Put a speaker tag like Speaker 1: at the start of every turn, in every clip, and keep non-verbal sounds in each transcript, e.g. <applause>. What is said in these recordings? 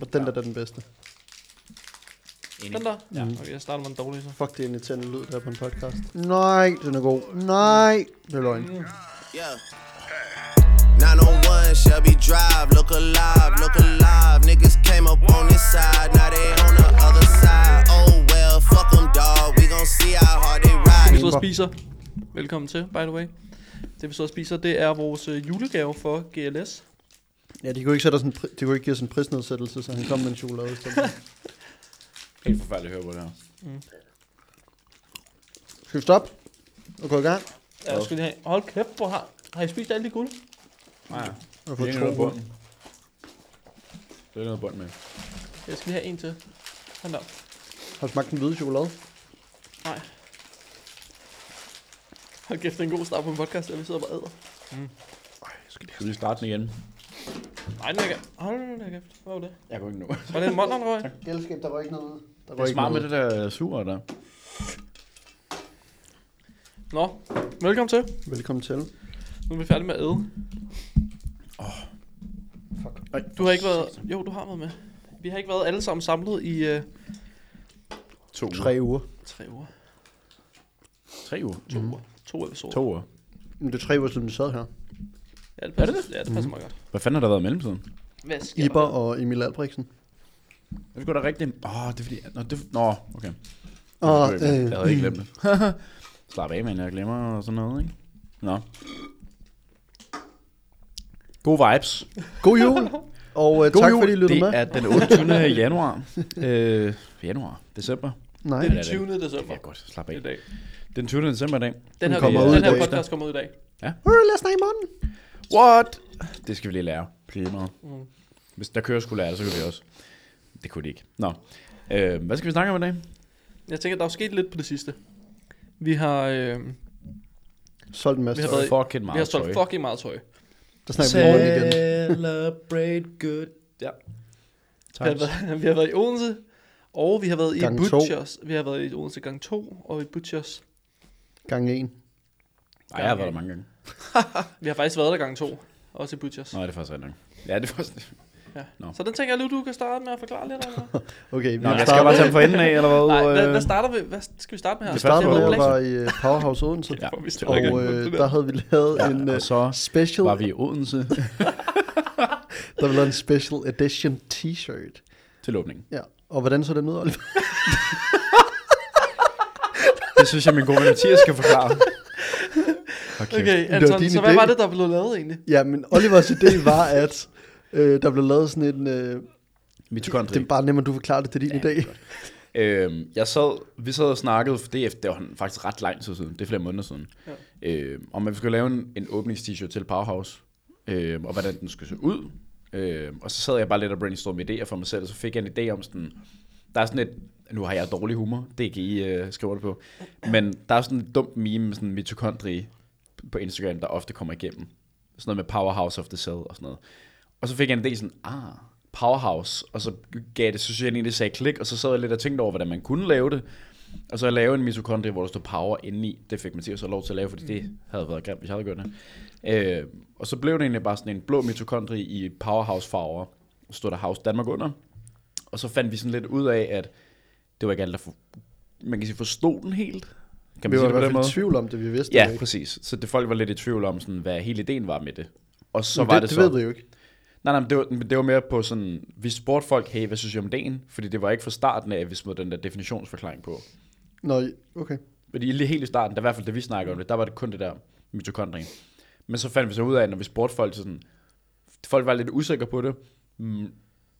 Speaker 1: Den ja. der, der er den bedste.
Speaker 2: Enig.
Speaker 3: Den der? Ja,
Speaker 1: Mm.
Speaker 3: okay, jeg starter med en dårlig så.
Speaker 1: Fuck, det er en irriterende lyd, der er på en podcast. Nej, den er god. Nej, det er løgn.
Speaker 4: Yeah. 901 Shelby Drive, look alive, look alive. Niggas came up on this side, now they on the other side. Oh well, fuck them, dawg. We gon' see how hard they
Speaker 3: Det, vi
Speaker 4: ride.
Speaker 3: sidder og spiser. Velkommen til, by the way. Det, vi sidder og spiser, det er vores øh, julegave for GLS.
Speaker 1: Ja, de kunne ikke, sætte os en, pri- de kunne ikke give os en prisnedsættelse, så han kom med en chokolade. i stedet.
Speaker 2: Helt forfærdeligt at høre på det her.
Speaker 1: Skal vi stoppe? Og gå i gang?
Speaker 3: Ja, Jeg skal lige have. Hold kæft, hvor har, har I spist alle de guld?
Speaker 2: Nej,
Speaker 1: Jeg
Speaker 2: det er noget bund. Det er noget bund med.
Speaker 3: Jeg skal lige have en til. Den der.
Speaker 1: Har du smagt den hvide chokolade?
Speaker 3: Nej. Hold kæft, det er en god start på en podcast, at vi sidder og bare æder.
Speaker 2: Skal vi lige starte den igen?
Speaker 3: Nej, den er ikke. Hold nu da kæft. Hvad var det?
Speaker 2: Jeg går ikke nu.
Speaker 3: Var det en mål, røg?
Speaker 1: Gældskab, der var ikke noget. Der
Speaker 2: Det er smart med det der sur der.
Speaker 3: Nå, velkommen til.
Speaker 1: Velkommen til.
Speaker 3: Nu er vi færdige med at æde.
Speaker 1: Fuck.
Speaker 3: Du har ikke været... Jo, du har været med. Vi har ikke været alle sammen samlet i øh,
Speaker 2: To uger.
Speaker 1: Tre uger.
Speaker 3: tre uger.
Speaker 2: Tre uger?
Speaker 3: To uger. To episoder.
Speaker 2: To uger.
Speaker 1: Men det er tre uger siden, vi sad her.
Speaker 3: Ja, det passer, er det det? Ja, det passer meget godt.
Speaker 2: Hvad fanden har der været i mellemtiden?
Speaker 3: Hvad sker
Speaker 1: Iber
Speaker 3: der?
Speaker 1: og Emil Albrechtsen.
Speaker 2: Det skulle da rigtig... Åh, oh, det er fordi... Nå, det... mm. Nå okay.
Speaker 1: Og,
Speaker 2: Jeg
Speaker 1: øh,
Speaker 2: havde ikke glemt det. <laughs> Slap af, men jeg glemmer og sådan noget, ikke? Nå. Gode vibes.
Speaker 1: god jul. Og øh,
Speaker 2: God
Speaker 1: tak
Speaker 2: jul.
Speaker 1: fordi I lyttede
Speaker 2: det
Speaker 1: med.
Speaker 2: er den 28. <laughs> januar. Øh, januar. December.
Speaker 1: Nej.
Speaker 3: Det er
Speaker 2: Ja,
Speaker 3: den
Speaker 2: det-
Speaker 3: 20.
Speaker 2: Det
Speaker 3: december
Speaker 2: kan jeg godt slappe af.
Speaker 3: i dag.
Speaker 2: Den 20. december i dag.
Speaker 3: Den her,
Speaker 1: kommer
Speaker 3: den,
Speaker 1: ud i
Speaker 3: den her
Speaker 1: dag.
Speaker 3: podcast kommer ud i dag.
Speaker 1: Hør, lad os snakke i morgen.
Speaker 2: What? Det skal vi lige lære. Lige meget.
Speaker 3: Mm.
Speaker 2: Hvis der kører skulle lære, så kan vi også. Det kunne de ikke. Nå. Øh, hvad skal vi snakke om i dag?
Speaker 3: Jeg tænker, der er jo sket lidt på det sidste. Vi har, øh,
Speaker 1: Solgt en masse.
Speaker 3: vi har,
Speaker 1: tøj.
Speaker 3: været,
Speaker 2: Fucking meget
Speaker 3: vi har solgt
Speaker 2: tøj.
Speaker 3: fucking meget tøj.
Speaker 1: Der snakker vi i morgen igen.
Speaker 2: Celebrate good. Ja.
Speaker 3: Vi har, været, vi har været i Odense, og vi har været i
Speaker 1: Gang
Speaker 3: gang
Speaker 1: to.
Speaker 3: Butchers. Vi har været i Odense gang 2 og i Butchers.
Speaker 1: Gang en.
Speaker 2: Ej, jeg har været der mange gange.
Speaker 3: Vi har faktisk været der gang 2, også i Butchers.
Speaker 2: Nå, det er faktisk ret nok. Ja, det er faktisk...
Speaker 3: Ja.
Speaker 2: Nå.
Speaker 3: Så den tænker jeg lige, du kan starte med at forklare lidt om. hvad-
Speaker 1: Okay, vi
Speaker 2: Nå, jeg skal
Speaker 1: starter
Speaker 2: bare tage dem for enden af, eller hvad?
Speaker 3: <laughs> Nej, hvad, hvad,
Speaker 2: Øh,
Speaker 3: starter vi? Hvad skal vi starte med her?
Speaker 1: Vi
Speaker 2: første
Speaker 1: startede med
Speaker 2: var
Speaker 1: at
Speaker 2: Odense.
Speaker 1: være i øh, Powerhouse Odense,
Speaker 2: Ja,
Speaker 3: Hvor vi
Speaker 2: det
Speaker 3: står
Speaker 2: var
Speaker 1: og
Speaker 3: ikke
Speaker 2: rigtigt.
Speaker 1: øh,
Speaker 3: Det
Speaker 1: der
Speaker 3: der.
Speaker 1: havde vi lavet en øh,
Speaker 2: Og så
Speaker 1: special,
Speaker 2: var vi i Odense <laughs>
Speaker 1: der var lavet en special edition t-shirt.
Speaker 2: til åbningen.
Speaker 1: Ja, og hvordan så den ud, Oliver?
Speaker 2: Det synes jeg, min gode ven Mathias skal
Speaker 3: <laughs>
Speaker 2: forklare. Okay. okay.
Speaker 3: Okay,
Speaker 1: var
Speaker 3: Anton,
Speaker 1: din
Speaker 3: så hvad
Speaker 1: idé.
Speaker 3: var det, der blev lavet egentlig?
Speaker 1: Ja, men Olivers idé var, at øh, der blev lavet sådan en... Øh,
Speaker 2: Mitokondri.
Speaker 1: det er bare nemmere, at du forklarer det til din idé.
Speaker 2: Øhm, jeg sad, vi sad og snakkede, for det, er- det var faktisk ret lang tid siden, det er flere måneder siden, ja. øhm, om man skulle lave en, en åbnings-t-shirt til Powerhouse, øhm, og hvordan den skulle se ud. Øhm, og så sad jeg bare lidt og brainstormede idéer for mig selv, og så fik jeg en idé om sådan, der er sådan et, nu har jeg dårlig humor, det kan I øh, skrive det på, men der er sådan et dumt meme med sådan mitokondri på Instagram, der ofte kommer igennem. Sådan noget med Powerhouse of the Cell og sådan noget. Og så fik jeg en idé sådan, ah, powerhouse. Og så gav det, så synes jeg egentlig, det sagde klik, og så sad jeg lidt og tænkte over, hvordan man kunne lave det. Og så lave en mitokondrie, hvor der stod power indeni. Det fik Mathias så lov til at lave, fordi
Speaker 1: Mm.
Speaker 2: det havde været grimt, hvis jeg havde gjort det. Øh, og så blev det egentlig bare sådan en blå mitokondrie i powerhouse farver. Så stod der House Danmark under. Og så fandt vi sådan lidt ud af, at det var ikke alt, der for, man kan sige, forstod den helt. Kan man
Speaker 1: Vi
Speaker 2: sige
Speaker 1: var i
Speaker 2: det på
Speaker 1: hvert
Speaker 2: den
Speaker 1: fald
Speaker 2: måde?
Speaker 1: i tvil om det, vi vidste
Speaker 2: Ja,
Speaker 1: det ikke.
Speaker 2: præcis. Så det, folk var lidt i tvivl om, sådan, hvad hele ideen var med det. Og så
Speaker 1: Men
Speaker 2: var det,
Speaker 1: det
Speaker 2: så...
Speaker 1: ved vi jo ikke.
Speaker 2: Nej, nej, men det var, men det var mere på sådan, vi spurgte folk, hey, hvad synes I om dagen? Fordi det var ikke fra starten af, at vi smed den der definitionsforklaring på.
Speaker 1: Nå, okay.
Speaker 2: Fordi lige helt i starten, der i hvert fald, da vi snakkede om det, der var det kun det der mitokondrien. Men så fandt vi så ud af, at når vi spurgte folk, så sådan, folk var lidt usikre på det. Mm, man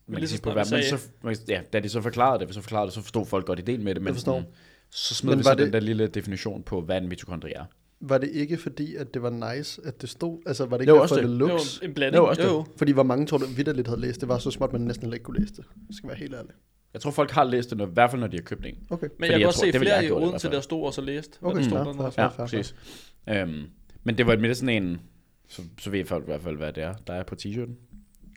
Speaker 3: lige
Speaker 2: kan
Speaker 3: så
Speaker 2: sige på
Speaker 3: snart
Speaker 2: hvad,
Speaker 3: vi
Speaker 2: men
Speaker 3: sagde-
Speaker 2: så, man, kan- ja, da de så forklarede det, så forklarede det, så forstod folk godt ideen med det. Men
Speaker 1: forstår.
Speaker 2: sådan, så smed
Speaker 1: Men
Speaker 2: vi
Speaker 1: var
Speaker 2: så
Speaker 1: det-
Speaker 2: den der lille definition på, hvad en mitokondrie er.
Speaker 1: Var det ikke fordi, at det var nice, at det stod? Altså, var det
Speaker 2: Det
Speaker 1: ikke det derfor,
Speaker 2: var også
Speaker 1: det, det
Speaker 2: det.
Speaker 3: Det var
Speaker 1: looks?
Speaker 3: en blanding.
Speaker 2: Det var også det.
Speaker 1: Fordi hvor mange tror du vidderligt havde læst det, var så småt, man næsten heller ikke kunne læse det. Jeg skal være helt ærlig.
Speaker 2: Jeg tror, folk har læst det, når, i hvert fald når de har købt en.
Speaker 1: Okay.
Speaker 3: Men
Speaker 2: Fordi
Speaker 3: jeg
Speaker 2: jeg
Speaker 3: kan også
Speaker 2: tror,
Speaker 3: se
Speaker 2: det ville jeg
Speaker 3: flere
Speaker 2: have
Speaker 3: i
Speaker 2: gjort i
Speaker 3: Odense,
Speaker 2: hvert fald.
Speaker 3: der stod og så læste. hvad
Speaker 1: Okay,
Speaker 3: der stod
Speaker 1: klar, klar,
Speaker 3: dernede.
Speaker 1: klar.
Speaker 2: Ja,
Speaker 1: fair,
Speaker 2: præcis. Øhm, men det var mere sådan en, så, så ved folk i hvert fald, hvad det er, der er på t-shirten,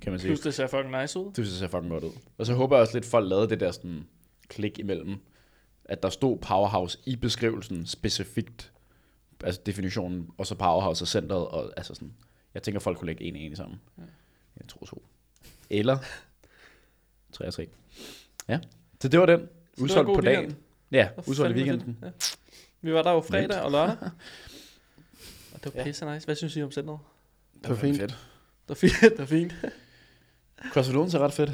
Speaker 2: kan man sige.
Speaker 3: Plus,
Speaker 2: Det
Speaker 3: det ser fucking nice ud.
Speaker 2: synes jeg ser fucking godt ud. Og så håber jeg også lidt, folk lavede det der sådan klik imellem, at der stod Powerhouse i beskrivelsen specifikt, altså definitionen, og så Powerhouse og centret, og altså sådan, jeg tænker, folk kunne lægge en og en sammen. Jeg tror to. Eller 3 og 3. Ja, så det var den.
Speaker 3: var
Speaker 2: Udsolgt
Speaker 3: en god
Speaker 2: på dagen.
Speaker 3: weekend.
Speaker 2: Ja,
Speaker 3: Hvor
Speaker 2: udsolgt i
Speaker 3: fanden var det?
Speaker 2: weekenden.
Speaker 3: Ja. Vi var der jo fredag
Speaker 2: Nemt.
Speaker 3: og
Speaker 2: <laughs>
Speaker 3: lørdag. Og det var
Speaker 2: Ja.
Speaker 3: pisse nice. Hvad synes I om centret?
Speaker 1: Det var fint.
Speaker 2: Fedt.
Speaker 3: Det var <laughs> fint. det var fint.
Speaker 2: CrossFit Odense er ret fedt.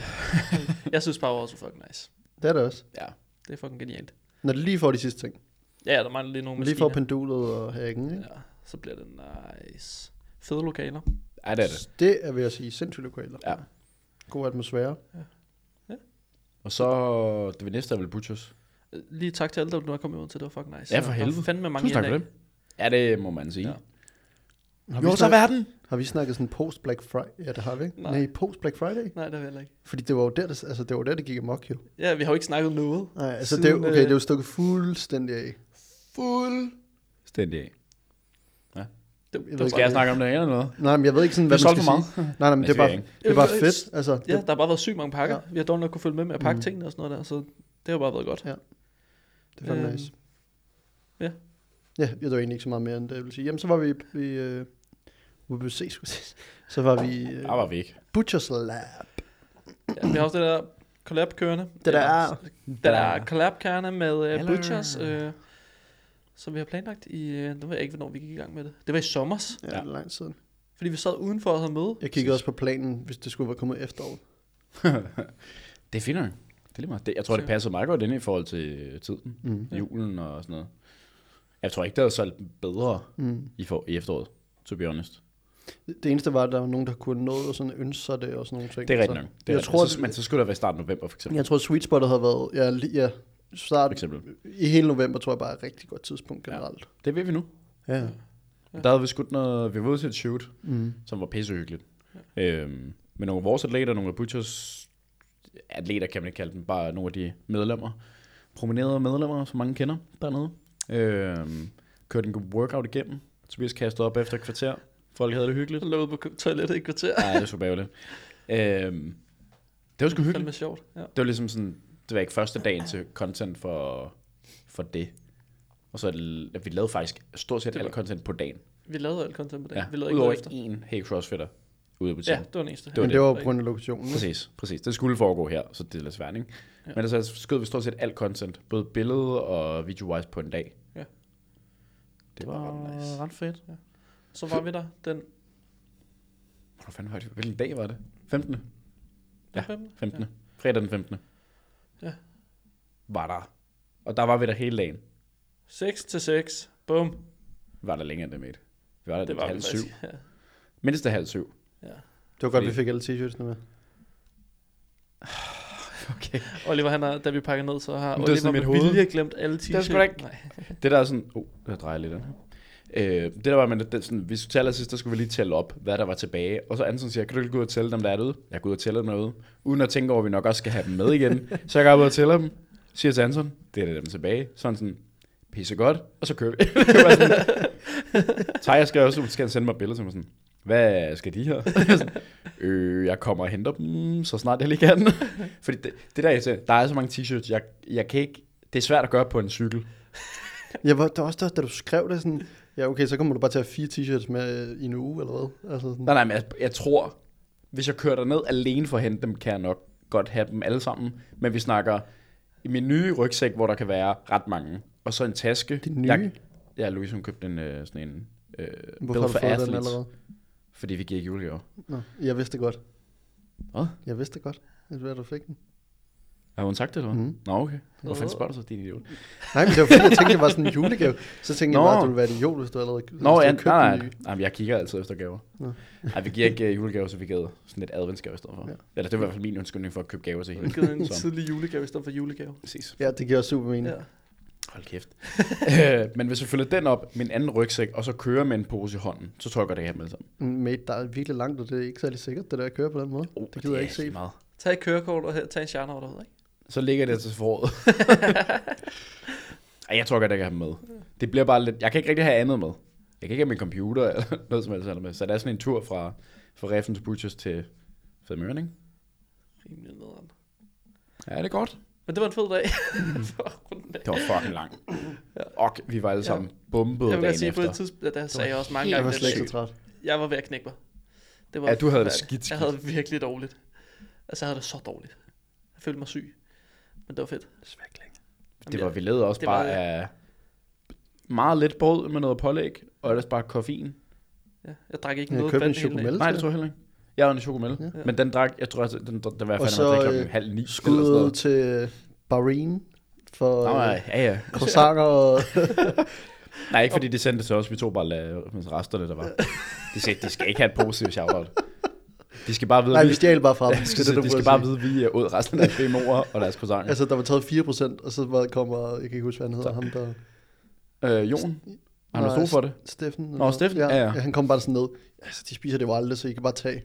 Speaker 3: Jeg synes bare også fucking nice.
Speaker 1: Det er det også.
Speaker 2: Ja.
Speaker 3: Det er fucking genialt.
Speaker 1: Når det lige får de sidste ting.
Speaker 3: Ja, der mangler lige nogle
Speaker 1: Lige får
Speaker 3: maskiner.
Speaker 1: pendulet og hækken, ikke?
Speaker 3: Ja, så bliver det nice. Fede lokaler.
Speaker 2: Ej, det er det.
Speaker 1: Det er, vil jeg sige, sindssygt lokaler.
Speaker 2: Ja.
Speaker 1: God atmosfære.
Speaker 2: Og så det næste er vel Butchers.
Speaker 3: Øh, Lige tak til alle, der nu er kommet ud til. Det var fucking nice.
Speaker 2: Ja, for
Speaker 3: Der
Speaker 2: helvede.
Speaker 3: var fandme mange
Speaker 2: Tusind tak for
Speaker 3: indlæg.
Speaker 2: det. Ja, det må man sige.
Speaker 3: Ja.
Speaker 2: Ja.
Speaker 1: Har
Speaker 2: Jo,
Speaker 1: vi,
Speaker 2: så
Speaker 1: snakket,
Speaker 2: verden.
Speaker 1: har vi snakket sådan post-Black Friday? Ja, det har vi ikke.
Speaker 3: Nej.
Speaker 1: Nej, Nej post-Black Friday.
Speaker 3: Nej, det er heller ikke.
Speaker 1: Fordi det var jo der, det, altså, det, var der, det gik amok jo.
Speaker 3: Ja, vi har jo ikke snakket noget.
Speaker 1: Nej, altså det, er
Speaker 3: Siden,
Speaker 1: jo- okay,
Speaker 3: øh,
Speaker 1: det er jo stukket fuldstændig af.
Speaker 2: Stændig af.
Speaker 3: Det,
Speaker 1: ved
Speaker 3: det var
Speaker 1: ikke,
Speaker 2: Skal jeg snakke om det eller noget?
Speaker 1: Nej, men jeg ved ikke sådan, hvad
Speaker 2: Det er
Speaker 1: man skal
Speaker 2: solgt for
Speaker 1: sige. Nej, nej, men
Speaker 2: Ja,
Speaker 1: det er
Speaker 2: det
Speaker 1: bare,
Speaker 2: ved jeg
Speaker 1: det er bare
Speaker 3: Øh,
Speaker 1: fedt. Altså,
Speaker 3: Ja,
Speaker 1: det,
Speaker 3: der har bare været sygt mange pakker. Ja. Vi har dog nok kunne følge med med at pakke
Speaker 1: Mm.
Speaker 3: tingene og sådan noget der, så det har bare været godt.
Speaker 1: Ja. det er fandme
Speaker 3: øhm,
Speaker 1: nice.
Speaker 3: ja.
Speaker 1: Ja, jeg var egentlig ikke så meget mere end det, jeg ville sige. Jamen, så var vi i øh, UBC, skulle jeg sige. Så var vi i øh,
Speaker 2: Der var vi ikke.
Speaker 1: Butchers Lab.
Speaker 3: ja. Vi har også det der collab kørende.
Speaker 1: Det der er...
Speaker 3: Det der collab kørende med uh,
Speaker 2: Eller-
Speaker 3: Butchers, øh, som vi har planlagt i, øh, nu ved jeg ikke, hvornår vi gik i gang med det. Det var i sommers,
Speaker 1: Ja,
Speaker 2: Ja.
Speaker 1: det er lang tid siden.
Speaker 3: fordi vi sad udenfor og havde møde.
Speaker 1: Jeg kiggede også på planen, hvis det skulle være kommet efterår.
Speaker 2: <laughs> det er fint nok. Det er lige meget. Det, jeg tror, det passede meget godt ind i forhold til øh, tiden.
Speaker 1: Mm.
Speaker 2: Julen og sådan noget. Jeg tror ikke, det havde solgt bedre
Speaker 1: Mm.
Speaker 2: i, for, i efteråret, to be honest.
Speaker 1: Det eneste var, at der var nogen, der kunne nå og sådan ønske sig det og sådan nogle ting.
Speaker 2: Det er rigtigt
Speaker 1: Så
Speaker 2: nok. Det er
Speaker 1: jeg,
Speaker 2: rigtigt.
Speaker 1: tror,
Speaker 2: så, men så skulle der være i starten af november, for eksempel.
Speaker 1: jeg tror, sweet spotet havde været... Ja, li- ja
Speaker 2: For
Speaker 1: start,
Speaker 2: eksempel.
Speaker 1: I hele november tror jeg bare er et rigtig godt tidspunkt generelt.
Speaker 2: Det ved vi nu.
Speaker 1: Ja. ja.
Speaker 3: Ja.
Speaker 2: Der havde vi skudt noget, vi var ude til et shoot,
Speaker 1: Mm.
Speaker 2: som var pissehyggeligt. Øhm, men nogle af vores atleter, nogle af Butchers atleter, kan man ikke kalde dem, bare nogle af de medlemmer, promenerede medlemmer, som mange kender dernede, øhm, kørte en god workout igennem. Tobias kastede op efter et kvarter. Folk havde det hyggeligt.
Speaker 3: Jeg lå ude på kø- toilettet i et kvarter.
Speaker 2: Nej, det var bævligt. øhm, det var sgu
Speaker 3: Det
Speaker 2: hyggeligt.
Speaker 3: var sjovt. Ja.
Speaker 2: Det var ligesom sådan, det var ikke første dagen til content for, for det. Og så l- vi lavede faktisk stort set
Speaker 3: Det var-
Speaker 2: alt content på dagen.
Speaker 3: Vi lavede alt content på det.
Speaker 2: Ja,
Speaker 3: Vi lavede ikke
Speaker 2: udover
Speaker 3: noget efter.
Speaker 2: ikke en hey crossfitter ude på
Speaker 3: Ja,
Speaker 2: tiden.
Speaker 3: det var den eneste.
Speaker 2: Det var
Speaker 1: Men det var jo på grund af lokationen. ikke?
Speaker 2: Præcis, præcis. Det skulle foregå her, så det er lidt svært, ikke?
Speaker 3: Ja.
Speaker 2: Ja. Men altså skød vi stort set alt content, både billede og video-wise på en dag.
Speaker 3: Ja.
Speaker 2: Det, var, ret nice.
Speaker 3: ret fedt. Ja. Så var vi der den
Speaker 2: Hvor fanden var det? Hvilken dag var det? 15.
Speaker 3: Ja,
Speaker 2: Ja,
Speaker 3: 15.
Speaker 2: 15. Ja. Fredag den 15.
Speaker 3: Ja.
Speaker 2: Var der. Og der var vi der hele dagen.
Speaker 3: 6 til 6. Bum.
Speaker 2: Vi var der længere end det, mate. Vi var der
Speaker 3: Det
Speaker 2: det
Speaker 3: var
Speaker 2: halv
Speaker 3: vi
Speaker 2: syv.
Speaker 3: faktisk. Ja.
Speaker 2: Mindst det halv syv.
Speaker 3: ja.
Speaker 1: Det var godt,
Speaker 2: Fordi-
Speaker 1: vi fik alle t-shirtsene med.
Speaker 2: Okay.
Speaker 3: Oliver, han har, da vi pakker ned, så har
Speaker 2: Men det er
Speaker 3: Oliver
Speaker 2: sådan
Speaker 3: med
Speaker 2: mit hoved.
Speaker 3: vilje glemt alle t-shirts.
Speaker 2: Det er sgu da ikke-
Speaker 3: Nej.
Speaker 2: Det der er sådan... Oh, jeg drejer lidt den her. Øh, det der var, men det, det, sådan, vi skulle til allersidst, der skulle vi lige tælle op, hvad der var tilbage. Og så Anton siger, kan du ikke gå ud og tælle dem, der er derude? Jeg går ud og tæller dem derude, uden at tænke over, at vi nok også skal have dem med igen. så jeg går ud og tæller dem, siger til Anton, det er dem tilbage. Sådan sådan, pisse godt, og så kører vi. <laughs> Det var sådan, Thaj, jeg skal også, skal han sende mig billeder, som sådan, hvad skal de her? <laughs> Sådan, øh, jeg kommer og henter dem, så snart jeg lige kan. <laughs> Fordi det, det der, jeg siger, der er så mange t-shirts, jeg, jeg kan ikke, det er svært at gøre på en cykel.
Speaker 1: Jeg var, der var også der, da du skrev det sådan, ja okay, så kommer du bare til at have fire t-shirts med øh, i en uge, eller hvad? Altså sådan,
Speaker 2: Nej, nej, men jeg, jeg tror, hvis jeg kører derned alene for at hente dem, kan jeg nok godt have dem alle sammen. Men vi snakker i min nye rygsæk, hvor der kan være ret mange. Og så en taske.
Speaker 1: Din nye?
Speaker 2: Jeg, ja, Louise, hun købte en øh, sådan en... Øh,
Speaker 1: hvorfor har du fået den allerede?
Speaker 2: Fordi vi gik i julegaver.
Speaker 1: Nå, jeg vidste det godt.
Speaker 2: Hvad?
Speaker 1: Jeg vidste det godt. Jeg ved, at du fik den.
Speaker 2: Har hun sagt det, eller hvad?
Speaker 1: Mhm.
Speaker 2: Nå, okay. Hvor fanden spørger du så, din idiot?
Speaker 1: Nej, men det var fordi, jeg tænkte, det var sådan en julegave. Så tænkte jeg
Speaker 2: Nå.
Speaker 1: bare, at du ville være idiot, hvis du allerede hvis du
Speaker 2: Nå,
Speaker 1: havde
Speaker 2: ja,
Speaker 1: købt
Speaker 2: nej,
Speaker 1: den
Speaker 2: nej.
Speaker 1: nye.
Speaker 2: Jamen, jeg kigger altid efter gaver.
Speaker 1: Nå.
Speaker 2: Nej, vi giver ikke øh, julegaver, så vi giver sådan lidt adventsgave i stedet for.
Speaker 1: Ja.
Speaker 2: Ja. Eller det var i hvert fald min undskyldning for at købe gaver til
Speaker 3: Jeg har
Speaker 2: hende.
Speaker 3: givet
Speaker 2: <laughs>
Speaker 3: en
Speaker 2: Så-
Speaker 3: tidlig julegave i stedet for julegave.
Speaker 2: Præcis.
Speaker 1: Ja, det giver også super mening.
Speaker 3: Ja.
Speaker 2: Hold kæft. <laughs> øh, men hvis jeg fylder den op, min anden rygsæk, og så kører med en pose i hånden, så tror jeg godt, jeg kan have dem alle sammen.
Speaker 1: Mm, Mate, der er virkelig langt, og det er ikke særlig sikkert, det der at køre på den måde.
Speaker 3: Uh,
Speaker 2: Oh,
Speaker 1: det gider jeg ikke se.
Speaker 2: Meget.
Speaker 3: Tag et kørekort og her- tag en genre derude, ikke?
Speaker 2: Så ligger det til
Speaker 3: <laughs>
Speaker 2: foråret. Ej, jeg tror godt, jeg kan have dem med. Det bliver bare lidt... Jeg kan ikke rigtig have andet med. Jeg kan ikke have min computer eller <laughs> noget som helst andet med. Så det er sådan en tur fra, fra Reffens Butchers til Fedmøren, ikke?
Speaker 3: Rimelig nederen.
Speaker 2: Ja, det er godt.
Speaker 3: Men det var en fed <laughs> dag. For rundt dag.
Speaker 2: Mm. Det var fucking langt. Og vi var alle sammen bombet
Speaker 3: Jeg vil
Speaker 2: dagen
Speaker 3: godt sige, på
Speaker 2: efter.
Speaker 3: et tidspunkt, ja, der sagde jeg også mange
Speaker 1: Jeg
Speaker 3: gange,
Speaker 1: var
Speaker 3: den
Speaker 1: slet ikke så
Speaker 3: dag.
Speaker 1: træt.
Speaker 3: jeg var ved at knække mig. Det var
Speaker 2: Ja, du havde det
Speaker 3: forfærdeligt.
Speaker 2: skidt,
Speaker 3: Jeg havde det virkelig dårligt. Altså, jeg havde det så dårligt. følte mig syg. Men det var fedt.
Speaker 1: Svækling.
Speaker 2: Det var, vi lavede også
Speaker 3: det
Speaker 2: bare
Speaker 3: var-
Speaker 2: af meget lidt brød med noget pålæg, og ellers bare koffein.
Speaker 3: Ja, jeg drak ikke
Speaker 1: Jeg
Speaker 3: noget
Speaker 1: købte en
Speaker 3: vand hele dagen.
Speaker 1: chokomel.
Speaker 2: Nej, det tror jeg heller ikke. Jeg var en chokolademelk,
Speaker 1: Ja.
Speaker 2: ja. men den drak, jeg tror, at den, den, den var
Speaker 1: Og
Speaker 2: fandme
Speaker 1: så,
Speaker 2: så, klokken
Speaker 1: øh,
Speaker 2: halv ni. eller sådan
Speaker 1: Skud
Speaker 2: noget.
Speaker 1: til øh, Bahrain for
Speaker 2: Nå,
Speaker 1: øh,
Speaker 2: nej, ja, ja.
Speaker 1: croissanter
Speaker 2: <laughs>
Speaker 1: og...
Speaker 2: Nej, ikke fordi de sendte det til os. Vi tog bare la-
Speaker 1: <laughs>
Speaker 2: resterne, der var. De sagde, de skal ikke have et positivt shoutout. De skal bare vide,
Speaker 1: Nej,
Speaker 2: at
Speaker 1: vi
Speaker 2: vi, <laughs>
Speaker 1: stjal bare fra dem.
Speaker 2: de
Speaker 1: Det
Speaker 2: skal,
Speaker 1: er det, du
Speaker 2: de
Speaker 1: prøver
Speaker 2: skal
Speaker 1: at
Speaker 2: bare
Speaker 1: sige.
Speaker 2: vide, at vi er ud resten af BMO'er og deres croissanter. Altså,
Speaker 1: Altså, der var taget 4%, og så var- kommer, jeg kan ikke huske, hvad han hedder, ham der...
Speaker 2: øh, Jon, han har
Speaker 1: Nej,
Speaker 2: stået for det.
Speaker 1: Steffen.
Speaker 2: Nå, Steffen,
Speaker 1: ja,
Speaker 2: ja, ja.
Speaker 1: Han kom bare sådan ned. Altså, de spiser det jo aldrig, så I kan bare tage.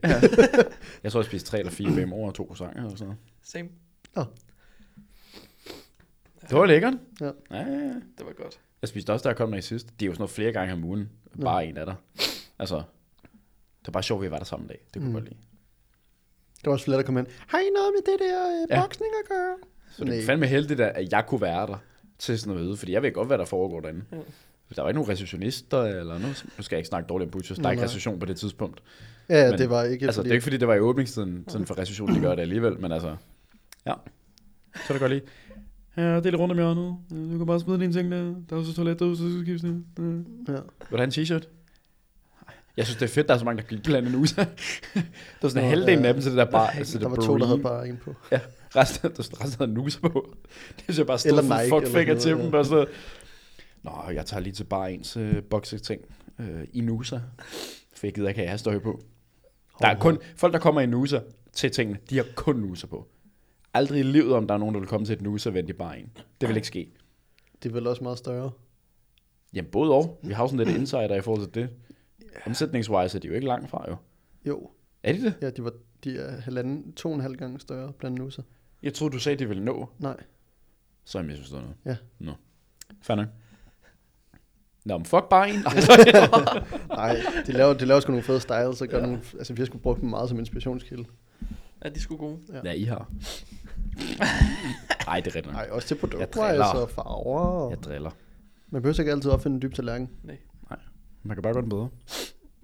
Speaker 2: Jeg tror, jeg spiste tre eller
Speaker 1: <clears throat>
Speaker 2: fire BMO'er og to croissanter eller sådan noget.
Speaker 3: Same.
Speaker 2: Det var lækkert.
Speaker 1: Ja.
Speaker 2: ja, ja, ja.
Speaker 3: Det var godt.
Speaker 2: Jeg spiste også, der jeg kom med i sidst. Det er jo sådan noget flere gange om ugen. Bare en af der. Altså, det var bare sjovt, at vi var der samme dag. Det kunne mm.
Speaker 1: Mm.
Speaker 2: jeg godt lide.
Speaker 1: Det var også flere, der kom ind. Har I noget med det der øh,
Speaker 2: Ja.
Speaker 1: boksning at gøre?
Speaker 2: Så det
Speaker 1: Nej.
Speaker 2: er fandme heldigt, at jeg kunne være der til sådan noget, fordi jeg ved godt, hvad der foregår derinde. Ja. Der var ikke nogen receptionister eller noget. Nu skal jeg ikke snakke dårligt om butchers. Der er
Speaker 1: Nej,
Speaker 2: ikke
Speaker 1: nej.
Speaker 2: reception på det tidspunkt.
Speaker 1: Ja, ja,
Speaker 2: Men,
Speaker 1: det var ikke,
Speaker 2: altså, det er ikke, fordi det var i åbningstiden, sådan for receptionen, de gør det alligevel, men altså, ja. Så er det godt lige. Ja, det er lidt rundt om hjørnet. Øh, Du kan bare smide dine ting der. Der er også et toilet derude, så du skal skifte. Øh.
Speaker 1: Ja.
Speaker 2: Vil du have en t-shirt? Jeg synes, det er fedt, der er så mange, der gik blandt <laughs> andet USA. der var sådan
Speaker 1: Nå,
Speaker 2: en halvdelen
Speaker 1: ja.
Speaker 2: af dem til det der bare. Altså,
Speaker 1: der var to, der havde bare en på.
Speaker 2: Ja, resten, der stod- resten havde nuser på. <laughs> Det synes jeg bare stod
Speaker 1: Eller
Speaker 2: eller sådan
Speaker 1: Nike
Speaker 2: fuck finger
Speaker 1: eller
Speaker 2: til
Speaker 1: sådan noget,
Speaker 2: dem.
Speaker 1: ja.
Speaker 2: Og så, Nå, jeg tager lige til bare ens øh, bokseting øh, i nuser. For jeg gider ikke have jeg støj på. Der er kun, folk, der kommer i nuser til tingene, de har kun nuser på. Aldrig i livet, om der er nogen, der vil komme til et nuser, vente i bare en. Det vil ikke ske.
Speaker 1: Det er vel også meget større.
Speaker 2: Jamen, både og. Vi har jo sådan lidt insider i forhold til det. Omsætningswise er de jo ikke langt fra, jo.
Speaker 1: Jo,
Speaker 2: Er de det?
Speaker 1: ja, de, var, de er halvanden, to og en halv gange større blandt nusser.
Speaker 2: Jeg troede, du sagde, de ville nå.
Speaker 1: Nej,
Speaker 2: Så har jeg misforstået noget.
Speaker 1: ja.
Speaker 2: Nå. Fair nok. Nå, men fuck bare <laughs> en. Nej,
Speaker 1: Nej, de laver, de laver sgu nogle fede styles, og gør ja. nogle, altså, vi har sgu brugt dem meget som inspirationskilde.
Speaker 3: Ja, de skulle gode.
Speaker 2: Ja, I <laughs> har. Nej, det er rigtigt nok.
Speaker 1: Nej, også til produkter,
Speaker 2: driller.
Speaker 1: altså farver. Og...
Speaker 2: Jeg driller.
Speaker 1: Man behøver så ikke altid opfinde en dyb tallerken.
Speaker 3: Nej.
Speaker 2: Man kan bare gøre den bedre.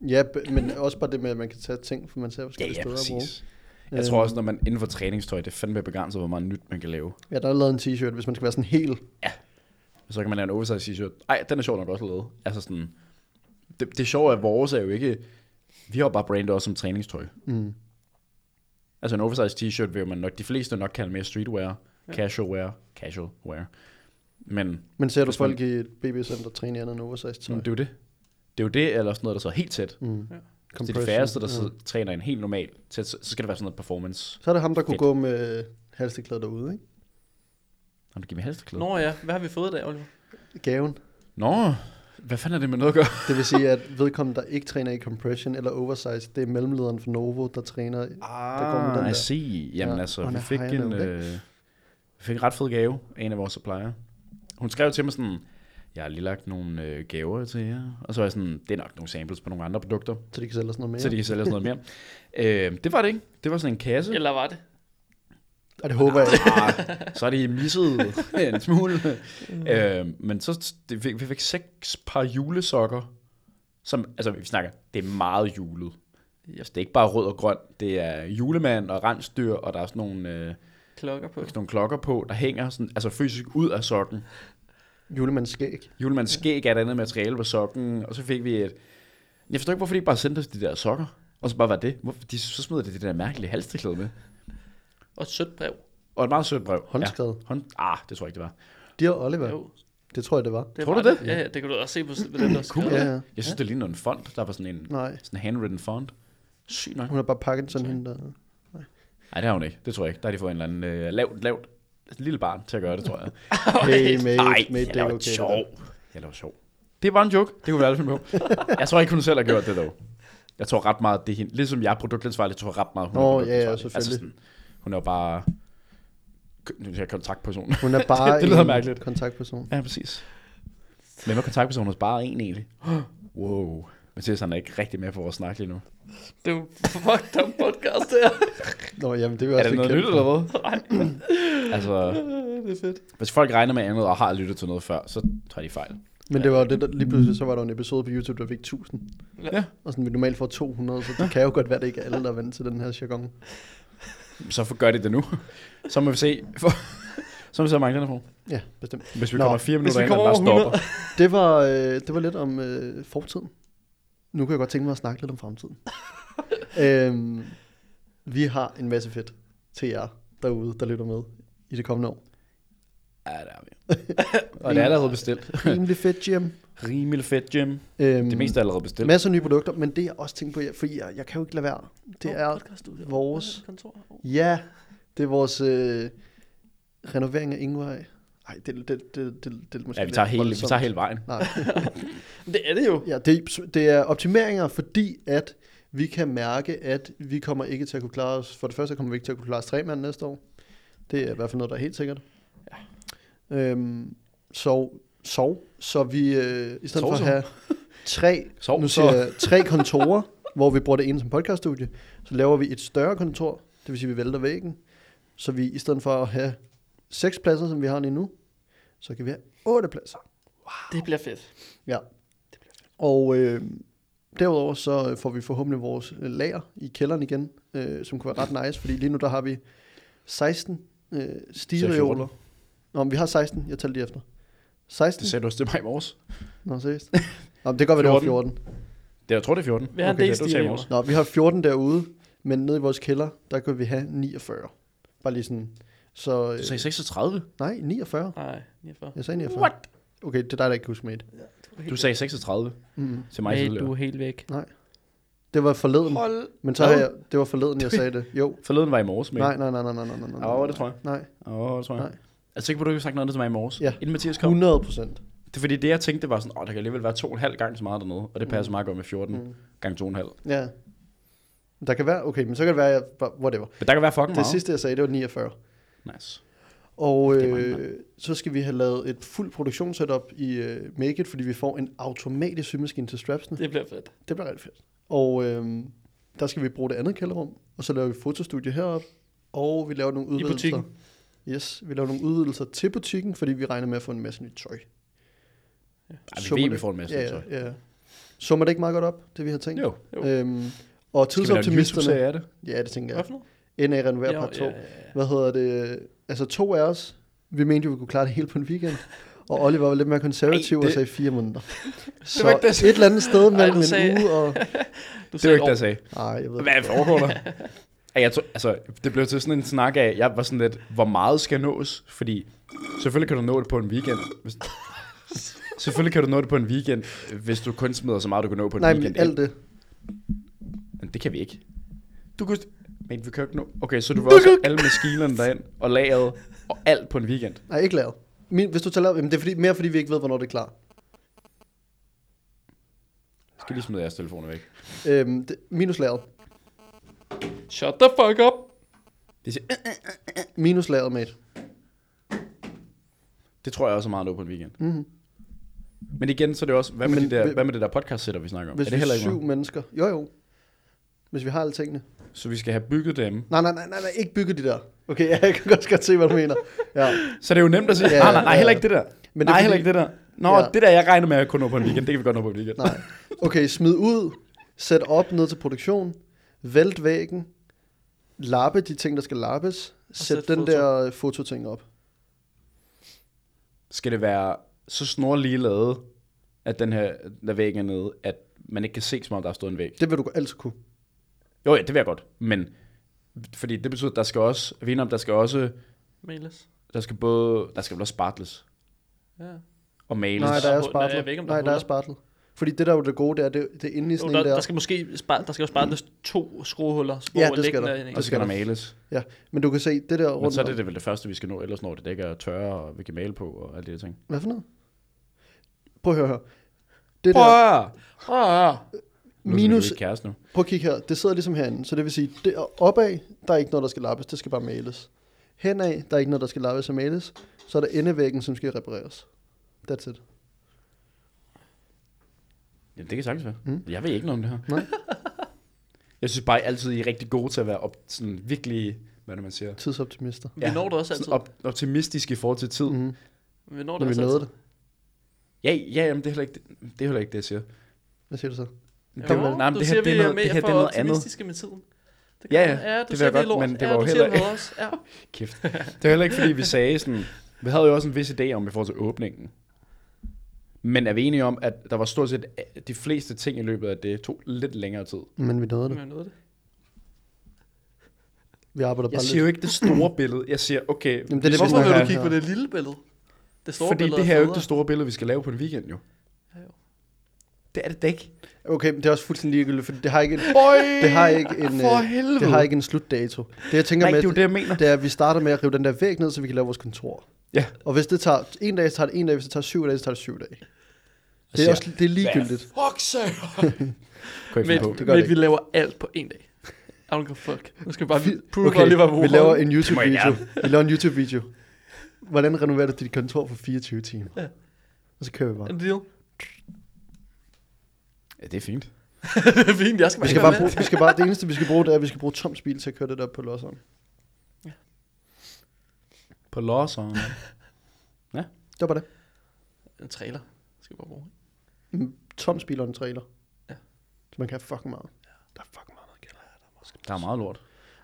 Speaker 1: Ja, b- men også bare det med, at man kan tage ting, for man ser
Speaker 2: Ja,
Speaker 1: forskellige
Speaker 2: ja,
Speaker 1: steder at bruge.
Speaker 2: præcis. Jeg tror også, når man inden for træningstøj, det er fandme begrænset, hvor meget nyt man kan lave.
Speaker 1: Ja, der er lavet en t-shirt, hvis man skal være sådan helt...
Speaker 2: Så kan man lave en oversize t-shirt. Ej, den er sjov nok også lavet. Altså sådan, det, det sjove er, at vores er jo ikke, vi har jo bare brandet også som træningstøj.
Speaker 1: Mm.
Speaker 2: Altså en oversized t-shirt vil man nok, de fleste nok kalde mere streetwear, ja. casual wear, casual wear. Men
Speaker 1: Men ser du
Speaker 2: Hvis man-
Speaker 1: folk i et BB-center træne i andet end oversized tøj?
Speaker 2: Jamen, det er jo det. Det er jo det, eller sådan noget, der sidder helt tæt. Mm. Det er de
Speaker 1: Compression,
Speaker 2: færreste, der
Speaker 1: ja.
Speaker 2: sidder, træner en helt normal tæt. Så så skal det være sådan noget performance.
Speaker 1: Så er det ham, der kunne
Speaker 2: Fedt.
Speaker 1: gå med halsteklæder derude, ikke?
Speaker 2: Nå, du giver mig halsteklæde.
Speaker 3: Nå ja, hvad har vi fået i dag, Oliver?
Speaker 1: Gaven.
Speaker 2: Nå, hvad fanden er det med noget at gøre?
Speaker 1: Det vil sige, at vedkommende, der ikke træner i compression eller oversize, det er mellemlederen for Novo, der træner. Ah, der går med den
Speaker 2: Ah, I
Speaker 1: der.
Speaker 2: see. Jamen
Speaker 1: Ja.
Speaker 2: ja. altså,
Speaker 1: Og
Speaker 2: vi
Speaker 1: en
Speaker 2: fik,
Speaker 1: high
Speaker 2: en,
Speaker 1: note,
Speaker 2: øh, vi fik en ret fed gave af en af vores supplier. Hun skrev til mig sådan, jeg har lige lagt nogle øh, gaver til jer. Og så var jeg sådan, det er nok nogle samples på nogle andre produkter,
Speaker 1: Så de kan sælge sådan noget mere.
Speaker 2: ja. så de kan sælge
Speaker 1: <laughs>
Speaker 2: sådan noget mere. øh, det var det ikke. Det var sådan en kasse.
Speaker 3: Eller var det?
Speaker 1: Og det håber jeg.
Speaker 2: Ah, så er de misset <laughs> en smule. øh, men så det, vi, vi fik seks par julesokker, som, altså vi snakker, det er meget julet. Altså, det er ikke bare rød og grøn, det er julemand og rensdyr, og der er sådan nogle, øh, sådan
Speaker 3: Klokker på.
Speaker 2: nogle klokker på, der hænger sådan, altså fysisk ud af sokken.
Speaker 1: Julemandens skæg.
Speaker 2: Julemandens skæg er et andet materiale på sokken, og så fik vi et... Jeg forstår ikke, hvorfor de ikke bare sendte os de der sokker, og så bare var det. Hvorfor, de, så smider de det der mærkelige halsteklæde med.
Speaker 3: Og et sødt brev.
Speaker 2: Og et meget sødt brev.
Speaker 1: Håndskrevet.
Speaker 2: Ja, hånd, ah, det tror jeg ikke, det var.
Speaker 1: De og Oliver.
Speaker 3: Jo,
Speaker 1: Det tror jeg, det var.
Speaker 3: det
Speaker 2: Tror
Speaker 3: var
Speaker 2: du det?
Speaker 3: Ja, ja, det kan du også se på på
Speaker 1: <laughs>
Speaker 3: den,
Speaker 2: Cool.
Speaker 3: der skrev.
Speaker 2: Ja,
Speaker 1: Ja,
Speaker 2: ja.
Speaker 1: ja.
Speaker 2: Jeg synes, det ligner en font. Der var sådan en
Speaker 1: Nej,
Speaker 2: sådan en handwritten font. Sygt nok.
Speaker 1: hun har bare pakket sådan hende
Speaker 2: <laughs>
Speaker 1: der.
Speaker 2: Nej, det har hun ikke. Det tror jeg ikke. Der har de fået en eller anden øh, lavt, lavt lille barn til at gøre det, tror jeg.
Speaker 1: Hey, mate,
Speaker 2: Nej,
Speaker 1: mate,
Speaker 2: jeg
Speaker 1: det er
Speaker 2: laver
Speaker 1: okay. det
Speaker 2: sjov.
Speaker 1: der.
Speaker 2: Jeg laver sjov. Det var en joke. Det kunne vi alle finde på. Jeg tror ikke, hun selv har gjort det, dog. Jeg tror ret meget, det er hende. Ligesom jeg er produktansvarlig, tror jeg ret meget, hun
Speaker 1: Nå,
Speaker 2: er
Speaker 1: ja, ja,
Speaker 2: produktansvarlig.
Speaker 1: selvfølgelig.
Speaker 2: sådan, hun er jo bare... Nu er jeg kontaktperson.
Speaker 1: Hun
Speaker 2: <laughs>
Speaker 1: er bare
Speaker 2: det lyder
Speaker 1: en
Speaker 2: mærkeligt.
Speaker 1: kontaktperson.
Speaker 2: Ja, præcis. Hvem er kontaktpersonen hos bare en egentlig? <gasps> Wow. Mathias, han er ikke rigtig med på vores snak lige nu.
Speaker 3: Det er jo fucked up podcast, det her. <laughs>
Speaker 1: Nå, jamen, det vil jeg også
Speaker 2: Er det noget
Speaker 1: lidt
Speaker 2: nyt,
Speaker 1: kæmpe
Speaker 2: eller
Speaker 1: for.
Speaker 2: hvad?
Speaker 1: <laughs>
Speaker 2: altså,
Speaker 3: det er fedt.
Speaker 2: Hvis folk regner med andet og har lyttet til noget før, så tager de fejl.
Speaker 1: Men det var jo det, der, lige pludselig så var der en episode på YouTube, der fik 1000.
Speaker 3: Ja.
Speaker 1: Og sådan, vi normalt får 200, så det kan jo godt være, det ikke er alle, der er vant til den her jargon.
Speaker 2: Så for, gør det det nu. <laughs> Så må vi se, <laughs> for, så må vi se, hvor mange den er på.
Speaker 1: Ja, bestemt.
Speaker 2: Hvis vi
Speaker 1: Nå,
Speaker 2: Nå, kommer fire minutter
Speaker 3: vi
Speaker 2: ind, og den
Speaker 3: kommer
Speaker 2: bare
Speaker 3: over
Speaker 2: stopper.
Speaker 1: Det var, øh, det var lidt om øh, fortiden. Nu kan jeg godt tænke mig at snakke lidt om
Speaker 2: <laughs>
Speaker 1: fremtiden. øhm, vi har en masse fedt til jer derude, der lytter med i det kommende år.
Speaker 2: Ja, der er vi. <laughs> og det er allerede bestilt.
Speaker 1: Rimelig fedt, Jim.
Speaker 2: <laughs> Rimelig fedt, Jim.
Speaker 1: Øhm,
Speaker 2: Det meste er allerede bestilt.
Speaker 1: Masser af nye produkter, men det jeg også tænker på, jeg- fordi jeg, jeg kan jo ikke lade være, det
Speaker 3: Åh,
Speaker 1: er
Speaker 3: podcaststudio.
Speaker 1: vores-
Speaker 3: Kontor. Åh.
Speaker 1: Ja, det er vores øh, renovering af Ingevej. Nej, det, det, det, det, det, det er måske
Speaker 2: Ja, vi
Speaker 1: lidt
Speaker 2: tager hele, vi
Speaker 1: voldsomt.
Speaker 2: tager hele vejen.
Speaker 1: Nej.
Speaker 3: Det er det jo.
Speaker 1: Ja, det, det er optimeringer, fordi at vi kan mærke, at vi kommer ikke til at kunne klare os. For det første kommer vi ikke til at kunne klare os tre mand næste år. Det er i hvert fald noget, der er helt sikkert. Ja. Øhm, så, så, så vi øh, i stedet
Speaker 2: Sov,
Speaker 1: for at
Speaker 2: så.
Speaker 1: have tre,
Speaker 2: <laughs> Sov,
Speaker 1: nu
Speaker 2: så.
Speaker 1: siger jeg, tre kontorer, <laughs> hvor vi bruger det ene som podcaststudie, så laver vi et større kontor, det vil sige, at vi vælter væggen. Så vi i stedet for at have seks pladser, som vi har lige nu, så kan vi have otte pladser.
Speaker 3: Det bliver fedt.
Speaker 1: Ja. Og øh, derudover så øh, får vi forhåbentlig vores øh, lager i kælderen igen, øh, som kunne være ret nice, fordi lige nu der har vi 16 øh, stigereoler. Nå, men vi har 16, jeg talte lige efter.
Speaker 2: Det
Speaker 1: 16?
Speaker 2: sagde du også til mig i morges.
Speaker 1: Nå, seriøst. Nå, men det kan godt være, det var
Speaker 2: 14.
Speaker 1: 14.
Speaker 2: Det, jeg tror, det er 14.
Speaker 3: Vi har en
Speaker 2: det
Speaker 3: del
Speaker 2: du sagde i
Speaker 3: stigereoler.
Speaker 2: morges.
Speaker 1: Nå, vi har 14 derude, men nede i vores kælder, der kan vi have 49. Bare lige sådan. Så, øh,
Speaker 2: Du sagde 36.
Speaker 1: nej, 49.
Speaker 3: Nej, 49.
Speaker 1: Jeg sagde 49. What? Okay, det er dig, der ikke kan huske med et.
Speaker 2: Du sagde 36
Speaker 1: Mm.
Speaker 2: til mig
Speaker 3: Nej, du
Speaker 2: tidligere.
Speaker 3: er helt væk.
Speaker 1: Det var forleden.
Speaker 2: Hold.
Speaker 1: Men så har
Speaker 2: Hvad?
Speaker 1: jeg, det var forleden, jeg sagde det. Jo.
Speaker 2: Forleden var i morges, men.
Speaker 1: Nej, nej, nej, nej, nej, nej, nej, nej.
Speaker 2: Åh, det tror jeg.
Speaker 1: Nej,
Speaker 2: Åh, oh, det tror jeg.
Speaker 1: Nej.
Speaker 2: Nej. Jeg er sikker på, at du ikke har sagt noget andet til mig i morges.
Speaker 1: Ja.
Speaker 2: Inden Mathias kom.
Speaker 1: 100 procent.
Speaker 2: Det er fordi, det jeg tænkte var sådan, åh, der kan alligevel være to og en halv gang så meget dernede. Og det passer
Speaker 1: Mm.
Speaker 2: meget godt med 14
Speaker 1: Mm.
Speaker 2: gange to og en halv.
Speaker 1: Ja. Der kan være, okay, men så kan det være, jeg, bare- whatever.
Speaker 2: Men der kan være fucking
Speaker 1: Det
Speaker 2: meget.
Speaker 1: sidste, jeg sagde, det var 49.
Speaker 2: Nice.
Speaker 1: Og
Speaker 2: Det er mange,
Speaker 1: øh, så skal vi have lavet et fuldt produktionssetup i øh, Make It, fordi vi får en automatisk symaskine til strapsene.
Speaker 3: Det bliver fedt.
Speaker 1: Det bliver rigtig fedt. Og øh, der skal vi bruge det andet kælderrum, og så laver vi fotostudie heroppe, og vi laver nogle
Speaker 3: I
Speaker 1: udvidelser.
Speaker 3: butikken.
Speaker 1: Yes, vi laver nogle udvidelser til butikken, fordi vi regner med at få en masse nyt tøj.
Speaker 2: Ej, vi
Speaker 1: Summer
Speaker 2: ved,
Speaker 1: det-
Speaker 2: vi får en masse nyt
Speaker 1: Ja,
Speaker 2: tøj.
Speaker 1: ja, ja. Summer det ikke meget godt op, det vi har tænkt?
Speaker 2: Jo.
Speaker 1: Øhm,
Speaker 3: Jo.
Speaker 1: og
Speaker 2: Skal vi lave en
Speaker 1: tidsoptimisterne...
Speaker 2: YouTube-serie af det?
Speaker 1: Ja, det tænker jeg.
Speaker 3: Hvad for noget?
Speaker 1: NA renoverer
Speaker 3: Jo,
Speaker 1: part 2.
Speaker 3: ja, ja, ja.
Speaker 1: Hvad hedder det? Altså to af os, vi mente jo, vi kunne klare det hele på en weekend. Og Oliver var lidt mere konservativ
Speaker 2: Ej,
Speaker 1: det... og
Speaker 2: det-
Speaker 1: sagde fire
Speaker 2: <laughs>
Speaker 1: måneder. Så
Speaker 2: var ikke det, jeg
Speaker 1: et eller andet sted mellem
Speaker 3: du
Speaker 1: en
Speaker 3: sagde-
Speaker 1: uge og...
Speaker 3: Du
Speaker 2: Det var
Speaker 3: sagde
Speaker 2: ikke det, jeg sagde.
Speaker 1: Nej, jeg ved
Speaker 2: Hvad foregår der? <laughs> Ej, jeg tror, altså, det blev til sådan en snak af, jeg var sådan lidt, hvor meget skal nås? Fordi selvfølgelig kan du nå det på en weekend.
Speaker 1: <laughs>
Speaker 2: Hvis, selvfølgelig kan du nå det på en weekend, hvis du kun smider så meget, du kan nå på en
Speaker 1: Nej,
Speaker 2: weekend.
Speaker 1: men alt det.
Speaker 2: Men det kan vi ikke. Du kunne... Men vi kan jo ikke nå... Okay, så du vil også have alle maskinerne derind, og lageret, og alt på en weekend.
Speaker 1: Nej, ikke lavet. Min, hvis du tager lavet, jamen det er fordi, mere fordi, vi ikke ved, hvornår det er klar.
Speaker 2: Jeg skal lige smide jeres telefoner væk.
Speaker 1: Øhm, det, minus lavet.
Speaker 3: Shut the fuck up.
Speaker 2: Det, siger, <coughs>
Speaker 1: Minus lavet, mate.
Speaker 2: det tror jeg også er meget at nå på en weekend.
Speaker 1: Mhm.
Speaker 2: Men igen, så er det også... Hvad med,
Speaker 1: Men
Speaker 2: men, de der,
Speaker 1: hvi-
Speaker 2: hvad med det der podcast sætter vi snakker om?
Speaker 1: Hvis
Speaker 2: er det
Speaker 1: vi
Speaker 2: heller
Speaker 1: er
Speaker 2: ikke
Speaker 1: syv
Speaker 2: syv...
Speaker 1: mennesker. Jo, jo. Hvis vi har alle tingene.
Speaker 2: Så vi skal have bygget dem.
Speaker 1: Nej, nej, nej, nej, nej ikke bygge de der. Okay, <laughs> jeg kan godt, godt se, hvad du mener. Ja.
Speaker 2: Så det er jo nemt at sige,
Speaker 1: Ja,
Speaker 2: ja, nej, nej, nej,
Speaker 1: ja.
Speaker 2: heller ikke det der. Men
Speaker 1: Men
Speaker 2: det
Speaker 1: det er
Speaker 2: nej,
Speaker 1: fordi-
Speaker 2: heller ikke det der. Nå,
Speaker 1: Ja.
Speaker 2: ja. det der, jeg regner med, at jeg kun når på en weekend, det kan vi godt nå på en weekend.
Speaker 1: Nej. Okay, smid ud, sæt op ned til produktion, vælt væggen, lappe de ting, der skal lappes, sæt,
Speaker 3: sæt
Speaker 1: den
Speaker 3: foto.
Speaker 1: der øh, fototing op.
Speaker 2: Skal det være så snorlige lavet, at den her der væg er nede, at man ikke kan se, som om der har stået en væg?
Speaker 1: Det vil du altid kunne.
Speaker 2: Jo, ja, det vil jeg godt, men fordi det betyder, at der skal også, vi er enige om, der skal også,
Speaker 3: Mailers.
Speaker 2: der skal både, der skal vel også spartles
Speaker 3: Ja.
Speaker 2: og males.
Speaker 1: Nej, der
Speaker 3: Nej,
Speaker 1: er
Speaker 3: jeg ved
Speaker 1: spartel.
Speaker 3: ikke, om der
Speaker 1: Nej,
Speaker 3: er
Speaker 1: der er
Speaker 3: huller.
Speaker 1: spartel. Fordi det, der er jo det gode, det er, det, det er inde i
Speaker 3: Jo,
Speaker 1: sådan
Speaker 3: der,
Speaker 1: en der. Mm.
Speaker 3: der, skal måske spar, der skal jo spare to skruehuller. Spor
Speaker 1: Ja, det skal
Speaker 3: liggende
Speaker 1: der.
Speaker 3: ind i.
Speaker 2: og så skal der males.
Speaker 1: Ja, men du kan se, det der rundt
Speaker 2: Men så er
Speaker 1: om-
Speaker 2: det, det vel det første, vi skal nå, ellers når det dækker tørre, og vi kan male på og alle de der ting.
Speaker 1: Hvad for noget? Prøv at høre her. Det
Speaker 2: Prøv
Speaker 1: der,
Speaker 2: at høre! Prøv at høre! Nu er
Speaker 1: minus,
Speaker 2: vi kæreste nu.
Speaker 1: prøv at kigge her, det sidder ligesom herinde, så det vil sige, det, opad, der er ikke noget, der skal lappes, det skal bare males. Henad, der er ikke noget, der skal lappes og males, så er der endevæggen, som skal repareres. That's it.
Speaker 2: Jamen, det kan sagtens være.
Speaker 1: Mm.
Speaker 2: Mm. Jeg ved ikke noget om det her.
Speaker 1: Nej.
Speaker 2: <laughs> jeg synes bare altid, I er rigtig gode til at være op, sådan virkelig, hvad er det, man siger?
Speaker 1: Tidsoptimister.
Speaker 3: Vi når det også altid.
Speaker 2: Sådan op, optimistisk i forhold til tid. Mm.
Speaker 1: Mm-hmm.
Speaker 3: Vi når det
Speaker 1: Når vi
Speaker 2: altså-
Speaker 3: også
Speaker 1: nåede
Speaker 3: altid.
Speaker 1: det.
Speaker 2: Ja, ja, jamen, det er heller ikke det, det, er heller ikke det jeg siger.
Speaker 1: Hvad siger du så?
Speaker 3: Jo,
Speaker 2: Det, nej, men
Speaker 3: du
Speaker 2: det her,
Speaker 3: siger,
Speaker 2: det
Speaker 3: vi
Speaker 2: er noget, det
Speaker 3: mere
Speaker 2: her det er
Speaker 3: for
Speaker 2: noget andet.
Speaker 3: optimistiske med tiden. Det Det
Speaker 2: Ja,
Speaker 3: gør
Speaker 2: ja,
Speaker 3: man. ja du
Speaker 2: det vil
Speaker 3: siger,
Speaker 2: jeg
Speaker 3: det er
Speaker 2: godt,
Speaker 3: lort.
Speaker 2: men det
Speaker 3: ja,
Speaker 2: var jo
Speaker 3: du siger
Speaker 2: heller
Speaker 3: noget også. Ja.
Speaker 2: Kæft. Det var heller ikke, fordi vi sagde sådan... Vi havde jo også en vis idé om, i forhold til åbningen. Men er vi enige om, at der var stort set øh, de fleste ting i løbet af det tog lidt længere tid?
Speaker 1: Men vi nåede
Speaker 3: Men
Speaker 1: det.
Speaker 3: jeg nåede det.
Speaker 1: Vi arbejder
Speaker 2: Jeg
Speaker 1: bare
Speaker 2: siger
Speaker 1: lidt.
Speaker 2: jo ikke det store billede. Jeg siger, okay,
Speaker 1: Jamen, det er det, vi
Speaker 3: Hvorfor vil
Speaker 1: snakker
Speaker 3: du
Speaker 1: om
Speaker 3: kigge på
Speaker 1: her.
Speaker 3: det lille billede? Det store
Speaker 2: fordi
Speaker 3: billede
Speaker 2: det her er jo ikke
Speaker 3: federe.
Speaker 2: det store billede, vi skal lave på en weekend jo.
Speaker 3: Ja, jo.
Speaker 2: Det er det da ikke.
Speaker 1: Okay, men det er også fuldstændig ligegyldigt, for det har ikke en,
Speaker 2: Øj,
Speaker 1: det har ikke en,
Speaker 2: for
Speaker 1: øh,
Speaker 2: helvede.
Speaker 1: det har ikke en slutdato. Det jeg tænker
Speaker 2: Nej,
Speaker 1: med,
Speaker 2: det er jo det, jeg mener.
Speaker 1: det er, at vi starter med at rive den der væg ned, så vi kan lave vores kontor.
Speaker 2: Ja.
Speaker 1: Og hvis det tager en dag, så tager det en dag. Hvis det tager syv dage, så tager det syv dage. Det
Speaker 2: siger,
Speaker 3: Altså,
Speaker 1: er, også, det er ligegyldigt.
Speaker 2: Fuck, sir. Kunne ikke finde på.
Speaker 1: Det
Speaker 3: Men, det
Speaker 1: gør
Speaker 3: men
Speaker 1: det ikke.
Speaker 3: vi laver alt på en dag. I don't give a fuck. Nu skal vi bare vi, prove okay,
Speaker 1: Okay,
Speaker 3: lige, hvor
Speaker 1: vi laver en
Speaker 2: Det må I
Speaker 1: YouTube-video.
Speaker 2: gerne.
Speaker 1: Vi laver en YouTube-video. Hvordan renoverer du dit kontor for 24 timer?
Speaker 3: Ja.
Speaker 1: Og så kører vi bare.
Speaker 3: en deal. <laughs>
Speaker 2: Ja, det er fint.
Speaker 3: det er fint, jeg skal,
Speaker 1: Vi skal, bare bruge, vi skal bare, det eneste, vi skal bruge, det er, at vi skal bruge Toms bil til at køre det der på losseren.
Speaker 2: På Lawson.
Speaker 1: Det var bare det.
Speaker 3: En trailer skal vi bare bruge.
Speaker 1: Mm, Toms bil og en trailer.
Speaker 3: Ja.
Speaker 1: Så man kan have fucking meget. Der er fucking meget, man kan have.
Speaker 2: Der er meget lort.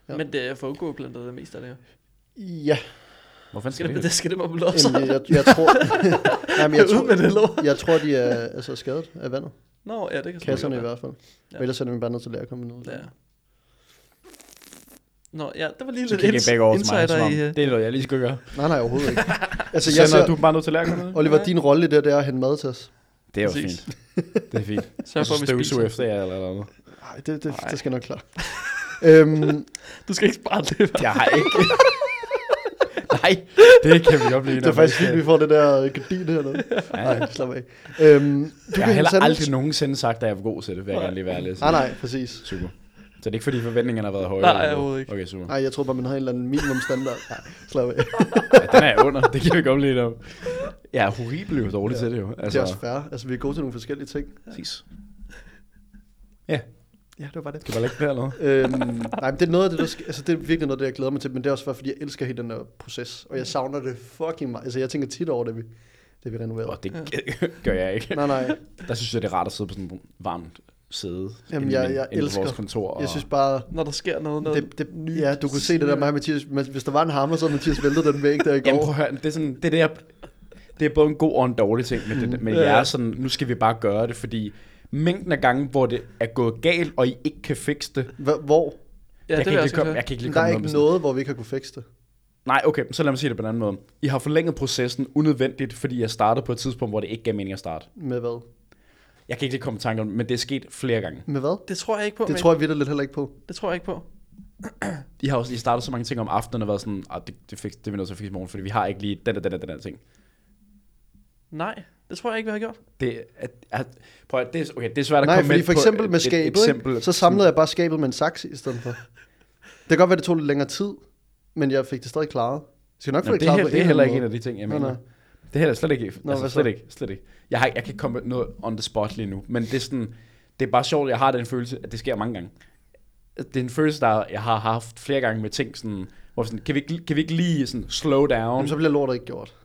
Speaker 1: Ja.
Speaker 3: Ja. Men det er for at blandt andet det meste af det her.
Speaker 1: Ja,
Speaker 2: Hvor fanden
Speaker 3: Skal
Speaker 2: skal
Speaker 3: det, men
Speaker 2: det?
Speaker 3: det skal det bare blive også.
Speaker 1: jamen, jeg, jeg, jeg tror... Nej, men jeg
Speaker 3: Ud med det
Speaker 1: tror,
Speaker 3: lort.
Speaker 1: jeg tror, de er altså, skadet af vandet.
Speaker 3: <laughs> Nå, ja, det kan
Speaker 1: Kasserne i
Speaker 3: godt være.
Speaker 1: hvert fald.
Speaker 3: Ja.
Speaker 1: Ja. Ellers er det bare nødt til at lære at komme ud.
Speaker 3: Ja. Nå, ja, det var lige
Speaker 2: Så
Speaker 3: lidt
Speaker 2: kigger jeg
Speaker 3: ins-
Speaker 2: begge over til mig,
Speaker 3: insider
Speaker 2: som om,
Speaker 3: i... øh,
Speaker 2: det er noget, jeg lige skal gøre.
Speaker 1: Nej, nej, overhovedet
Speaker 3: <laughs>
Speaker 1: ikke.
Speaker 2: Så
Speaker 1: altså,
Speaker 2: jeg
Speaker 1: jeg ser,
Speaker 2: du er bare nødt til at lære noget.
Speaker 1: Oliver, din rolle i det, det er at hente mad til os.
Speaker 2: Det er jo
Speaker 3: Præcis.
Speaker 2: fint. Det er <laughs> fint.
Speaker 3: Sørg
Speaker 2: så
Speaker 3: for, at vi
Speaker 2: støvsuger
Speaker 3: spiser.
Speaker 2: efter jer eller noget.
Speaker 1: Nej, det, det,
Speaker 3: Nej.
Speaker 1: det skal nok klare. øhm,
Speaker 3: Du skal ikke spare det.
Speaker 2: <laughs>
Speaker 3: hva'?
Speaker 2: Jeg har ikke. <laughs> Nej, det kan vi godt blive.
Speaker 1: det er faktisk fint, vi får det der øh, gardin hernede. Nej, slap af. Øhm, du
Speaker 2: Jeg har heller
Speaker 1: hente
Speaker 2: aldrig nogensinde sagt, at jeg var god til det, vil jeg gerne lige være lidt.
Speaker 1: Nej, nej, præcis.
Speaker 2: Super. Så det er ikke fordi forventningerne har været høje?
Speaker 3: Nej,
Speaker 2: eller noget?
Speaker 3: overhovedet ikke.
Speaker 2: Okay, super.
Speaker 1: Nej, jeg tror bare, man har en eller anden minimumstandard.
Speaker 2: <laughs>
Speaker 1: Nej, slap af.
Speaker 2: Ja, den er jeg under, det kan vi godt blive lidt om. Jeg er horribel jo dårlig ja. til det jo.
Speaker 1: Det
Speaker 2: Altså,
Speaker 1: er også fair. Altså, vi er gode til nogle forskellige ting.
Speaker 2: præcis. Ja,
Speaker 1: Ja, det var bare det.
Speaker 2: kan bare lægge
Speaker 1: <laughs>
Speaker 2: det eller noget.
Speaker 1: øhm, nej, men det er noget af det, der sk- altså, det er virkelig noget, af det, jeg glæder mig til, men det er også bare, fordi jeg elsker hele den der proces, og jeg savner det fucking meget. Altså, jeg tænker tit over det, vi, det vi
Speaker 2: Og
Speaker 1: renoverede.
Speaker 2: det gør jeg ikke.
Speaker 1: Nej, nej,
Speaker 2: Der synes jeg, det er rart at sidde på sådan en varmt sæde.
Speaker 1: Jamen,
Speaker 2: inde i
Speaker 1: jeg-
Speaker 2: min-
Speaker 1: jeg
Speaker 2: inde på vores
Speaker 1: elsker-
Speaker 2: kontor. Og...
Speaker 1: jeg synes bare,
Speaker 3: Når der sker noget,
Speaker 1: det,
Speaker 3: noget
Speaker 1: det, ja, du kunne se det der, mig og Mathias, men hvis der var en hammer, så havde Mathias væltet den væg der i
Speaker 2: Jamen, prøv
Speaker 1: går.
Speaker 2: at høre, det er, sådan, det, er det, jeg, det er både en god og en dårlig ting med, det, med jer. Sådan, nu skal vi bare gøre det, fordi mængden af gange, hvor det er gået galt, og I ikke kan fikse det.
Speaker 1: Hva- Hvor?
Speaker 3: Ja,
Speaker 2: jeg, kan
Speaker 3: det vil
Speaker 2: ikke
Speaker 3: jeg
Speaker 2: lige
Speaker 3: også
Speaker 2: komme,
Speaker 3: godt
Speaker 2: jeg kan ikke lige
Speaker 1: der
Speaker 2: komme
Speaker 1: er
Speaker 2: med
Speaker 1: ikke
Speaker 2: sådan-
Speaker 1: noget, hvor vi ikke har kunne fikse det.
Speaker 2: Nej, okay, så lad mig sige det på en anden måde. I har forlænget processen unødvendigt, fordi jeg startede på et tidspunkt, hvor det ikke gav mening at starte.
Speaker 1: Med hvad?
Speaker 2: Jeg kan ikke lige komme i tanke om det, men det er sket flere gange.
Speaker 1: Med hvad?
Speaker 3: høre. Det tror jeg ikke på,
Speaker 1: Det
Speaker 3: det,
Speaker 1: tror jeg vidt lidt heller ikke på.
Speaker 3: det tror jeg ikke på.
Speaker 2: I har også I startet så mange ting om aftenen og været sådan, "Ah, det, det, fik, det er vi nødt til at fikse i morgen, fordi vi har ikke lige den og den og den, der ting.
Speaker 3: Nej, det tror jeg ikke, vi har gjort.
Speaker 2: Det er, er, prøv at, det, er, okay, det er svært at
Speaker 1: Nej,
Speaker 2: komme
Speaker 1: fordi
Speaker 2: med
Speaker 1: for
Speaker 2: på
Speaker 1: eksempel med
Speaker 2: et- et
Speaker 1: skabet,
Speaker 2: eksempel,
Speaker 1: ikke? så samlede jeg bare skabet med en saks i stedet for. Det kan godt være, det tog lidt længere tid, men jeg fik det stadig klaret. Jeg skal nok få
Speaker 2: Nå,
Speaker 1: det
Speaker 2: det, er,
Speaker 1: klaret
Speaker 2: heller,
Speaker 1: på
Speaker 2: det er
Speaker 1: eller
Speaker 2: heller ikke en
Speaker 1: anden
Speaker 2: af de ting, jeg
Speaker 1: Nej,
Speaker 2: mener.
Speaker 1: nej.
Speaker 2: Det er heller slet ikke, Nå,
Speaker 1: Nå,
Speaker 2: altså,
Speaker 1: hvad så?
Speaker 2: slet ikke, slet ikke. Jeg, har, ikke- jeg kan ikke komme med noget on the spot lige nu, men det er sådan, det er bare sjovt, jeg har den følelse, at det sker mange gange. Det er en følelse, der jeg har haft flere gange med ting, sådan, hvor sådan, kan, vi ikke, kan vi ikke lige sådan, slow
Speaker 1: måde.
Speaker 2: down?
Speaker 1: Jamen, så bliver lortet ikke gjort.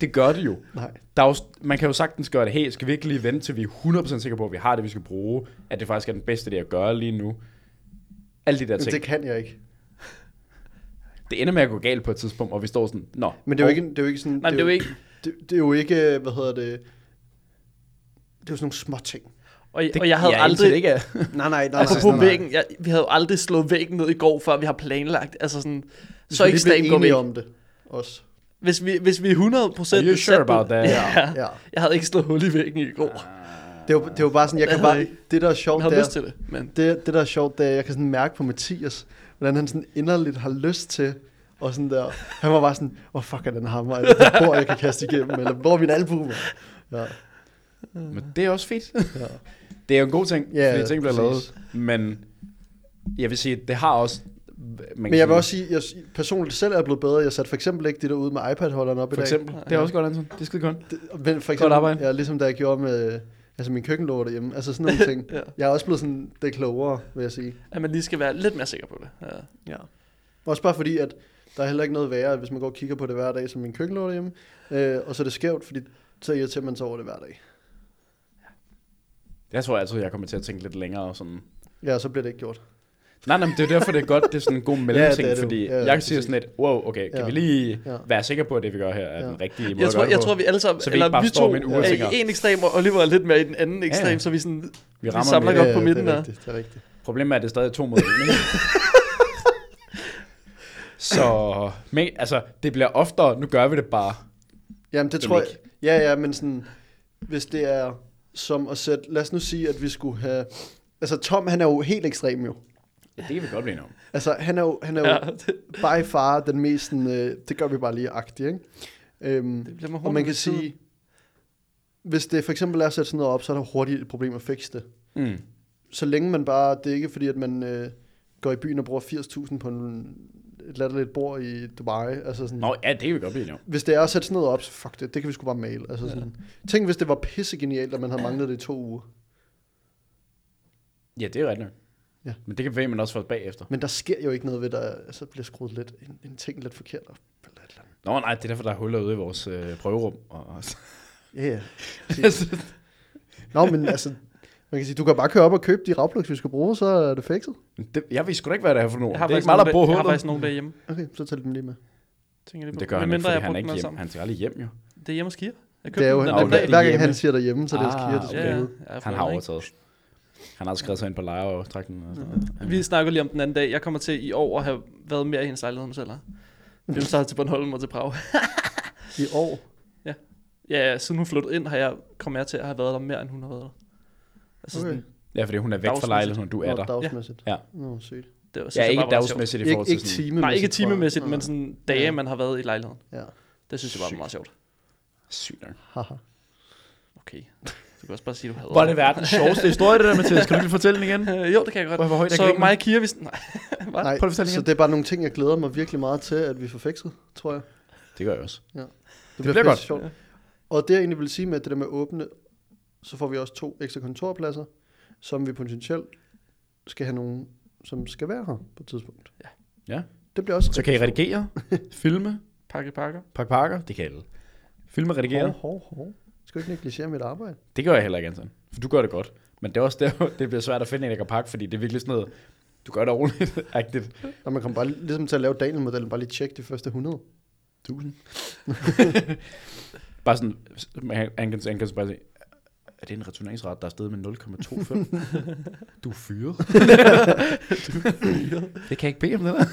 Speaker 2: Det gør det jo.
Speaker 1: Nej.
Speaker 2: Der er jo. Man kan jo sagtens gøre det, hey, skal vi ikke lige vente, til vi er 100% sikre på, at vi har det, vi skal bruge, at det faktisk er den bedste, det at gøre lige nu. Alle de der
Speaker 1: Men
Speaker 2: ting.
Speaker 1: det
Speaker 2: Det,
Speaker 1: kan jeg ikke.
Speaker 2: det ender med at gå galt på et tidspunkt, og vi står sådan, nå.
Speaker 1: Men det er jo ikke, det er jo ikke sådan...
Speaker 3: Nej, men det er jo ikke...
Speaker 1: Det, det er jo ikke, hvad hedder det... Det er jo sådan nogle små ting.
Speaker 3: Og,
Speaker 2: det,
Speaker 3: og jeg havde
Speaker 2: ja, indtil
Speaker 3: aldrig...
Speaker 2: Det ikke er.
Speaker 1: Nej, nej, nej.
Speaker 3: Altså
Speaker 1: nej,
Speaker 3: på
Speaker 1: nej, nej.
Speaker 3: væggen, jeg, vi havde jo aldrig slået væggen ned i går, før vi har planlagt. Altså sådan,
Speaker 1: Vi
Speaker 3: så
Speaker 1: skal
Speaker 3: ikke
Speaker 1: lige blive
Speaker 3: staten går væk.
Speaker 1: enige om det også.
Speaker 3: Hvis vi, hvis vi er 100 procent...
Speaker 2: Are you sure about that?
Speaker 3: Ja.
Speaker 1: Ja.
Speaker 3: Jeg havde ikke slået hul i væggen i går. Jeg
Speaker 1: Det er jo, det er jo bare sådan, jeg kan
Speaker 3: Jeg havde
Speaker 1: bare...
Speaker 3: ikke-
Speaker 1: Det, der er sjovt,
Speaker 3: havde
Speaker 1: det er,
Speaker 3: lyst til det, men...
Speaker 1: det, det, der er sjovt, det er, jeg kan sådan mærke på Mathias, hvordan han sådan inderligt har lyst til, og sådan der, han var bare sådan, hvor oh, fuck er den hammer, eller hvor bor jeg kan kaste igennem, eller hvor er min album? Ja,
Speaker 2: Men det er også fedt.
Speaker 1: ja.
Speaker 2: Det er jo en god ting,
Speaker 1: Ja,
Speaker 2: yeah, fordi ting bliver
Speaker 1: præcis.
Speaker 2: lavet. Men jeg vil sige, at det har også... Man kan
Speaker 1: Men jeg vil
Speaker 2: sige-
Speaker 1: også sige, jeg personligt selv er blevet bedre. Jeg satte for eksempel ikke det der ud med iPad-holderen op i dag.
Speaker 2: For eksempel. Det er også godt, Anton. Det er skide godt.
Speaker 1: Det- Men for eksempel,
Speaker 2: arbejde.
Speaker 1: Ja, ligesom da jeg gjorde med altså min køkkenlåger derhjemme. Altså sådan nogle ting.
Speaker 3: Ja.
Speaker 1: Jeg er også blevet sådan, det er klogere, vil jeg sige.
Speaker 3: At man lige skal være lidt mere sikker på det. Ja.
Speaker 1: Ja. Også bare fordi, at der er heller ikke noget værre, hvis man går og kigger på det hver dag, som min køkkenlåger derhjemme. Øh, og så er det skævt, fordi så irriterer man sig over det hver dag.
Speaker 2: Jeg tror altid, jeg kommer til at tænke lidt længere. og Sådan.
Speaker 1: Ja, så bliver det ikke gjort.
Speaker 2: Nej, nej, men det er jo derfor, det er godt, det er sådan en god mellemting,
Speaker 1: det
Speaker 2: ja,
Speaker 1: er det jo.
Speaker 2: fordi
Speaker 1: Ja, ja,
Speaker 2: ja, jeg kan sige
Speaker 1: præcis.
Speaker 2: sådan lidt, wow, okay, kan
Speaker 1: Ja.
Speaker 2: ja. vi lige
Speaker 1: Ja.
Speaker 2: ja. være sikre på, at det vi gør her er
Speaker 1: Ja.
Speaker 2: ja. den rigtige måde
Speaker 3: Jeg
Speaker 2: at
Speaker 3: tror,
Speaker 2: gøre det
Speaker 3: jeg
Speaker 2: på?
Speaker 3: tror, vi alle sammen,
Speaker 2: Så vi ikke
Speaker 3: eller
Speaker 2: bare
Speaker 3: vi
Speaker 2: står
Speaker 3: to
Speaker 2: med en ur og
Speaker 3: er
Speaker 2: tænker,
Speaker 3: i en ekstrem, og Oliver er lidt mere i den anden ekstrem,
Speaker 2: ja.
Speaker 3: så vi, sådan, vi,
Speaker 2: Vi
Speaker 3: vi
Speaker 2: rammer
Speaker 3: samler
Speaker 2: den
Speaker 3: godt
Speaker 2: lidt.
Speaker 3: på
Speaker 1: det
Speaker 3: midten
Speaker 1: er
Speaker 3: der.
Speaker 1: rigtigt, det er rigtigt.
Speaker 2: Problemet er, at det er stadig to mod en, ikke? Så, men, altså, det bliver oftere, nu gør vi det bare.
Speaker 1: Jamen, det
Speaker 2: Jamen
Speaker 1: tror jeg...
Speaker 2: ikke.
Speaker 1: Ja, ja, men sådan, hvis det er som at sætte... Lad os nu sige, at vi skulle have... Altså, Tom, han er jo helt ekstrem jo.
Speaker 2: Ja, det kan vi godt blive enige om.
Speaker 1: Altså, han er jo, han er jo
Speaker 3: Ja,
Speaker 1: ja.
Speaker 3: det,
Speaker 1: by far den mest sådan, øh, det gør vi bare lige agtig, ikke? Øhm,
Speaker 3: det bliver med
Speaker 1: og man kan
Speaker 3: hovedet.
Speaker 1: sige, hvis det for eksempel er at sætte sådan noget op, så er der hurtigt et problem at fikse det.
Speaker 2: Mm.
Speaker 1: Så længe man bare, det er ikke fordi, at man øh, går i byen og bruger 80.000 på en, et latterligt bord i Dubai. Altså sådan,
Speaker 2: Nå, ja, det kan vi godt blive enige om.
Speaker 1: hvis det er at sætte sådan noget op, så fuck det, det kan vi sgu bare male. Altså sådan, Tænk, hvis det var pissegenialt, at man havde manglet det i to uger.
Speaker 2: Ja, det er rigtigt. nok.
Speaker 1: Ja.
Speaker 2: Men det kan være, man også får bagefter.
Speaker 1: Men der sker jo ikke noget ved, der altså, bliver skruet lidt, en, en ting lidt forkert op. Eller et eller andet.
Speaker 2: Nå, nej, det er derfor, der er huller ude i vores øh, prøverum. Og, og <laughs>
Speaker 1: Ja, ja. Nå, men altså, man kan sige, du kan bare køre op og købe de ravplugs, vi skal bruge, så er det fikset.
Speaker 2: Men det, jeg ved sgu da ikke, hvad det er for nogen.
Speaker 3: Jeg
Speaker 2: Det
Speaker 3: har,
Speaker 2: er ikke
Speaker 3: faktisk
Speaker 2: mig,
Speaker 3: nogen,
Speaker 2: der bruger
Speaker 3: der, jeg har
Speaker 2: hullet.
Speaker 3: faktisk nogen derhjemme.
Speaker 1: Okay, så tag dem lige med.
Speaker 3: Tænker jeg lige på.
Speaker 2: Det gør han
Speaker 3: Men
Speaker 2: ikke,
Speaker 3: mindre,
Speaker 2: fordi
Speaker 3: jeg har
Speaker 2: han er ikke
Speaker 3: brugt dem alle
Speaker 2: hjem.
Speaker 3: sammen.
Speaker 2: Han tager aldrig hjem, jo.
Speaker 3: Det er hjemme hos Kira.
Speaker 1: Det
Speaker 3: Jeg købte
Speaker 1: er jo,
Speaker 3: den den
Speaker 2: Nå,
Speaker 3: anden
Speaker 1: hver,
Speaker 3: dag.
Speaker 2: okay.
Speaker 1: hver gang
Speaker 2: Hjemme.
Speaker 1: han siger derhjemme, så er det ah, skier, det
Speaker 2: okay.
Speaker 1: skal ja.
Speaker 3: ja, jeg
Speaker 2: Han
Speaker 3: får
Speaker 2: har
Speaker 3: den, ikke?
Speaker 2: overtaget. Han har også skrevet sig ind på lejer og trak den. Og sådan noget.
Speaker 3: Vi snakkede lige om den anden dag. Jeg kommer til i år at have været mere i hendes lejlighed end mig selv. har. Det er jo så til Bornholm og til Prag.
Speaker 1: I år.
Speaker 3: Ja, siden hun flyttede ind, har jeg kommet jeg til at have været der mere end 100 år. Altså okay.
Speaker 1: Okay.
Speaker 3: sådan,
Speaker 2: Ja, fordi hun er væk fra
Speaker 3: Dagsmæssigt.
Speaker 2: lejligheden, og du er
Speaker 1: Nå,
Speaker 2: der.
Speaker 1: dagsmæssigt.
Speaker 2: Ja.
Speaker 1: Nå, sygt.
Speaker 3: det var, synes
Speaker 2: Ja,
Speaker 3: jeg
Speaker 2: ikke
Speaker 3: bare var ret sjovt.
Speaker 2: dagsmæssigt i
Speaker 1: Ikke,
Speaker 2: forhold til
Speaker 1: ikke
Speaker 2: sådan...
Speaker 1: timemæssigt.
Speaker 3: Nej, ikke
Speaker 1: tror jeg.
Speaker 3: timemæssigt, men
Speaker 1: Nej.
Speaker 3: sådan dage, man har været i lejligheden.
Speaker 1: Ja,
Speaker 3: Det synes jeg bare var meget sjovt.
Speaker 2: Sygt nok.
Speaker 1: haha.
Speaker 3: Okay. Du kan også bare sige, du havde
Speaker 2: Var det verdens <laughs> sjoveste historie, det der, Mathias? Kan du ikke fortælle den igen?
Speaker 3: Øh, <laughs> jo, det kan jeg
Speaker 2: Hvor- hvor højt
Speaker 3: godt.
Speaker 2: er
Speaker 3: Så
Speaker 2: grillen?
Speaker 3: mig og Kira, vi... <laughs> Nej, hvad?
Speaker 1: Nej,
Speaker 2: Prøv at fortælle
Speaker 1: så
Speaker 2: igen.
Speaker 1: det er bare nogle ting, jeg glæder mig virkelig meget til, at vi får fikset, tror jeg.
Speaker 2: Det gør jeg også.
Speaker 1: Det,
Speaker 2: bliver
Speaker 1: pisse
Speaker 2: godt.
Speaker 1: Sjovt.
Speaker 3: Ja.
Speaker 1: Og det jeg egentlig vil sige med det der med åbne, så får vi også to ekstra kontorpladser, som vi potentielt skal have nogen, som skal være her på et tidspunkt.
Speaker 3: Ja.
Speaker 2: Ja.
Speaker 1: Det bliver også
Speaker 2: Så kan I
Speaker 1: rigtig <laughs>
Speaker 2: redigere, filme,
Speaker 3: Pakke pakker.
Speaker 2: pakke pakker. Det kan alle. Filme og redigere.
Speaker 1: sjovt. Hov, hov, hov. Skal du ikke negligere mit arbejde?
Speaker 2: Det gør jeg heller ikke, Anton. For du gør det godt. Men det er også der, <laughs> hvor det bliver svært at finde en, der kan pakke, fordi det er virkelig sådan noget, du gør det ordentligt. <laughs> Agtigt.
Speaker 1: Når man kommer bare li- ligesom til at lave Daniel-modellen, bare lige tjekke de første 100.
Speaker 2: Tusind. <laughs> bare sådan, han- han kan, han kan så bare sige, er det en returneringsret, der er stedet med <laughs> 0,25? du er <laughs> fyret. det kan jeg ikke bede om, det der.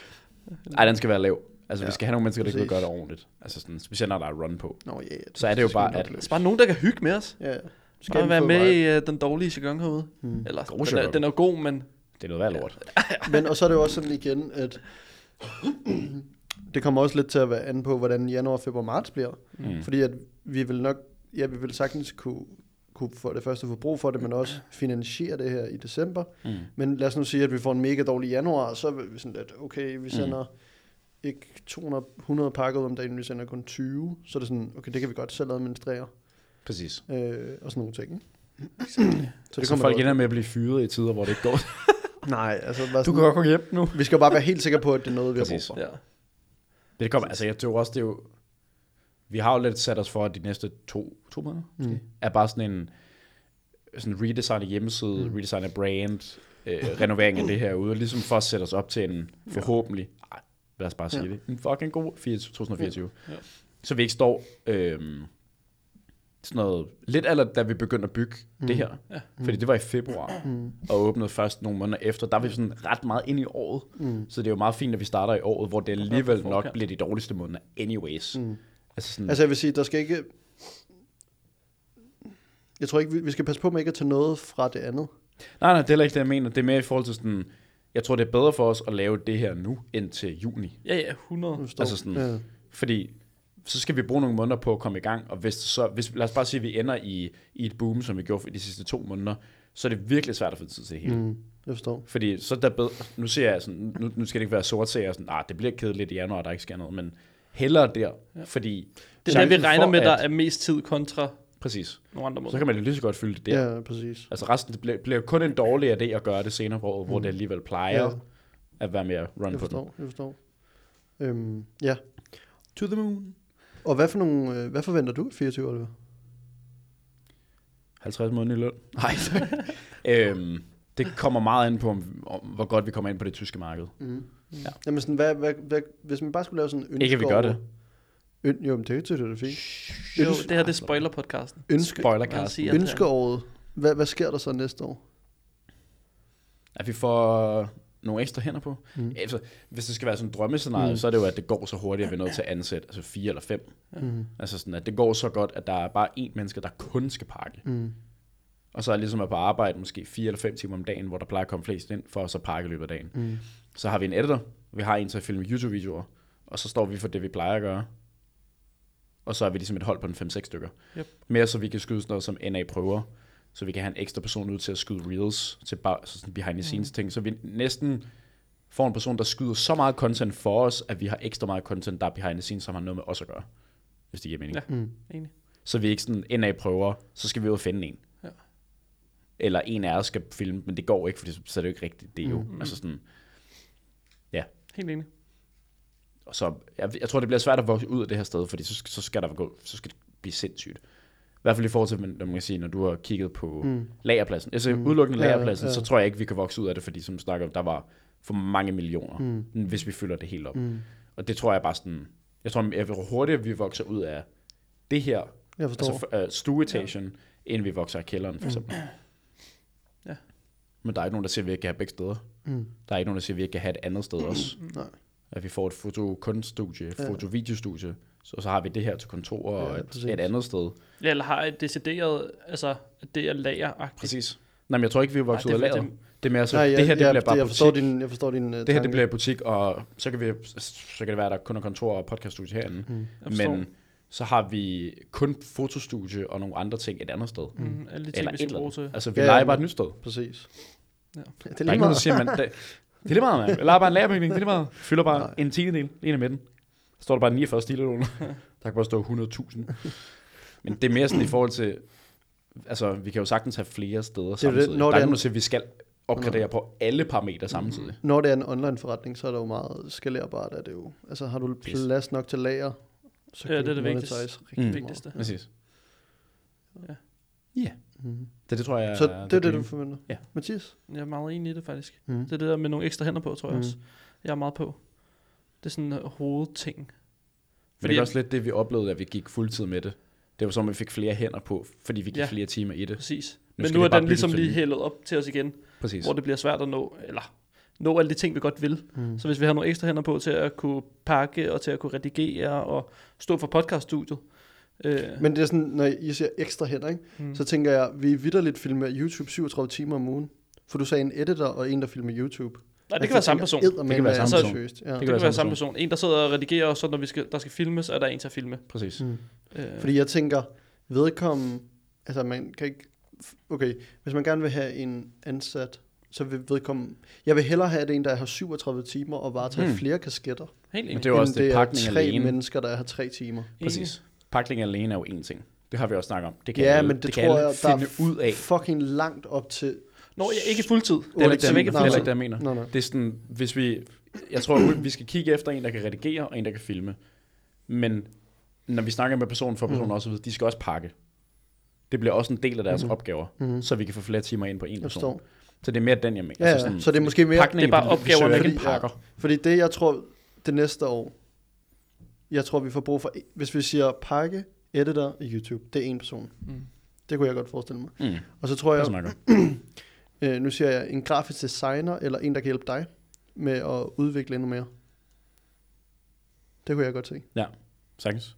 Speaker 2: <laughs> Nej, den skal være lav. Altså, ja,
Speaker 1: Ja,
Speaker 2: vi skal have nogle mennesker, der kan
Speaker 1: præcis.
Speaker 2: gøre det ordentligt. Altså sådan, specielt når der er run på.
Speaker 1: Nå ja, yeah,
Speaker 2: Så er det jo bare, at
Speaker 3: Så bare nogen, der kan hygge med os.
Speaker 1: Ja,
Speaker 3: Skal bare
Speaker 1: den
Speaker 3: være
Speaker 1: få
Speaker 3: med
Speaker 1: vibe?
Speaker 3: i uh, den dårlige jargon herude.
Speaker 1: Hmm.
Speaker 3: Eller,
Speaker 2: Mm. God
Speaker 3: den, er,
Speaker 2: jargon.
Speaker 3: den er god, men...
Speaker 2: det er noget værd lort.
Speaker 1: Men og så er det jo også sådan igen, at det kommer også lidt til at være an på, hvordan januar, februar, marts bliver.
Speaker 2: Mm.
Speaker 1: Fordi at vi vil nok, ja, vi vil sagtens kunne, kunne for det første få brug for det, men også finansiere det her i december.
Speaker 2: Mm.
Speaker 1: Men lad os nu sige, at vi får en mega dårlig januar, og så er vi sådan lidt, okay, vi
Speaker 2: Mm.
Speaker 1: sender ikke 200, 100 pakker ud om dagen, vi sender kun 20. Så er det sådan, okay, det kan vi godt selv administrere,
Speaker 2: Præcis.
Speaker 1: øh, og sådan nogle ting. ikke?
Speaker 2: Så det kommer Altså, folk ender med at blive fyret i tider, hvor det ikke går.
Speaker 1: Nej, altså, bare
Speaker 2: Du
Speaker 1: sådan,
Speaker 2: kan godt gå hjem nu.
Speaker 1: vi skal jo bare være helt sikre på, at det er noget, vi har brug
Speaker 2: Præcis.
Speaker 1: for.
Speaker 3: Ja.
Speaker 2: Det kommer, altså jeg tror også, det er jo, vi har jo lidt sat os for, at de næste to, to måneder mm. er bare sådan en sådan redesign af hjemmeside, mm. redesign af brand, øh, renovering af det her ude, ligesom for at sætte os op til en forhåbentlig, ej, lad os bare sige
Speaker 1: Ja.
Speaker 2: ja. det, en fucking god 24 2024.
Speaker 3: Ja.
Speaker 2: Ja.
Speaker 3: Ja.
Speaker 2: Så vi ikke står øh, sådan noget, lidt eller da vi begyndte at bygge mm. det her, ja. fordi det var i februar, mm. og åbnede først nogle måneder efter, der er vi sådan ret meget ind i året, mm. så det er jo meget fint, at vi starter i året, hvor det alligevel
Speaker 3: forkant.
Speaker 2: nok bliver de dårligste måneder anyways. Mm. Altså sådan,
Speaker 1: Altså, jeg vil sige, der skal ikke... Jeg tror ikke, vi, vi skal passe på med ikke at tage noget fra det andet.
Speaker 2: Nej, nej, det er heller ikke det, jeg mener. Det er mere i forhold til sådan, jeg tror, det er bedre for os at lave det her nu, end til juni.
Speaker 3: ja, ja, 100.
Speaker 1: Forstår
Speaker 2: Altså
Speaker 1: du?
Speaker 2: sådan-
Speaker 1: ja.
Speaker 2: Fordi så skal vi bruge nogle måneder på at komme i gang, og hvis, det så, hvis lad os bare sige, at vi ender i, i et boom, som vi gjorde for de sidste to måneder, så er det virkelig svært at få tid til det hele. Mm.
Speaker 1: Mm, jeg forstår.
Speaker 2: Fordi så er der bedre, nu ser jeg sådan, nu, nu skal det ikke være sort ser sådan, nej, det bliver kedeligt i januar, der ikke sker noget, men hellere der, ja. fordi...
Speaker 3: Det er det, vi
Speaker 2: chancen
Speaker 3: regner
Speaker 2: for,
Speaker 3: med, der
Speaker 2: at-
Speaker 3: er mest tid kontra
Speaker 2: Præcis.
Speaker 3: nogle andre
Speaker 2: Så
Speaker 3: måder.
Speaker 2: kan man jo lige så godt fylde det der.
Speaker 1: Ja, præcis.
Speaker 2: Altså resten det bliver, bliver kun en dårlig idé at gøre det senere på året, mm. hvor det alligevel plejer
Speaker 1: Ja.
Speaker 2: ja. at være mere run
Speaker 1: Jeg
Speaker 2: på den.
Speaker 1: forstår, jeg forstår. Øhm, ja.
Speaker 2: To the moon.
Speaker 1: Og hvad, for nogle, øh, hvad forventer du i 24 Oliver?
Speaker 2: 50 måneder i løn. Nej, tak. øhm, Det kommer meget an på, om, om, hvor godt vi kommer ind på det tyske marked.
Speaker 1: Jamen sådan, hvad, hvad, hvad, hvis man bare skulle lave sådan en ønske
Speaker 2: Ikke, at vi gør
Speaker 1: over-
Speaker 2: det.
Speaker 1: Øn, jo, men det er jo det, er fint.
Speaker 3: Jo, det her det er
Speaker 2: Ah,
Speaker 3: spoiler-podcasten.
Speaker 1: Ønske,
Speaker 3: Man
Speaker 2: Spoilercast.
Speaker 3: siger alt her.
Speaker 1: ønskeåret. Hvad, hvad sker der så næste år?
Speaker 2: At vi får nogle ekstra hænder på. Mm. Altså, hvis det skal være sådan et drømmescenarie, mm. så er det jo, at det går så hurtigt, at vi er nødt til at ansætte altså fire eller fem. Mm. Altså sådan, at det går så godt, at der er bare én menneske, der kun skal pakke. Mm. Og så er ligesom at på arbejde måske fire eller fem timer om dagen, hvor der plejer at komme flest ind, for at så pakke i løbet af dagen. Mm. Så har vi en editor, vi har en til at filme YouTube-videoer, og så står vi for det, vi plejer at gøre. Og så er vi ligesom et hold på en 5-6 stykker.
Speaker 3: Yep.
Speaker 2: Mere så vi kan skyde sådan noget som NA prøver, så vi kan have en ekstra person ud til at skyde reels, til bare, så sådan
Speaker 3: Mm.
Speaker 2: behind the scenes ting, så vi næsten får en person, der skyder så meget content for os, at vi har ekstra meget content, der er behind the scenes, som har noget med os at gøre, hvis det giver mening.
Speaker 3: Ja,
Speaker 2: Ja.
Speaker 3: mm. enig.
Speaker 2: Så vi ikke sådan, NA prøver, så skal vi jo finde en.
Speaker 3: Ja.
Speaker 2: Eller en af os skal filme, men det går ikke, for så er det jo ikke rigtigt. Det er jo, mm. altså sådan, ja.
Speaker 3: Helt enig.
Speaker 2: Og så, jeg, jeg tror, det bliver svært at vokse ud af det her sted, fordi så, skal- så skal der gå, så skal det blive sindssygt. I hvert fald i forhold til, hvad man kan sige, når du har kigget på mm. lagerpladsen. Altså mm. udelukkende
Speaker 1: Ja, ja,
Speaker 2: lagerpladsen,
Speaker 1: ja.
Speaker 2: ja, ja. så tror jeg ikke, vi kan vokse ud af det, fordi som du snakker om, der var for mange millioner, mm. hvis vi fylder det helt op. Mm. Og det tror jeg bare sådan, jeg tror, jeg vil hurtigere, vi vokser ud af det her,
Speaker 1: Jeg forstår.
Speaker 2: altså uh, stueetagen, ja. Mm. end vi vokser af kælderen, for eksempel.
Speaker 3: Ja.
Speaker 2: Men der er ikke nogen, der siger, at vi ikke kan have begge steder. Mm. Der er ikke nogen, der siger, at vi ikke kan have et andet sted også.
Speaker 1: Nej.
Speaker 2: At vi får et fotokunststudie, et fotovideostudie, så, så har vi det her til kontor og
Speaker 1: Ja,
Speaker 2: et,
Speaker 1: præcis.
Speaker 2: et andet sted.
Speaker 3: Ja, eller har et decideret, altså, at det er lageragtigt.
Speaker 2: Præcis. Nej, men jeg tror ikke, vi er vokset ud
Speaker 3: Nej,
Speaker 2: af
Speaker 3: det er
Speaker 2: lageret.
Speaker 3: fordi-
Speaker 2: Det er mere så,
Speaker 1: Nej, jeg,
Speaker 2: det her det
Speaker 1: jeg,
Speaker 2: bliver bare
Speaker 1: jeg
Speaker 2: butik.
Speaker 1: forstår din, jeg forstår din øh,
Speaker 2: det her det bliver butik, og så kan, vi, så kan det være, at der kun er kontor og podcaststudie herinde. Mm.
Speaker 3: forstår.
Speaker 2: Men så har vi kun fotostudie og nogle andre ting et andet sted. Mm.
Speaker 3: Mm, alle de ting,
Speaker 2: Eller
Speaker 3: vi
Speaker 2: et
Speaker 3: skal
Speaker 2: eller
Speaker 3: bruge
Speaker 2: andet.
Speaker 3: til.
Speaker 2: Altså, vi
Speaker 1: Ja,
Speaker 2: ja,
Speaker 1: ja,
Speaker 2: leger
Speaker 1: men-
Speaker 2: bare et nyt sted.
Speaker 1: Præcis.
Speaker 3: Ja.
Speaker 1: Ja, det er lige
Speaker 2: Der er ikke nogen,
Speaker 1: meget.
Speaker 2: der siger, man... Det, det er lige meget, mand. Jeg laver bare en lagerbygning, det er lige meget. Fylder bare Nej. en tiendedel, en af midten. Så står der bare 49 stiler under. Der kan bare stå 100.000. Men det er mere sådan i forhold til... Altså, vi kan jo sagtens have flere steder
Speaker 1: det,
Speaker 2: samtidig.
Speaker 1: når
Speaker 2: der
Speaker 1: det er- Mm.
Speaker 2: er ikke nogen, der siger, at vi skal opgradere på alle parametre samtidig.
Speaker 1: Når det er en online forretning, så er det jo meget skalerbart, at det jo... Altså har du plads nok til lager, så
Speaker 3: Ja, det er
Speaker 1: du
Speaker 3: det vigtigste.
Speaker 1: monetize rigtig
Speaker 2: Mm.
Speaker 1: meget.
Speaker 3: Vigtigste.
Speaker 2: Præcis.
Speaker 3: Ja.
Speaker 2: Ja.
Speaker 1: Mhm.
Speaker 2: Det, det tror jeg...
Speaker 1: Så det er det, du
Speaker 2: dream.
Speaker 1: forventer.
Speaker 2: Ja.
Speaker 1: Mathias?
Speaker 3: Jeg er meget enig i det, faktisk.
Speaker 1: Mm.
Speaker 3: Det er det der med nogle ekstra hænder på, tror jeg
Speaker 1: Mm.
Speaker 3: også. Jeg er meget på. Det er sådan en hovedting.
Speaker 2: Men det er også lidt det, vi oplevede, at vi gik fuldtid med det. Det var som, om, vi fik flere hænder på, fordi vi gik
Speaker 3: Ja.
Speaker 2: ja. flere timer i det.
Speaker 3: Præcis.
Speaker 2: Nu
Speaker 3: Men
Speaker 2: skal
Speaker 3: nu
Speaker 2: det
Speaker 3: er
Speaker 2: bare
Speaker 3: den
Speaker 2: bygges
Speaker 3: ligesom
Speaker 2: til
Speaker 3: lige
Speaker 2: den.
Speaker 3: hældet op til os igen,
Speaker 2: Præcis.
Speaker 3: hvor det bliver svært at nå, eller nå alle de ting, vi godt vil. Mm. Så hvis vi har nogle ekstra hænder på til at kunne pakke, og til at kunne redigere, og stå for podcaststudiet. Øh,
Speaker 1: Men det er sådan, når I siger ekstra hænder, ikke? Mm. så tænker jeg, vi vidderligt filmer YouTube 37 timer om ugen. For du sagde en editor og en, der filmer YouTube. Altså,
Speaker 3: nej, det kan være samme person. Det
Speaker 1: Det kan være samme person. Ja.
Speaker 2: Det
Speaker 3: kan være samme person. En, der sidder og redigerer, og så når vi skal, der skal filmes, er der en til at filme.
Speaker 2: Præcis.
Speaker 1: Mm.
Speaker 3: Øh,
Speaker 1: Fordi jeg tænker, vedkommende, altså man kan ikke, okay, hvis man gerne vil have en ansat, så vil vedkommende, jeg vil hellere have at en, der har 37 timer og varetager mm.
Speaker 2: Mm.
Speaker 1: flere kasketter,
Speaker 3: helt
Speaker 2: Men
Speaker 3: enig.
Speaker 2: det er jo også
Speaker 1: end det
Speaker 2: det,
Speaker 1: er
Speaker 2: pakning
Speaker 1: tre
Speaker 2: alene.
Speaker 1: mennesker, der har tre timer.
Speaker 2: Præcis. Pakning alene er jo én ting. Det har vi også snakket om. Det kan
Speaker 1: ja,
Speaker 2: alle,
Speaker 1: men det,
Speaker 2: det
Speaker 1: tror
Speaker 2: kan alle
Speaker 1: jeg, der
Speaker 2: finde
Speaker 1: er
Speaker 2: ud af.
Speaker 1: fucking langt op til,
Speaker 3: Nå, jeg er ikke fuldtid.
Speaker 2: Det er heller ikke
Speaker 1: Nej,
Speaker 2: det, jeg mener. Det
Speaker 1: nej.
Speaker 2: er heller ikke det, jeg mener.
Speaker 1: Nå, nej.
Speaker 2: Det er sådan, hvis vi... Jeg tror, vi skal kigge efter en, der kan redigere, og en, der kan filme. Men når vi snakker med personen, får
Speaker 1: Mm.
Speaker 2: personen også at vide, de skal også pakke. Det bliver også en del af deres opgaver, så vi kan få flere timer ind på en person.
Speaker 1: Mm-hmm. forstår.
Speaker 2: Så det er mere den, jeg mener.
Speaker 1: Ja, ja. Så det er måske mere-
Speaker 2: pakning
Speaker 3: Det er bare
Speaker 2: fordi vi
Speaker 3: opgaver,
Speaker 2: søger en
Speaker 3: man
Speaker 1: kan-
Speaker 2: pakker.
Speaker 1: fordi det jeg tror, det næste år, jeg tror vi får brug for, hvis vi siger pakke, editor og YouTube, det er en person. Mm. Det kunne jeg godt forestille mig.
Speaker 2: Mm,
Speaker 1: Og så tror
Speaker 2: det
Speaker 1: jeg,
Speaker 2: snakker.
Speaker 1: Øh, nu siger jeg en grafisk designer, eller en, der kan hjælpe dig med at udvikle endnu mere. Det kunne jeg godt se.
Speaker 2: Ja, sagtens.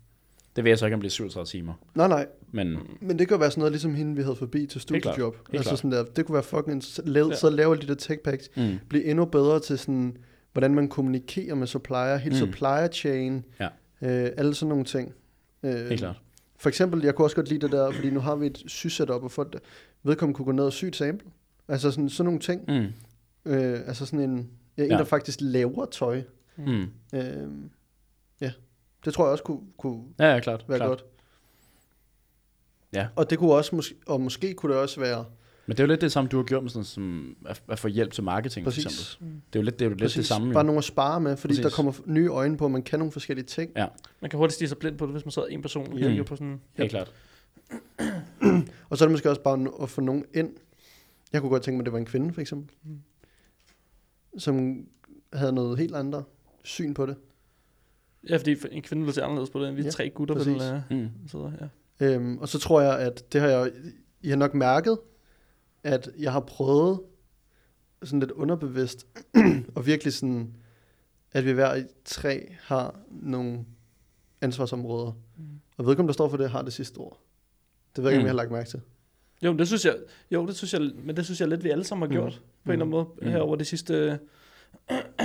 Speaker 2: Det ved jeg så ikke, om det er 37 timer.
Speaker 1: Nej, nej,
Speaker 2: Men
Speaker 1: men det kunne være sådan noget, ligesom hende, vi havde forbi til
Speaker 2: klart.
Speaker 1: studiejob.
Speaker 2: Helt
Speaker 1: Altså
Speaker 2: klart.
Speaker 1: sådan der, det kunne være fucking interessant. Lav,
Speaker 3: Ja.
Speaker 1: ja. Så lave alle de der tech packs.
Speaker 2: Mm.
Speaker 1: Blive endnu bedre til sådan, hvordan man kommunikerer med supplier, hele
Speaker 2: Mm.
Speaker 1: supplier chain,
Speaker 2: Ja.
Speaker 1: øh, alle sådan nogle ting. Øh,
Speaker 2: helt klart.
Speaker 1: For eksempel, jeg kunne også godt lide det der, fordi nu har vi et sygesetup, og folk, vedkommende kunne gå ned og sy et sample. Altså sådan, sådan nogle ting.
Speaker 2: Mm.
Speaker 1: Øh, altså sådan en, ja, en
Speaker 2: Ja.
Speaker 1: der faktisk laver tøj.
Speaker 2: Mm.
Speaker 1: Øh, ja, det tror jeg også kunne, kunne
Speaker 2: Ja, ja, klart.
Speaker 1: være klart.
Speaker 2: klart.
Speaker 1: godt.
Speaker 2: Ja.
Speaker 1: Og det kunne også, mås- og måske kunne det også være,
Speaker 2: Men det er jo lidt det samme, du har gjort med sådan, som at, at få hjælp til marketing,
Speaker 1: præcis,
Speaker 2: for eksempel. Det er jo lidt det, er jo lidt
Speaker 1: præcis
Speaker 2: det samme.
Speaker 1: bare
Speaker 2: Jo.
Speaker 1: nogle at spare med, fordi
Speaker 2: Præcis.
Speaker 1: præcis. der kommer f- nye øjne på, at man kan nogle forskellige ting.
Speaker 2: Ja,
Speaker 3: Man kan hurtigt stige sig blind på det, hvis man sidder en person og
Speaker 2: Ja.
Speaker 3: kigger på sådan...
Speaker 2: helt klart.
Speaker 1: Og så er det måske også bare no- at få nogen ind, Jeg kunne godt tænke mig, at det var en kvinde, for eksempel. Mm. Som havde noget helt andet syn på det.
Speaker 3: Ja, fordi en kvinde vil se anderledes på det, end vi
Speaker 1: Ja,
Speaker 3: ja, tre gutter vil.
Speaker 1: præcis.
Speaker 3: Uh,
Speaker 2: Mm.
Speaker 3: sidder, ja.
Speaker 1: Øhm, og så tror jeg, at det har jeg, I har nok mærket, at jeg har prøvet sådan lidt underbevidst, <clears throat> og virkelig sådan, at vi hver i tre har nogle ansvarsområder. Mm. Og jeg ved ikke, om der står for det, har det sidste ord. Det ved jeg ikke, om
Speaker 2: Mm.
Speaker 1: jeg har lagt mærke til.
Speaker 3: Jo, men det synes jeg, jo, det synes jeg, men det synes jeg lidt, vi alle sammen har
Speaker 1: Mm.
Speaker 3: gjort, mm. på en eller anden måde,
Speaker 2: Mm.
Speaker 3: mm. her over de sidste <clears throat>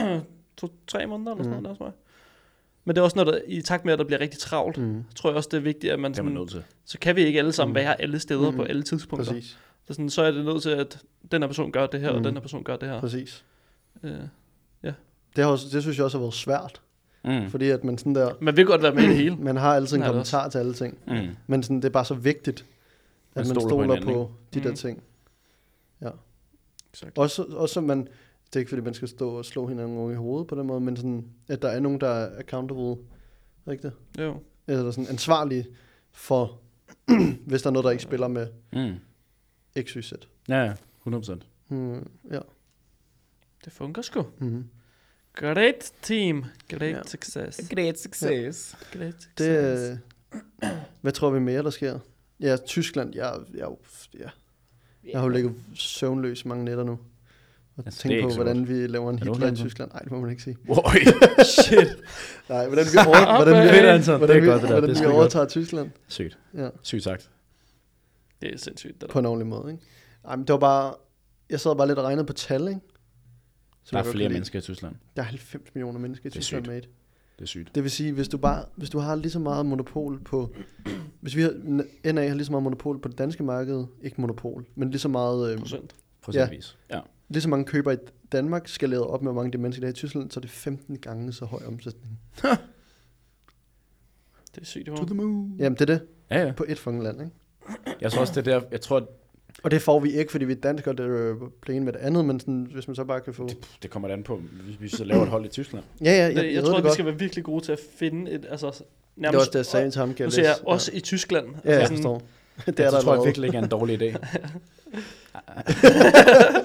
Speaker 3: to-tre måneder, eller sådan noget, mm. Men det er også noget, der, i takt med, at der bliver rigtig travlt,
Speaker 1: Mm.
Speaker 3: tror jeg også, det er vigtigt, at man,
Speaker 2: Det er man
Speaker 3: sådan,
Speaker 2: nødt til.
Speaker 3: så kan vi ikke alle sammen være alle steder
Speaker 1: Mm.
Speaker 3: mm. på alle tidspunkter.
Speaker 1: Præcis,
Speaker 3: Det er sådan, så er det nødt til, at den her person gør det her, mm.
Speaker 1: Mm.
Speaker 3: og den her person gør det her.
Speaker 1: præcis.
Speaker 3: Øh,
Speaker 1: Det, har også, det synes jeg også har været svært,
Speaker 2: Mm.
Speaker 1: fordi at man sådan der,
Speaker 3: man vil godt være med i det hele.
Speaker 1: man har altid en
Speaker 3: Sådan er det
Speaker 1: kommentar til alle ting,
Speaker 2: Mm.
Speaker 1: men sådan, det er bare så vigtigt, at man, stoler, på,
Speaker 2: hinanden,
Speaker 1: på de der
Speaker 3: Mm.
Speaker 1: ting. Ja.
Speaker 2: Exakt.
Speaker 1: Også, også at man, det er ikke fordi, man skal stå og slå hinanden oven i hovedet på den måde, men sådan, at der er nogen, der er accountable, rigtigt?
Speaker 3: Jo.
Speaker 1: Eller sådan ansvarlige for, <clears throat> hvis der er noget, der ikke spiller med
Speaker 2: Mm.
Speaker 1: XYZ.
Speaker 2: Ja, ja, 100%.
Speaker 1: Hmm, ja.
Speaker 3: Det fungerer sgu.
Speaker 1: Mm-hmm.
Speaker 3: Great team. Great
Speaker 1: Ja.
Speaker 3: ja. success.
Speaker 2: Great
Speaker 1: success.
Speaker 3: Great success.
Speaker 1: Det, øh, hvad tror vi mere, der sker? Ja, Tyskland, jeg, jeg, er jo- ja. jeg har jo ligget søvnløs mange nætter nu. Og
Speaker 2: Altså,
Speaker 1: altså,
Speaker 2: det er
Speaker 1: tænkt på,
Speaker 2: ikke så
Speaker 1: hvordan vi laver en
Speaker 2: Er du
Speaker 1: Hitler i
Speaker 2: udenfor?
Speaker 1: Tyskland. Nej, det må man
Speaker 2: <laughs>
Speaker 1: ikke sige.
Speaker 2: Oj,
Speaker 3: Shit.
Speaker 1: Nej, hvordan vi,
Speaker 2: <laughs>
Speaker 1: over, hvordan vi,
Speaker 2: Fedt, Anton. Det er
Speaker 1: hvordan vi,
Speaker 2: godt, det der.
Speaker 1: hvordan
Speaker 2: Det er
Speaker 1: vi
Speaker 2: sgu godt.
Speaker 1: overtager Tyskland.
Speaker 2: sygt.
Speaker 1: Ja.
Speaker 2: Sygt sagt.
Speaker 3: Det er sindssygt, det der.
Speaker 1: På en ordentlig måde, ikke? Ej, men det var bare... Jeg sad bare lidt og regnede på tal, ikke?
Speaker 2: Der
Speaker 1: Som jeg
Speaker 2: er
Speaker 1: godt
Speaker 2: flere
Speaker 1: kan lide.
Speaker 2: mennesker i Tyskland.
Speaker 1: Der er 90 millioner mennesker i
Speaker 2: Det er
Speaker 1: Tyskland,
Speaker 2: sygt.
Speaker 1: mate.
Speaker 2: Det er sygt.
Speaker 1: Det vil sige, hvis du, bare, hvis du har lige så meget monopol på... Hvis vi har, N- NA har lige så meget monopol på det danske marked, ikke monopol, men lige så meget... Øh,
Speaker 3: Procent.
Speaker 2: Procentvis. Ja. ja.
Speaker 1: lige så mange køber i Danmark skaleret op med, hvor mange de mennesker der er i Tyskland, så er det 15 gange så høj omsætning.
Speaker 3: Det er sygt, det var.
Speaker 2: moon.
Speaker 1: Jamen, det er det.
Speaker 2: Ja, ja.
Speaker 1: På et fucking land, ikke?
Speaker 2: Jeg tror også, det er der, jeg tror,
Speaker 1: Og det får vi ikke, fordi vi er danskere, det er jo plain med det andet, men sådan, hvis man så bare kan få...
Speaker 2: det, det kommer det an på, hvis vi så laver et hold i Tyskland.
Speaker 1: Ja, ja, jeg,
Speaker 3: Jeg, jeg, jeg
Speaker 1: ved
Speaker 3: tror,
Speaker 1: det
Speaker 3: vi
Speaker 1: godt.
Speaker 3: skal være virkelig gode til at finde et, altså
Speaker 1: Det
Speaker 3: nærmest...
Speaker 1: er også det, jeg sagde til ham,
Speaker 3: Nu
Speaker 1: Gales.
Speaker 3: ser jeg også i Tyskland.
Speaker 1: Ja, jeg
Speaker 3: altså, sådan, <laughs>
Speaker 1: forstår. Det
Speaker 2: Det
Speaker 1: er
Speaker 2: er
Speaker 1: der
Speaker 2: tror jeg
Speaker 1: allerede.
Speaker 2: virkelig ikke er en dårlig idé.
Speaker 1: <laughs>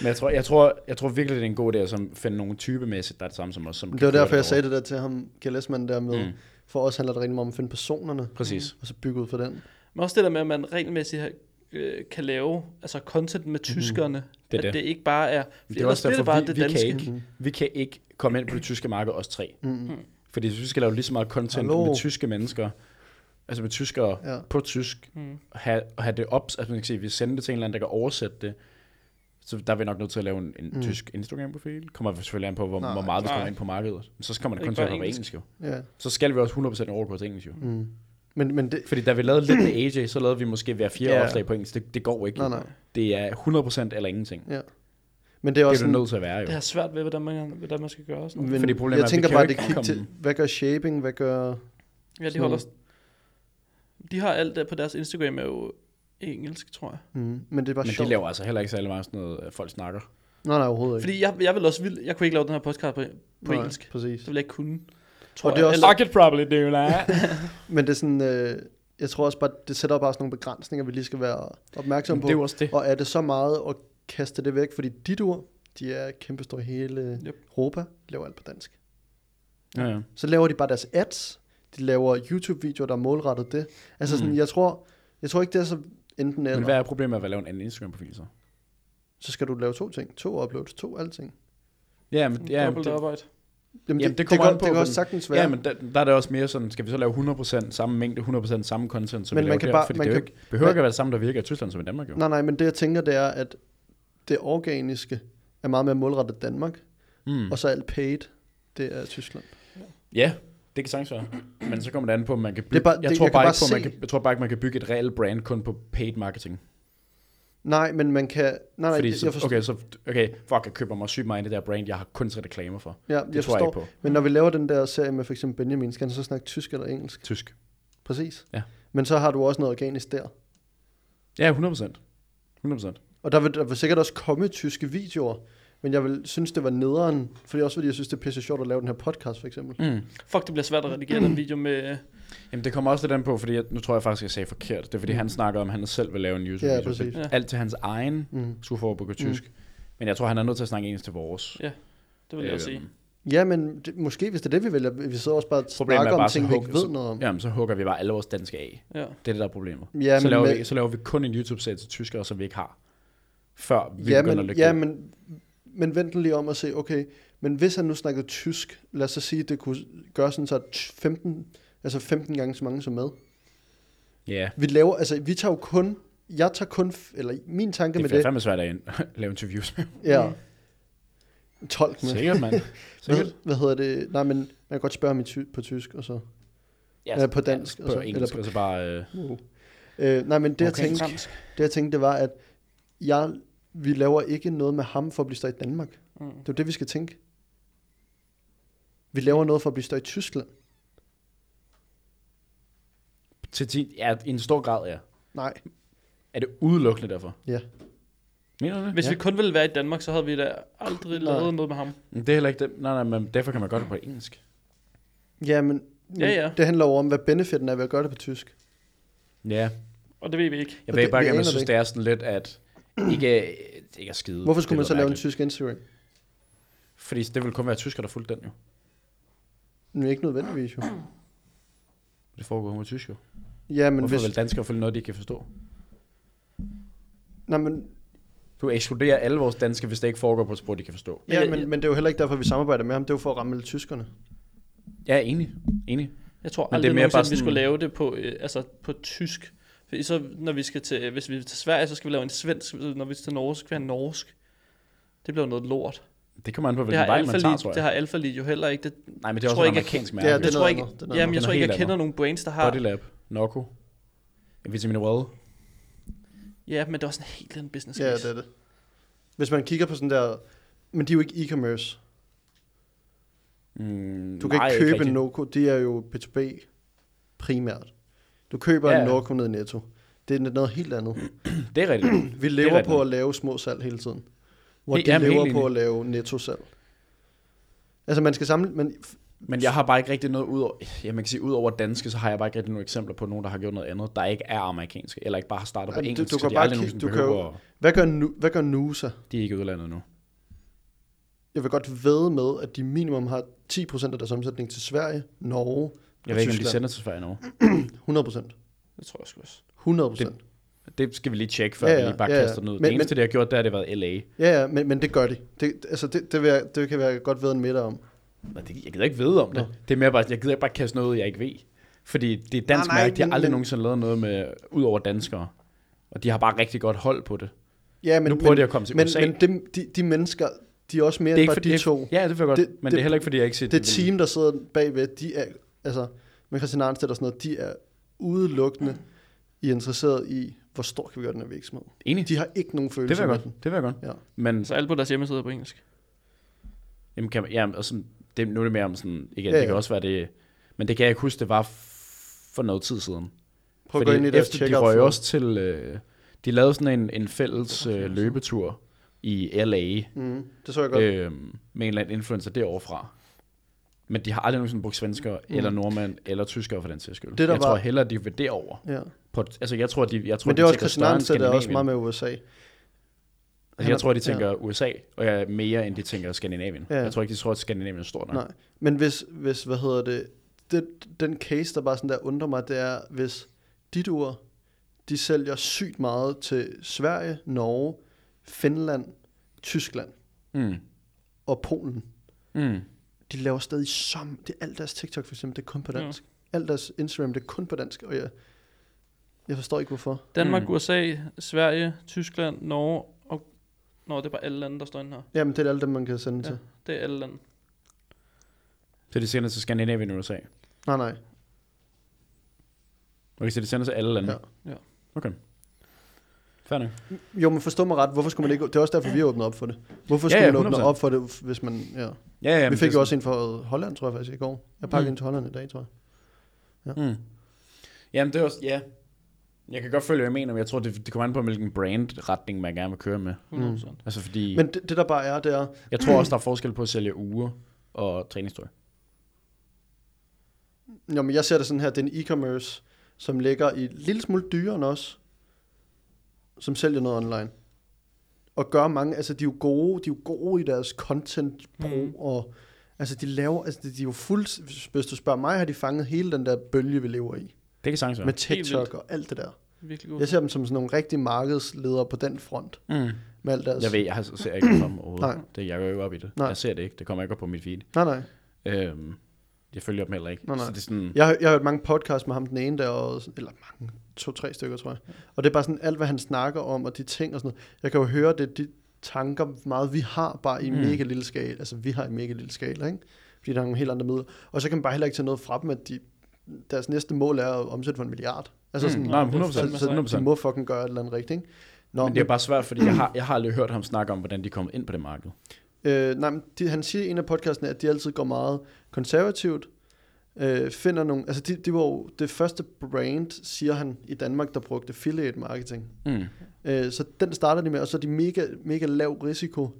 Speaker 2: Men jeg tror, jeg, tror, jeg tror virkelig, det er en god idé at sådan finde nogle typemæssigt, der er det samme som os. Som
Speaker 1: Det
Speaker 2: kan
Speaker 1: var
Speaker 2: køre
Speaker 1: derfor, jeg sagde
Speaker 2: derovre.
Speaker 1: det der til ham, Gillesman, der med, mm.
Speaker 2: Mm.
Speaker 1: for os handler det rigtig meget om at finde personerne,
Speaker 2: Præcis.
Speaker 1: og så bygge ud for den.
Speaker 3: Men også det der med, at man regelmæssigt har, øh, kan lave altså content med
Speaker 1: Mhm.
Speaker 3: tyskerne. Mm.
Speaker 2: Det er
Speaker 3: at
Speaker 2: det.
Speaker 3: det. ikke bare er...
Speaker 2: Det er også
Speaker 3: bliver
Speaker 2: derfor,
Speaker 3: bare
Speaker 2: vi,
Speaker 3: det
Speaker 2: vi,
Speaker 3: danske.
Speaker 2: kan ikke, vi kan ikke komme ind på det tyske marked, os tre.
Speaker 1: Mm.
Speaker 2: Fordi hvis vi skal lave lige så meget content
Speaker 1: Hallo.
Speaker 2: Hallo. med tyske mennesker, altså med tyskere
Speaker 1: Ja.
Speaker 2: ja. på tysk,
Speaker 3: Mm.
Speaker 2: og have, og have det op, altså man kan sige, vi sender det til en eller anden, der kan oversætte det, så der er vi nok nødt til at lave en, en
Speaker 1: Mm.
Speaker 2: mm. tysk Instagram-profil. Kommer selvfølgelig an på, hvor,
Speaker 1: Nej.
Speaker 2: hvor meget vi kommer
Speaker 3: Nej.
Speaker 2: ind på markedet. Men så kommer det kun
Speaker 3: Ikke
Speaker 2: til at
Speaker 3: bare
Speaker 2: være på engelsk
Speaker 3: engelsk.
Speaker 2: jo.
Speaker 1: Ja.
Speaker 2: Så skal vi også 100% overgå til engelsk jo. Mm.
Speaker 1: Mm. Men, men det,
Speaker 2: Fordi da vi lavede lidt med AJ, så lavede vi måske hver fjerde
Speaker 1: Ja.
Speaker 2: yeah. opslag på engelsk. Det, det går ikke.
Speaker 1: nej,
Speaker 2: jo.
Speaker 1: nej.
Speaker 2: Det er 100% eller ingenting. Det
Speaker 1: Ja. Men det er
Speaker 2: er du
Speaker 1: også sådan,
Speaker 2: nødt til at være jo.
Speaker 3: Det er svært ved, hvordan man, hvordan man skal gøre og sådan noget.
Speaker 1: men
Speaker 2: Fordi problemet
Speaker 1: jeg
Speaker 2: er, at vi
Speaker 1: tænker
Speaker 2: kan
Speaker 1: bare,
Speaker 2: jo
Speaker 1: det
Speaker 2: ikke
Speaker 1: kigge til,
Speaker 2: komme-
Speaker 1: hvad gør shaping, hvad gør...
Speaker 3: Ja, de
Speaker 1: sådan
Speaker 3: holder...
Speaker 1: noget.
Speaker 3: De har alt der på deres Instagram er jo engelsk, tror jeg.
Speaker 1: Mm. Men det er bare
Speaker 2: Men
Speaker 1: sjovt.
Speaker 2: det laver altså heller ikke særlig meget sådan noget, at folk snakker.
Speaker 1: Nej, nej, overhovedet ikke.
Speaker 3: Fordi jeg, jeg vil også vil, jeg kunne ikke lave den her podcast på, på
Speaker 1: nej,
Speaker 3: engelsk.
Speaker 1: Præcis.
Speaker 3: Det ville jeg ikke kunne. Tror
Speaker 1: det er også-
Speaker 3: Eller,
Speaker 2: could probably
Speaker 1: <laughs>
Speaker 2: do that.
Speaker 1: Men det er sådan, øh, jeg tror også bare, det sætter bare sådan nogle begrænsninger, vi lige skal være opmærksom
Speaker 2: det
Speaker 1: på.
Speaker 2: er jo også det.
Speaker 1: Og er det så meget at kaste det væk, fordi de dur, de er kæmpestore i hele
Speaker 3: Yep.
Speaker 1: Europa, laver alt på dansk.
Speaker 2: Ja, ja.
Speaker 1: Så laver de bare deres ads. De laver YouTube-videoer, der er målrettet det. Altså sådan,
Speaker 2: Mm.
Speaker 1: jeg tror, jeg tror ikke, det er så enten eller.
Speaker 2: Men hvad er problemet med at lave en anden Instagram-profil så?
Speaker 1: Så skal du lave to ting. To uploads, to alting.
Speaker 2: Ja, men, ja, men
Speaker 3: dobbelt
Speaker 2: det,
Speaker 3: arbejde.
Speaker 1: Jamen,
Speaker 2: Jamen,
Speaker 1: det,
Speaker 2: det
Speaker 1: det,
Speaker 2: kommer
Speaker 1: kan,
Speaker 2: an på,
Speaker 1: det kan også
Speaker 2: hvordan-
Speaker 1: sagtens være.
Speaker 2: Ja, men der, der er det også mere sådan, skal vi så lave 100% samme mængde, 100% samme content, som
Speaker 1: Men man
Speaker 2: vi laver
Speaker 1: kan
Speaker 2: der?
Speaker 1: bare-
Speaker 2: Fordi
Speaker 1: man
Speaker 2: det er jo
Speaker 1: kan-
Speaker 2: ikke, behøver
Speaker 1: man-
Speaker 2: ikke at være det samme, der virker i Tyskland som i Danmark, jo.
Speaker 1: Nej, nej, men det jeg tænker, det er, at det organiske er meget mere målrettet Danmark,
Speaker 2: Mm.
Speaker 1: og så alt paid, det er Tyskland.
Speaker 2: Ja, det kan sagtens være. Men så kommer det an på, om man kan
Speaker 1: Det
Speaker 2: bygge...
Speaker 1: er bare-
Speaker 2: jeg,
Speaker 1: det-
Speaker 2: tror
Speaker 1: jeg kan
Speaker 2: bare
Speaker 1: bare
Speaker 2: ikke på, man
Speaker 1: se-
Speaker 2: kan, jeg tror bare ikke, man kan bygge et reelt brand kun på paid marketing.
Speaker 1: Nej, men man kan... Nej, nej,
Speaker 2: Fordi
Speaker 1: jeg, jeg
Speaker 2: så,
Speaker 1: forstår.
Speaker 2: okay, så, okay, fuck, jeg køber mig sygt meget i det der brand, jeg har kun set reklamer for.
Speaker 1: ja,
Speaker 2: Det
Speaker 1: jeg
Speaker 2: tror
Speaker 1: forstår.
Speaker 2: jeg ikke på.
Speaker 1: Men når vi laver den der serie med for eksempel Benjamin, skal han så snakke tysk eller engelsk?
Speaker 2: Tysk.
Speaker 1: Præcis.
Speaker 2: Ja.
Speaker 1: Men så har du også noget organisk der.
Speaker 2: Ja, 100%. 100%.
Speaker 1: Og der vil, der vil sikkert også komme tyske videoer, Men jeg vil synes, det var nederen, fordi også fordi jeg synes, det er pisse sjovt at lave den her podcast, for eksempel.
Speaker 2: Mm.
Speaker 3: Fuck, det bliver svært at redigere den video med...
Speaker 2: Jamen, det kommer også lidt an på, fordi jeg, nu tror jeg faktisk, jeg sagde forkert. Det er, fordi han snakker om, at han selv vil lave en YouTube.
Speaker 1: Mm. Ja, præcis.
Speaker 3: Ja.
Speaker 2: Alt til hans egen
Speaker 1: Mm.
Speaker 2: skulle foregå på tysk. Men jeg tror, han er nødt til at snakke engelsk til vores.
Speaker 3: Ja, det vil jeg også
Speaker 2: Øhm,
Speaker 3: sige.
Speaker 1: Ja, men det, måske hvis det er det, vi vælger, vi sidder også bare og
Speaker 2: Problemet er
Speaker 1: snakker
Speaker 2: bare,
Speaker 1: om
Speaker 2: så
Speaker 1: ting, vi ikke
Speaker 2: hugger-
Speaker 1: ved noget om.
Speaker 2: Jamen, så hugger vi bare alle vores danske af.
Speaker 3: Ja.
Speaker 2: Det er det, der er problemet.
Speaker 1: Ja,
Speaker 2: så,
Speaker 1: men
Speaker 2: laver
Speaker 1: med-
Speaker 2: vi, så laver vi kun en YouTube-serie til tyskere, som vi ikke har. Før vi
Speaker 1: Ja,
Speaker 2: begynder at
Speaker 1: men,
Speaker 2: lægge
Speaker 1: ja
Speaker 2: det.
Speaker 1: men, men vent lige om og se, okay, men hvis han nu snakkede tysk, lad os så sige, at det kunne gøre sådan så at 15, altså 15 gange så mange som med.
Speaker 2: ja.
Speaker 1: Vi laver, altså vi tager jo kun, jeg tager kun, f- eller min tanke
Speaker 2: Det
Speaker 1: med
Speaker 2: er det.
Speaker 1: det,
Speaker 2: fandme svært at ind- <laughs> lave
Speaker 1: <laughs>
Speaker 2: interviews med.
Speaker 1: ja, tolk med.
Speaker 2: Sikkert, mand.
Speaker 1: Hvad,
Speaker 2: Sikkert.
Speaker 1: hvad hedder det? Nej, men man kan godt spørge ham i ty- på tysk, og så... Ja, på dansk,
Speaker 2: På
Speaker 1: og så-
Speaker 2: engelsk,
Speaker 1: eller på-
Speaker 2: og så bare... Øh,
Speaker 1: Wow. Øh, nej, men det, okay. jeg
Speaker 2: Okay.
Speaker 1: tænkte,
Speaker 3: Fransk.
Speaker 1: det jeg tænkte, det var, at jeg, vi laver ikke noget med ham for at blive større i Danmark.
Speaker 3: Mm.
Speaker 1: Det er jo det, vi skal tænke. Vi laver noget for at blive større i Tyskland.
Speaker 2: til ti, ja, i en stor grad, ja.
Speaker 1: Nej,
Speaker 2: Er det udelukkende derfor?
Speaker 1: ja.
Speaker 2: Mener du det?
Speaker 3: Hvis
Speaker 2: ja.
Speaker 3: vi kun ville være i Danmark, så havde vi da aldrig
Speaker 1: Nej.
Speaker 3: lavet noget med ham.
Speaker 2: Men Det er heller ikke det. Nej, nej, men derfor kan man godt det på engelsk.
Speaker 1: Ja, men, men
Speaker 3: Ja, ja.
Speaker 1: det handler jo om, hvad benefitten er ved at gøre det på tysk.
Speaker 2: Ja.
Speaker 3: Og det ved vi ikke.
Speaker 2: Jeg
Speaker 1: Og
Speaker 2: ved
Speaker 1: det-
Speaker 2: bare,
Speaker 1: vi
Speaker 2: ikke, om
Speaker 1: aner
Speaker 2: jeg synes,
Speaker 1: det
Speaker 2: det er sådan lidt, at ikke, ikke er skide.
Speaker 1: Hvorfor skulle
Speaker 2: Det
Speaker 1: man så
Speaker 2: lyder
Speaker 1: lave en
Speaker 2: mærkeligt.
Speaker 1: tysk Instagram?
Speaker 2: Fordi det ville kun være tysker, der fulgte den jo.
Speaker 1: Men ikke nødvendigvis jo.
Speaker 2: Det foregår jo med tysk jo.
Speaker 1: Ja, men
Speaker 2: Men Hvorfor
Speaker 1: hvis...
Speaker 2: hvis... vil danskere følge noget, de ikke kan forstå?
Speaker 1: Nej, men,
Speaker 2: Du ekskluderer alle vores danske, hvis det ikke foregår på et sprog, de kan forstå.
Speaker 1: ja,
Speaker 3: jeg-
Speaker 1: men,
Speaker 3: jeg-
Speaker 1: men det er jo heller ikke derfor, vi samarbejder med ham. Det er jo for at ramme alle tyskerne.
Speaker 2: Ja, enig. Enig.
Speaker 3: Jeg tror
Speaker 2: det er mere
Speaker 3: aldrig, nogensinde,
Speaker 2: bare
Speaker 3: vi
Speaker 2: sådan-
Speaker 3: skulle lave det på, øh, altså på tysk. Fordi så, når vi skal til, øh, hvis vi vil til Sverige, så skal vi lave en svensk. Når vi skal til Norge, så skal vi have en norsk. Det bliver jo noget lort.
Speaker 2: Det kommer an på,
Speaker 3: Det
Speaker 2: hvilken
Speaker 3: har,
Speaker 2: vej man
Speaker 3: Alpha
Speaker 2: tager,
Speaker 3: Lead,
Speaker 2: tror
Speaker 3: det
Speaker 2: jeg.
Speaker 3: har Alpha Lead jo heller ikke. Det,
Speaker 2: Nej, men det er
Speaker 3: tror
Speaker 2: også en
Speaker 3: ikke, jeg
Speaker 2: amerikansk
Speaker 1: Ja,
Speaker 2: mærke.
Speaker 1: det
Speaker 3: jeg
Speaker 1: er
Speaker 3: tror
Speaker 1: noget
Speaker 3: ikke,
Speaker 1: andet. Det er noget
Speaker 3: jamen, jeg
Speaker 2: andet. Den
Speaker 3: tror
Speaker 2: er
Speaker 3: ikke, jeg
Speaker 2: helt
Speaker 3: kender
Speaker 2: andet.
Speaker 3: nogen brains, der har...
Speaker 2: Bodylab, Noko, Vitamin Well.
Speaker 3: Ja, men det er også en helt anden business
Speaker 1: Ja,
Speaker 3: case.
Speaker 1: det er det. Hvis man kigger på sådan der... Men de er jo ikke e-commerce.
Speaker 2: Mm,
Speaker 1: Du kan
Speaker 2: nej,
Speaker 1: nej, ikke købe
Speaker 2: rigtig.
Speaker 1: en Noco. Det er jo B2B primært. Du køber
Speaker 2: Ja.
Speaker 1: ja. en Noco ned i Netto. Det er noget helt andet.
Speaker 2: Det er rigtigt.
Speaker 1: Vi lever
Speaker 2: rigtigt.
Speaker 1: på at lave små salg hele tiden. Hvor
Speaker 2: Helt-
Speaker 1: de
Speaker 2: jamen,
Speaker 1: lever
Speaker 2: helt
Speaker 1: på
Speaker 2: enig.
Speaker 1: at lave netto-salg. Altså man skal samle... Men f-
Speaker 2: Men jeg har bare ikke rigtig noget ud over, ja, man kan sige, ud over danske, så har jeg bare ikke rigtig nogle eksempler på nogen, der har gjort noget andet, der ikke er amerikanske, eller ikke bare har startet på
Speaker 1: Jamen, du-
Speaker 2: engelsk,
Speaker 1: du
Speaker 2: så
Speaker 1: kan
Speaker 2: de
Speaker 1: bare
Speaker 2: aldrig
Speaker 1: kigge-
Speaker 2: nogensinde
Speaker 1: du kan jo-
Speaker 2: behøver,
Speaker 1: hvad gør, nu, hvad gør Nusa?
Speaker 2: de er ikke i udlandet nu.
Speaker 1: Jeg vil godt ved med, at de minimum har 10% af deres omsætning til Sverige, Norge
Speaker 2: Jeg
Speaker 1: og
Speaker 2: ved ikke, om de
Speaker 1: Tyskland.
Speaker 2: sender til Sverige nu.
Speaker 1: 100%.
Speaker 3: Det tror jeg sgu også.
Speaker 1: 100%.
Speaker 2: Det- Det skal vi lige tjekke, før
Speaker 1: Ja,
Speaker 2: ja,
Speaker 1: ja,
Speaker 2: vi lige bare
Speaker 1: ja, ja.
Speaker 2: kaster den ud.
Speaker 1: Men-
Speaker 2: det eneste, de har gjort, det har det været LA.
Speaker 1: Ja, ja, men, men det gør de. Det, altså, det, det, vil jeg, det kan jeg godt ved en middag om.
Speaker 2: Nå, det, jeg gider ikke vide om det.
Speaker 1: Nå.
Speaker 2: Det er mere bare, jeg gider ikke bare kaste noget, ud, jeg ikke ved. Fordi det er et dansk
Speaker 1: Nej, nej,
Speaker 2: mærke, de har
Speaker 1: men-
Speaker 2: aldrig
Speaker 1: men-
Speaker 2: nogensinde lavet noget med, ud over danskere. Og de har bare rigtig godt hold på det.
Speaker 1: Ja, men,
Speaker 2: Nu prøver
Speaker 1: men,
Speaker 2: de at komme til
Speaker 1: men,
Speaker 2: USA.
Speaker 1: Men dem, de, de mennesker, de er også mere
Speaker 2: det er
Speaker 1: end
Speaker 2: ikke
Speaker 1: bare
Speaker 2: fordi,
Speaker 1: de to.
Speaker 2: Ja, det vil jeg godt.
Speaker 1: Det-
Speaker 2: Det,
Speaker 1: det-
Speaker 2: men det, det, er heller ikke, fordi jeg ikke set
Speaker 1: Det
Speaker 2: ville-
Speaker 1: team, der sidder bagved, de er, altså med Christian Arnstedt og sådan noget, de er udelukkende i interesseret i, hvor stor kan vi gøre den her virksomhed.
Speaker 2: Enig.
Speaker 1: De har ikke nogen
Speaker 2: Det vil
Speaker 1: følelse
Speaker 2: jeg
Speaker 1: med
Speaker 2: godt.
Speaker 1: den.
Speaker 2: Det vil jeg godt.
Speaker 1: Ja.
Speaker 2: Men
Speaker 3: Så alt Altså, på deres hjemmeside er på engelsk.
Speaker 2: Jamen, kan man, ja, og sådan, det, nu er det mere om sådan, igen,
Speaker 1: Ja,
Speaker 2: ja,
Speaker 1: ja.
Speaker 2: det kan også være det, men det kan jeg ikke huske, det var f- for noget tid siden.
Speaker 1: Prøv at gå ind i deres
Speaker 2: efter, de
Speaker 1: checkout.
Speaker 2: røg
Speaker 1: flow.
Speaker 2: også til, øh, de lavede sådan en, en fælles øh, løbetur i LA
Speaker 1: Mm, det så jeg godt. Øh,
Speaker 2: øh, med en eller anden influencer deroverfra. Men de har aldrig nogensinde brugt svenskere, mm. eller nordmænd, eller tyskere for den sags skyld.
Speaker 1: Det, der
Speaker 2: jeg
Speaker 1: var-
Speaker 2: tror hellere, de vil derover.
Speaker 1: ja.
Speaker 2: På, et- altså, jeg tror, de, jeg tror,
Speaker 1: Men det
Speaker 2: de
Speaker 1: er også
Speaker 2: tænker
Speaker 1: Christian
Speaker 2: større end
Speaker 1: Arnstedt, der er også
Speaker 2: Skandinavien.
Speaker 1: meget med USA.
Speaker 2: Altså,
Speaker 1: Han
Speaker 2: jeg
Speaker 1: er-
Speaker 2: tror, de
Speaker 1: ja.
Speaker 2: tænker USA, og jeg er mere, end de tænker Skandinavien.
Speaker 1: Ja.
Speaker 2: Jeg tror ikke, de tror, at Skandinavien er stort nok.
Speaker 1: Nej. Men hvis, hvis hvad hedder det, det, den case, der bare sådan der undrer mig, det er, hvis dit ord, de sælger sygt meget til Sverige, Norge, Finland, Tyskland
Speaker 2: Mm.
Speaker 1: og Polen.
Speaker 2: Mm.
Speaker 1: De laver stadig som, det er alt deres TikTok for eksempel, det er kun på
Speaker 3: Ja.
Speaker 1: dansk. Ja. Alt deres Instagram, det er kun på dansk, og jeg, jeg forstår ikke hvorfor.
Speaker 3: Danmark,
Speaker 2: Mm.
Speaker 3: mm. USA, Sverige, Tyskland, Norge og... Nå, det er bare alle lande, der står inde her.
Speaker 1: Jamen, det er alle dem, man kan sende ja.
Speaker 3: Ja.
Speaker 1: til.
Speaker 3: Det er alle lande.
Speaker 2: Så de sender til Skandinavien og USA.
Speaker 1: Nej, nej.
Speaker 2: Okay, så de sender til alle lande.
Speaker 1: Ja.
Speaker 3: Ja.
Speaker 2: Okay. Fair nok.
Speaker 1: Jo, men forstå mig ret, hvorfor skulle man ikke, det er også derfor, vi har åbnet op for det. Hvorfor
Speaker 2: Ja,
Speaker 1: skulle
Speaker 2: ja,
Speaker 1: man åbne
Speaker 2: 100%.
Speaker 1: op for det, hvis man, ja.
Speaker 2: Ja, ja,
Speaker 1: Jamen,
Speaker 2: men
Speaker 1: vi fik
Speaker 2: det
Speaker 1: jo
Speaker 2: er
Speaker 1: også en fra Holland, tror jeg faktisk, i går. Jeg pakkede
Speaker 2: Mm.
Speaker 1: mm. ind til Holland i dag, tror jeg.
Speaker 2: sådan- Mm. Jamen, det er også... Ja. Jeg kan godt følge, hvad jeg mener, men jeg tror, det, det kommer an på, hvilken brandretning man gerne vil køre med.
Speaker 3: 100%. Mm.
Speaker 2: Altså fordi, men,
Speaker 1: Men det, det der bare er, det er,
Speaker 2: jeg tror også, der er forskel på at sælge uger og træningstøj.
Speaker 1: jamen, jeg ser det sådan her, det er en e-commerce, som ligger i en lille smule dyrere end os, som sælger noget online. Og gør mange, altså de er jo gode, de er jo gode i deres content brug, mm. og altså de laver, altså de de er jo fuldt, hvis du spørger mig, har de fanget hele den der bølge, vi lever i.
Speaker 2: Det kan sagtens
Speaker 1: Ja.
Speaker 2: være.
Speaker 1: Med
Speaker 3: Helt vildt.
Speaker 1: TikTok og alt det der.
Speaker 3: Virkelig god.
Speaker 1: Jeg ser dem som sådan nogle rigtige markedsledere på den front.
Speaker 2: mm.
Speaker 1: Med alt deres...
Speaker 2: Jeg ved, jeg har- ser ikke det overhovedet.
Speaker 1: Nej.
Speaker 2: Det, jeg går jo ikke op i det.
Speaker 1: Nej.
Speaker 2: Nej. Jeg ser det ikke. Det kommer ikke op på mit feed.
Speaker 1: Nej, nej.
Speaker 2: Øhm, jeg følger dem heller ikke.
Speaker 1: Nej, nej.
Speaker 2: Så det er sådan,
Speaker 1: Jeg, har- jeg har hørt mange podcasts med ham, den ene der, og, eller mange, to-tre stykker, tror jeg. Og det er bare sådan alt, hvad han snakker om, og de ting og sådan noget. Jeg kan jo høre, det er de tanker meget, vi har bare i mm.
Speaker 2: Mm.
Speaker 1: mega lille skala. Altså, vi har i mega lille skala, ikke? Fordi der er nogle helt andre midler. Og så kan man bare heller ikke tage noget fra dem, at de, deres næste mål er at omsætte for en milliard. Altså
Speaker 2: Mm.
Speaker 1: sådan,
Speaker 2: Nej, men
Speaker 1: så,
Speaker 2: 100%,
Speaker 1: så, så de
Speaker 2: 100%.
Speaker 1: må fucking gøre et eller andet rigtigt, ikke? Nå,
Speaker 2: men det er bare svært, fordi jeg har, jeg har aldrig hørt ham snakke om, hvordan de kom ind på det marked.
Speaker 1: Øh, nej, men de, han siger i en af podcastene, at de altid går meget konservativt. Øh, finder nogle, altså de, de var jo det første brand, siger han, i Danmark, der brugte affiliate marketing.
Speaker 2: Mm.
Speaker 1: Øh, så den starter de med, og så er de mega, mega lav risiko.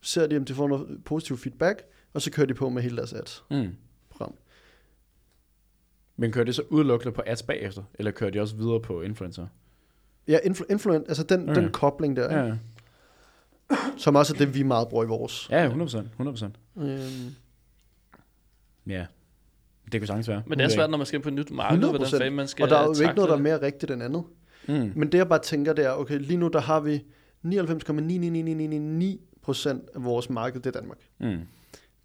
Speaker 1: Ser de, om de får noget positiv feedback, og så kører de på med hele deres ads
Speaker 2: Mm.
Speaker 1: program.
Speaker 2: Men kører det så udelukkende på ads bagefter, eller kører de også videre på influencer?
Speaker 1: Ja, influ- influent, altså den,
Speaker 2: Okay.
Speaker 1: den kobling der, ja.
Speaker 2: Ja,
Speaker 1: som også er det, vi meget bruger i vores.
Speaker 2: ja 100%. 100%.
Speaker 1: Øhm,
Speaker 2: Ja. Det kunne sagtens være.
Speaker 3: Men det er
Speaker 2: Okay.
Speaker 3: svært, når man skal på et nyt marked, hvordan
Speaker 1: 100%.
Speaker 3: fanden man skal
Speaker 1: Mm. og der er jo ikke
Speaker 3: takle
Speaker 1: noget, der er
Speaker 3: det.
Speaker 1: mere rigtigt end andet.
Speaker 2: Mm.
Speaker 1: Men det jeg bare tænker, det er, okay, lige nu der har vi 99,99999% af vores marked, det er Danmark.
Speaker 2: Mm.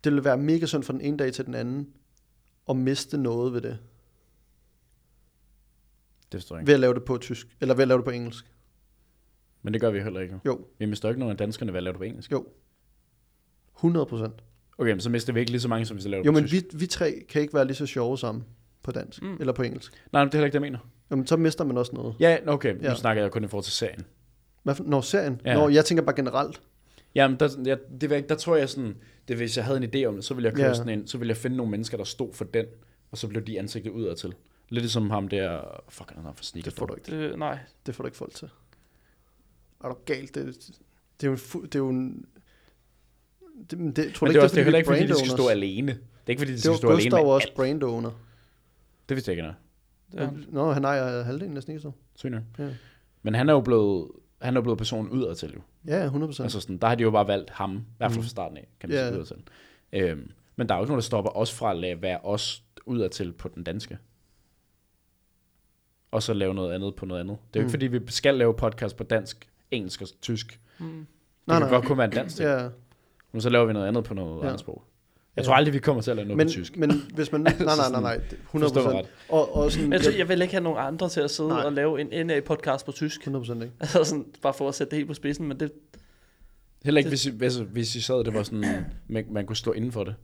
Speaker 1: Det vil være mega sundt fra den ene dag til den anden at miste noget ved det.
Speaker 2: Det forstår jeg ikke.
Speaker 1: Ved at lave det på tysk, eller ved at lave det på engelsk.
Speaker 2: Men det gør vi heller ikke nu.
Speaker 1: Jo,
Speaker 2: Vi mister jo ikke nogen af danskerne, hvad laver du på engelsk?
Speaker 1: jo. 100 procent.
Speaker 2: Okay, men så mister vi ikke lige så mange, som hvis vi laver
Speaker 1: Jo,
Speaker 2: det på
Speaker 1: men
Speaker 2: tysk.
Speaker 1: vi, vi tre kan ikke være lige så sjove sammen på dansk mm.
Speaker 3: Mm.
Speaker 1: eller på engelsk.
Speaker 2: Nej, men det er heller ikke det, jeg mener.
Speaker 1: Jamen, så mister man også noget.
Speaker 2: Ja, okay, nu
Speaker 1: Ja.
Speaker 2: snakker jeg kun i forhold til serien.
Speaker 1: Hvad for, når serien? Ja.
Speaker 2: Ja.
Speaker 1: Når, jeg tænker bare generelt.
Speaker 2: Jamen, der, jeg, det ved jeg, ikke, der tror jeg sådan, det, hvis jeg havde en idé om det, så ville jeg køre
Speaker 1: Ja.
Speaker 2: ja. sådan en, så ville jeg finde nogle mennesker, der stod for den, og så blev de ansigtet udad til. Lidt ligesom ham der, fuck, han har for sneaker.
Speaker 1: Det får du ikke.
Speaker 3: Det, nej,
Speaker 1: Det får du ikke folk til. Er du galt? Det, det er jo en... Fu- det er jo en det, men det, tror
Speaker 2: Men
Speaker 1: du
Speaker 2: det er, også,
Speaker 1: fordi
Speaker 2: det er heller
Speaker 1: vi
Speaker 2: ikke, fordi de skal
Speaker 1: brand
Speaker 2: stå
Speaker 1: owners?
Speaker 2: alene. Det er ikke, fordi de
Speaker 1: Det
Speaker 2: skal
Speaker 1: var
Speaker 2: stå alene.
Speaker 1: Gustav
Speaker 2: med
Speaker 1: også
Speaker 2: alt.
Speaker 1: brand owner.
Speaker 2: Det vidste jeg ikke, nej.
Speaker 3: det er han.
Speaker 1: Nå, han ejer halvdelen af Sneakerstore.
Speaker 2: Sygt nok.
Speaker 1: Ja.
Speaker 2: Men han er jo blevet, han er blevet personen udad til, jo.
Speaker 1: Ja, ja, 100 procent.
Speaker 2: Altså sådan, der har de jo bare valgt ham, i hvert fald fra starten af, kan man
Speaker 1: Ja.
Speaker 2: sige udad til. Øhm, men der er jo ikke nogen, der stopper os fra at lade være os udad til på den danske. Og så lave noget andet på noget andet. Det er jo ikke,
Speaker 1: Mm.
Speaker 2: fordi vi skal lave podcast på dansk, engelsk og tysk. Det
Speaker 1: nej,
Speaker 2: kan
Speaker 1: nej.
Speaker 2: godt kun være en dansk ting.
Speaker 1: Ja.
Speaker 2: Men så laver vi noget andet på noget
Speaker 1: Ja.
Speaker 2: andet sprog. Jeg
Speaker 1: Ja.
Speaker 2: tror aldrig, vi kommer til at lave noget
Speaker 1: Men,
Speaker 2: på tysk.
Speaker 1: men hvis
Speaker 2: <laughs>
Speaker 1: man... Nej, nej, nej, nej. 100
Speaker 2: Forstår mig Altså,
Speaker 1: procent. Og, og sådan,
Speaker 3: Men jeg, tænker, jeg vil ikke have nogen andre til at sidde
Speaker 1: Nej.
Speaker 3: Nej. og lave en NA-podcast på tysk.
Speaker 1: 100 procent ikke.
Speaker 3: <laughs> Altså sådan, bare for at sætte det helt på spidsen, men det,
Speaker 2: Heller ikke, hvis I, hvis, hvis I sad, og det var sådan, man, man kunne stå inden for det.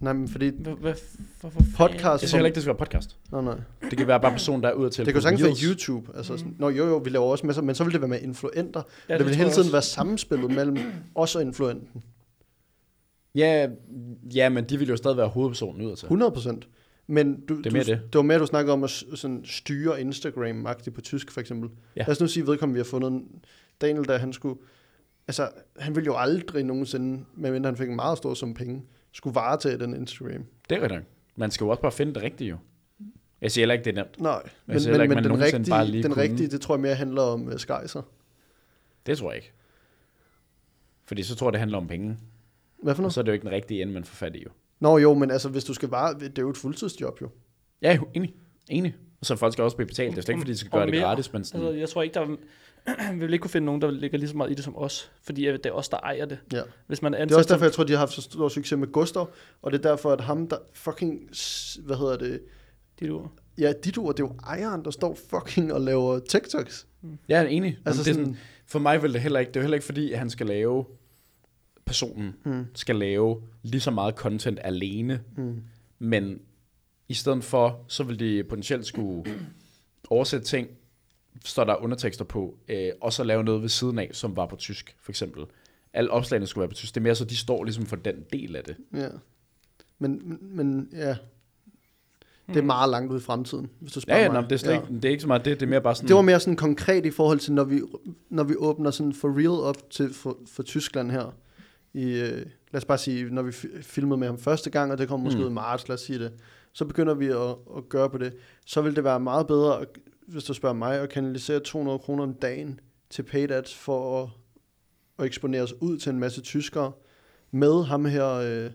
Speaker 1: Nej, men fordi...
Speaker 3: hvad, hvad, for, for
Speaker 1: Podcast...
Speaker 2: Jeg siger heller ikke, det skal være podcast.
Speaker 1: Nå, nej.
Speaker 2: Det kan være bare personen, der er ude til.
Speaker 1: Det kunne sagtens være
Speaker 2: Reels.
Speaker 1: YouTube. Altså, sådan, nå, jo, jo, vi laver også masser, men så ville det være med influenter. Ja, det,
Speaker 3: det
Speaker 1: ville
Speaker 3: tror
Speaker 1: hele
Speaker 3: jeg
Speaker 1: tiden
Speaker 3: også.
Speaker 1: være sammenspillet mellem os og influenten.
Speaker 2: Ja, ja, men de vil jo stadig være hovedpersonen udad til.
Speaker 1: 100 procent. Men du, det,
Speaker 2: er
Speaker 1: du,
Speaker 2: mere det.
Speaker 1: det var mere, du snakker om at s- sådan styre Instagram-magtigt på tysk, for eksempel. Ja.
Speaker 2: Ja.
Speaker 1: Lad os nu sige, vedkommende, vi har fundet en- Daniel, da han skulle... Altså, han ville jo aldrig nogensinde, medmindre han fik en meget stor sum penge, skulle varetage den Instagram.
Speaker 2: Det er rigtigt. nok. Man skal jo også bare finde det rigtige jo. Jeg siger heller ikke, det er nemt.
Speaker 1: Nej, men,
Speaker 2: siger
Speaker 1: men, men,
Speaker 2: heller ikke, man
Speaker 1: den,
Speaker 2: nogensinde bare
Speaker 1: rigtige,
Speaker 2: lige
Speaker 1: den
Speaker 2: kunne.
Speaker 1: rigtige, det tror jeg mere handler om uh, skejser.
Speaker 2: Det tror jeg ikke. Fordi så tror jeg, det handler om penge.
Speaker 1: Hvad for
Speaker 2: Og
Speaker 1: noget?
Speaker 2: så er det jo ikke den rigtige ende, man får fat i jo.
Speaker 1: Nå jo, men altså, hvis du skal vare, det er jo et fuldtidsjob jo.
Speaker 2: Ja, jo, enig. Enig. Og så folk skal også blive betalt. Det er jo slet ikke, fordi de skal gøre
Speaker 3: Og
Speaker 2: det
Speaker 3: mere.
Speaker 2: gratis, men
Speaker 3: Altså,
Speaker 2: sådan...
Speaker 3: jeg tror ikke, der <clears throat> vi vil ikke kunne finde nogen, der ligger lige så meget i det som os, fordi at det er os, der ejer det.
Speaker 1: Ja.
Speaker 3: Hvis man er
Speaker 1: Det er også
Speaker 3: ansat,
Speaker 1: derfor, jeg tror, de har haft så stor succes med Gustav, og det er derfor, at ham, der fucking, s- hvad hedder det,
Speaker 3: dit ord.
Speaker 1: ja, dit ord, det er jo ejeren, der står fucking og laver TikToks.
Speaker 2: Jeg er enig.
Speaker 1: Altså
Speaker 2: Altså, det er sådan,
Speaker 1: sådan-
Speaker 2: for mig vil det heller ikke... Det er jo heller ikke, fordi han skal lave... Personen mm. skal lave lige så meget content alene. Mm. Men i stedet for, så vil de potentielt skulle oversætte ting, står der undertekster på, øh, og så lave noget ved siden af, som var på tysk, for eksempel. Alle opslagene skulle være på tysk. Det er mere så, de står ligesom for den del af det.
Speaker 1: Ja. Men, men, men ja. Det er meget langt ud i fremtiden, hvis du spørger
Speaker 2: Mm. Ja, ja, nå,
Speaker 1: mig.
Speaker 2: men det, er slet ikke, det er ikke så meget det, det er mere bare sådan...
Speaker 1: Det var mere sådan konkret i forhold til, når vi, når vi åbner sådan for real op til for, for Tyskland her. I, øh, lad os bare sige, når vi fi- filmede med ham første gang, og det kommer måske
Speaker 2: Mm.
Speaker 1: ud i marts, lad os sige det. Så begynder vi at, at gøre på det. Så vil det være meget bedre, at- hvis du spørger mig, at kanalisere 200 kroner om dagen til paid ads for at, at eksponere os ud til en masse tyskere med ham her, øh,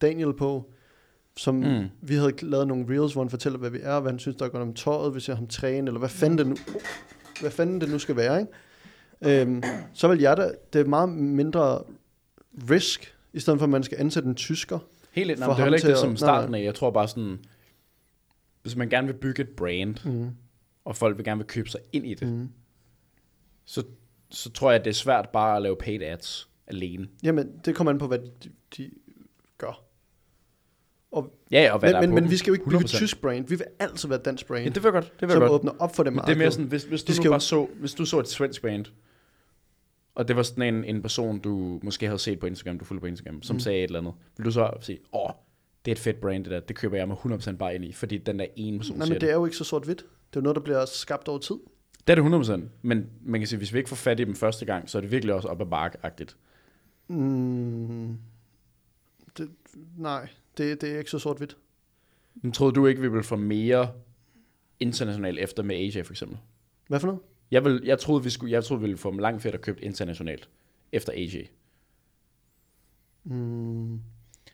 Speaker 1: Daniel på, som
Speaker 2: Mm.
Speaker 1: mm. vi havde lavet nogle reels, hvor han fortæller, hvad vi er, og hvad han synes, der er godt om tøjet, hvis jeg ham træne, eller hvad fanden det nu, hvad fanden det nu skal være, ikke? Øhm, så vil jeg da, det er meget mindre risk, i stedet for at man skal ansætte en tysker.
Speaker 2: Helt ind,
Speaker 1: for
Speaker 2: nej, det
Speaker 1: ham
Speaker 2: er heller ikke
Speaker 1: til
Speaker 2: det
Speaker 1: at-
Speaker 2: som
Speaker 1: nej,
Speaker 2: starten af. Jeg tror bare sådan, hvis man gerne vil bygge et brand,
Speaker 1: Mm.
Speaker 2: og folk vil gerne vil købe sig ind i det,
Speaker 1: Mm.
Speaker 2: så, så tror jeg, at det er svært bare at lave paid ads alene.
Speaker 1: Jamen, det kommer an på, hvad de, de gør.
Speaker 2: Ja, ja, og hvad
Speaker 1: Men,
Speaker 2: der er
Speaker 1: men,
Speaker 2: på
Speaker 1: men
Speaker 2: dem.
Speaker 1: vi skal jo ikke bygge
Speaker 2: 100%.
Speaker 1: et tysk brand. Vi vil altid være et dansk brand,
Speaker 2: Ja, det vil jeg godt. Det vil jeg
Speaker 1: som
Speaker 2: godt.
Speaker 1: åbner op for det
Speaker 2: Men
Speaker 1: marked.
Speaker 2: det er mere sådan, hvis, hvis du
Speaker 1: De skal
Speaker 2: nu
Speaker 1: jo-
Speaker 2: bare så, hvis du så et svensk band, og det var sådan en, en person, du måske havde set på Instagram, du fulgte på Instagram, som mm. sagde et eller andet, vil du så sige, åh, det er et fedt brand, det der, det køber jeg mig 100% bare ind i, fordi den der ene person
Speaker 1: Nej,
Speaker 2: siger
Speaker 1: men det
Speaker 2: det.
Speaker 1: er jo ikke så sort-hvidt. Det er jo noget, der bliver skabt over tid.
Speaker 2: Det er det 100%, men man kan sige, hvis vi ikke får fat i dem første gang, så er det virkelig også op ad mark-agtigt.
Speaker 1: Mm. Det, nej, det, det er ikke så sort-hvidt.
Speaker 2: Men troede du ikke, vi ville få mere internationalt efter med Asia for eksempel?
Speaker 1: Hvad for noget?
Speaker 2: Jeg, vil, jeg, troede, vi skulle, jeg troede, vi ville få dem langt fedt og købt internationalt efter Asia.
Speaker 1: Mm.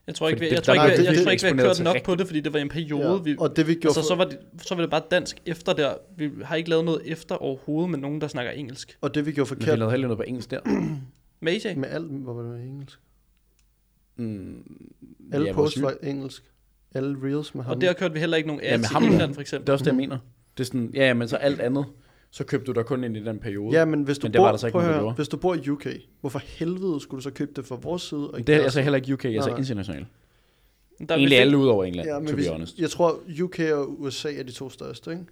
Speaker 3: Jeg tror ikke,
Speaker 2: Fordi
Speaker 3: vi-
Speaker 2: det-
Speaker 3: jeg tror
Speaker 2: der
Speaker 3: ikke,
Speaker 1: er-
Speaker 3: jeg,
Speaker 1: det-
Speaker 3: jeg,
Speaker 1: det
Speaker 3: tror ikke, vi har
Speaker 2: eksponeret
Speaker 3: kørt
Speaker 2: til
Speaker 3: nok
Speaker 2: rigtig-
Speaker 3: på det, fordi det var en periode,
Speaker 1: Ja,
Speaker 3: vi...
Speaker 1: og det vi gjorde
Speaker 3: Altså, så var, det, så var det bare dansk efter der. Vi har ikke lavet noget efter overhovedet med nogen, der snakker engelsk.
Speaker 1: Og det vi gjorde
Speaker 2: Men vi
Speaker 1: forkert
Speaker 2: lavede heller noget på engelsk der.
Speaker 3: Med AJ?
Speaker 1: med alt, hvor var det med engelsk?
Speaker 2: Mm,
Speaker 1: Alle
Speaker 2: ja,
Speaker 1: ja,
Speaker 2: vores
Speaker 1: posts var engelsk. Alle reels med ham.
Speaker 3: Og der kørte vi heller ikke nogen
Speaker 2: Ja,
Speaker 3: ads
Speaker 2: med
Speaker 3: ja,
Speaker 2: ham.
Speaker 3: i England, for
Speaker 2: Det er
Speaker 3: eksempel.
Speaker 2: også det, jeg mener. Det er sådan, ja, ja, men så alt andet, så købte du dig kun ind i den periode.
Speaker 1: Ja, men hvis du,
Speaker 2: Men det
Speaker 1: bor,
Speaker 2: var der så ikke
Speaker 1: prøv at
Speaker 2: nogen, der
Speaker 1: høre,
Speaker 2: gjorde.
Speaker 1: hvis du bor i UK, hvorfor helvede skulle du så købe det fra vores side? Og
Speaker 2: men
Speaker 1: ikke
Speaker 2: det, er- altså jeg
Speaker 1: deres?
Speaker 2: sagde heller ikke UK, jeg
Speaker 1: Nej,
Speaker 2: sagde
Speaker 1: nej.
Speaker 2: international.
Speaker 3: Der, vi
Speaker 2: Egentlig
Speaker 3: fik-
Speaker 2: alle ud over England, ja,
Speaker 1: ja,
Speaker 2: to
Speaker 1: men
Speaker 2: be
Speaker 1: hvis,
Speaker 2: honest.
Speaker 1: jeg tror, UK og USA er de to største, ikke?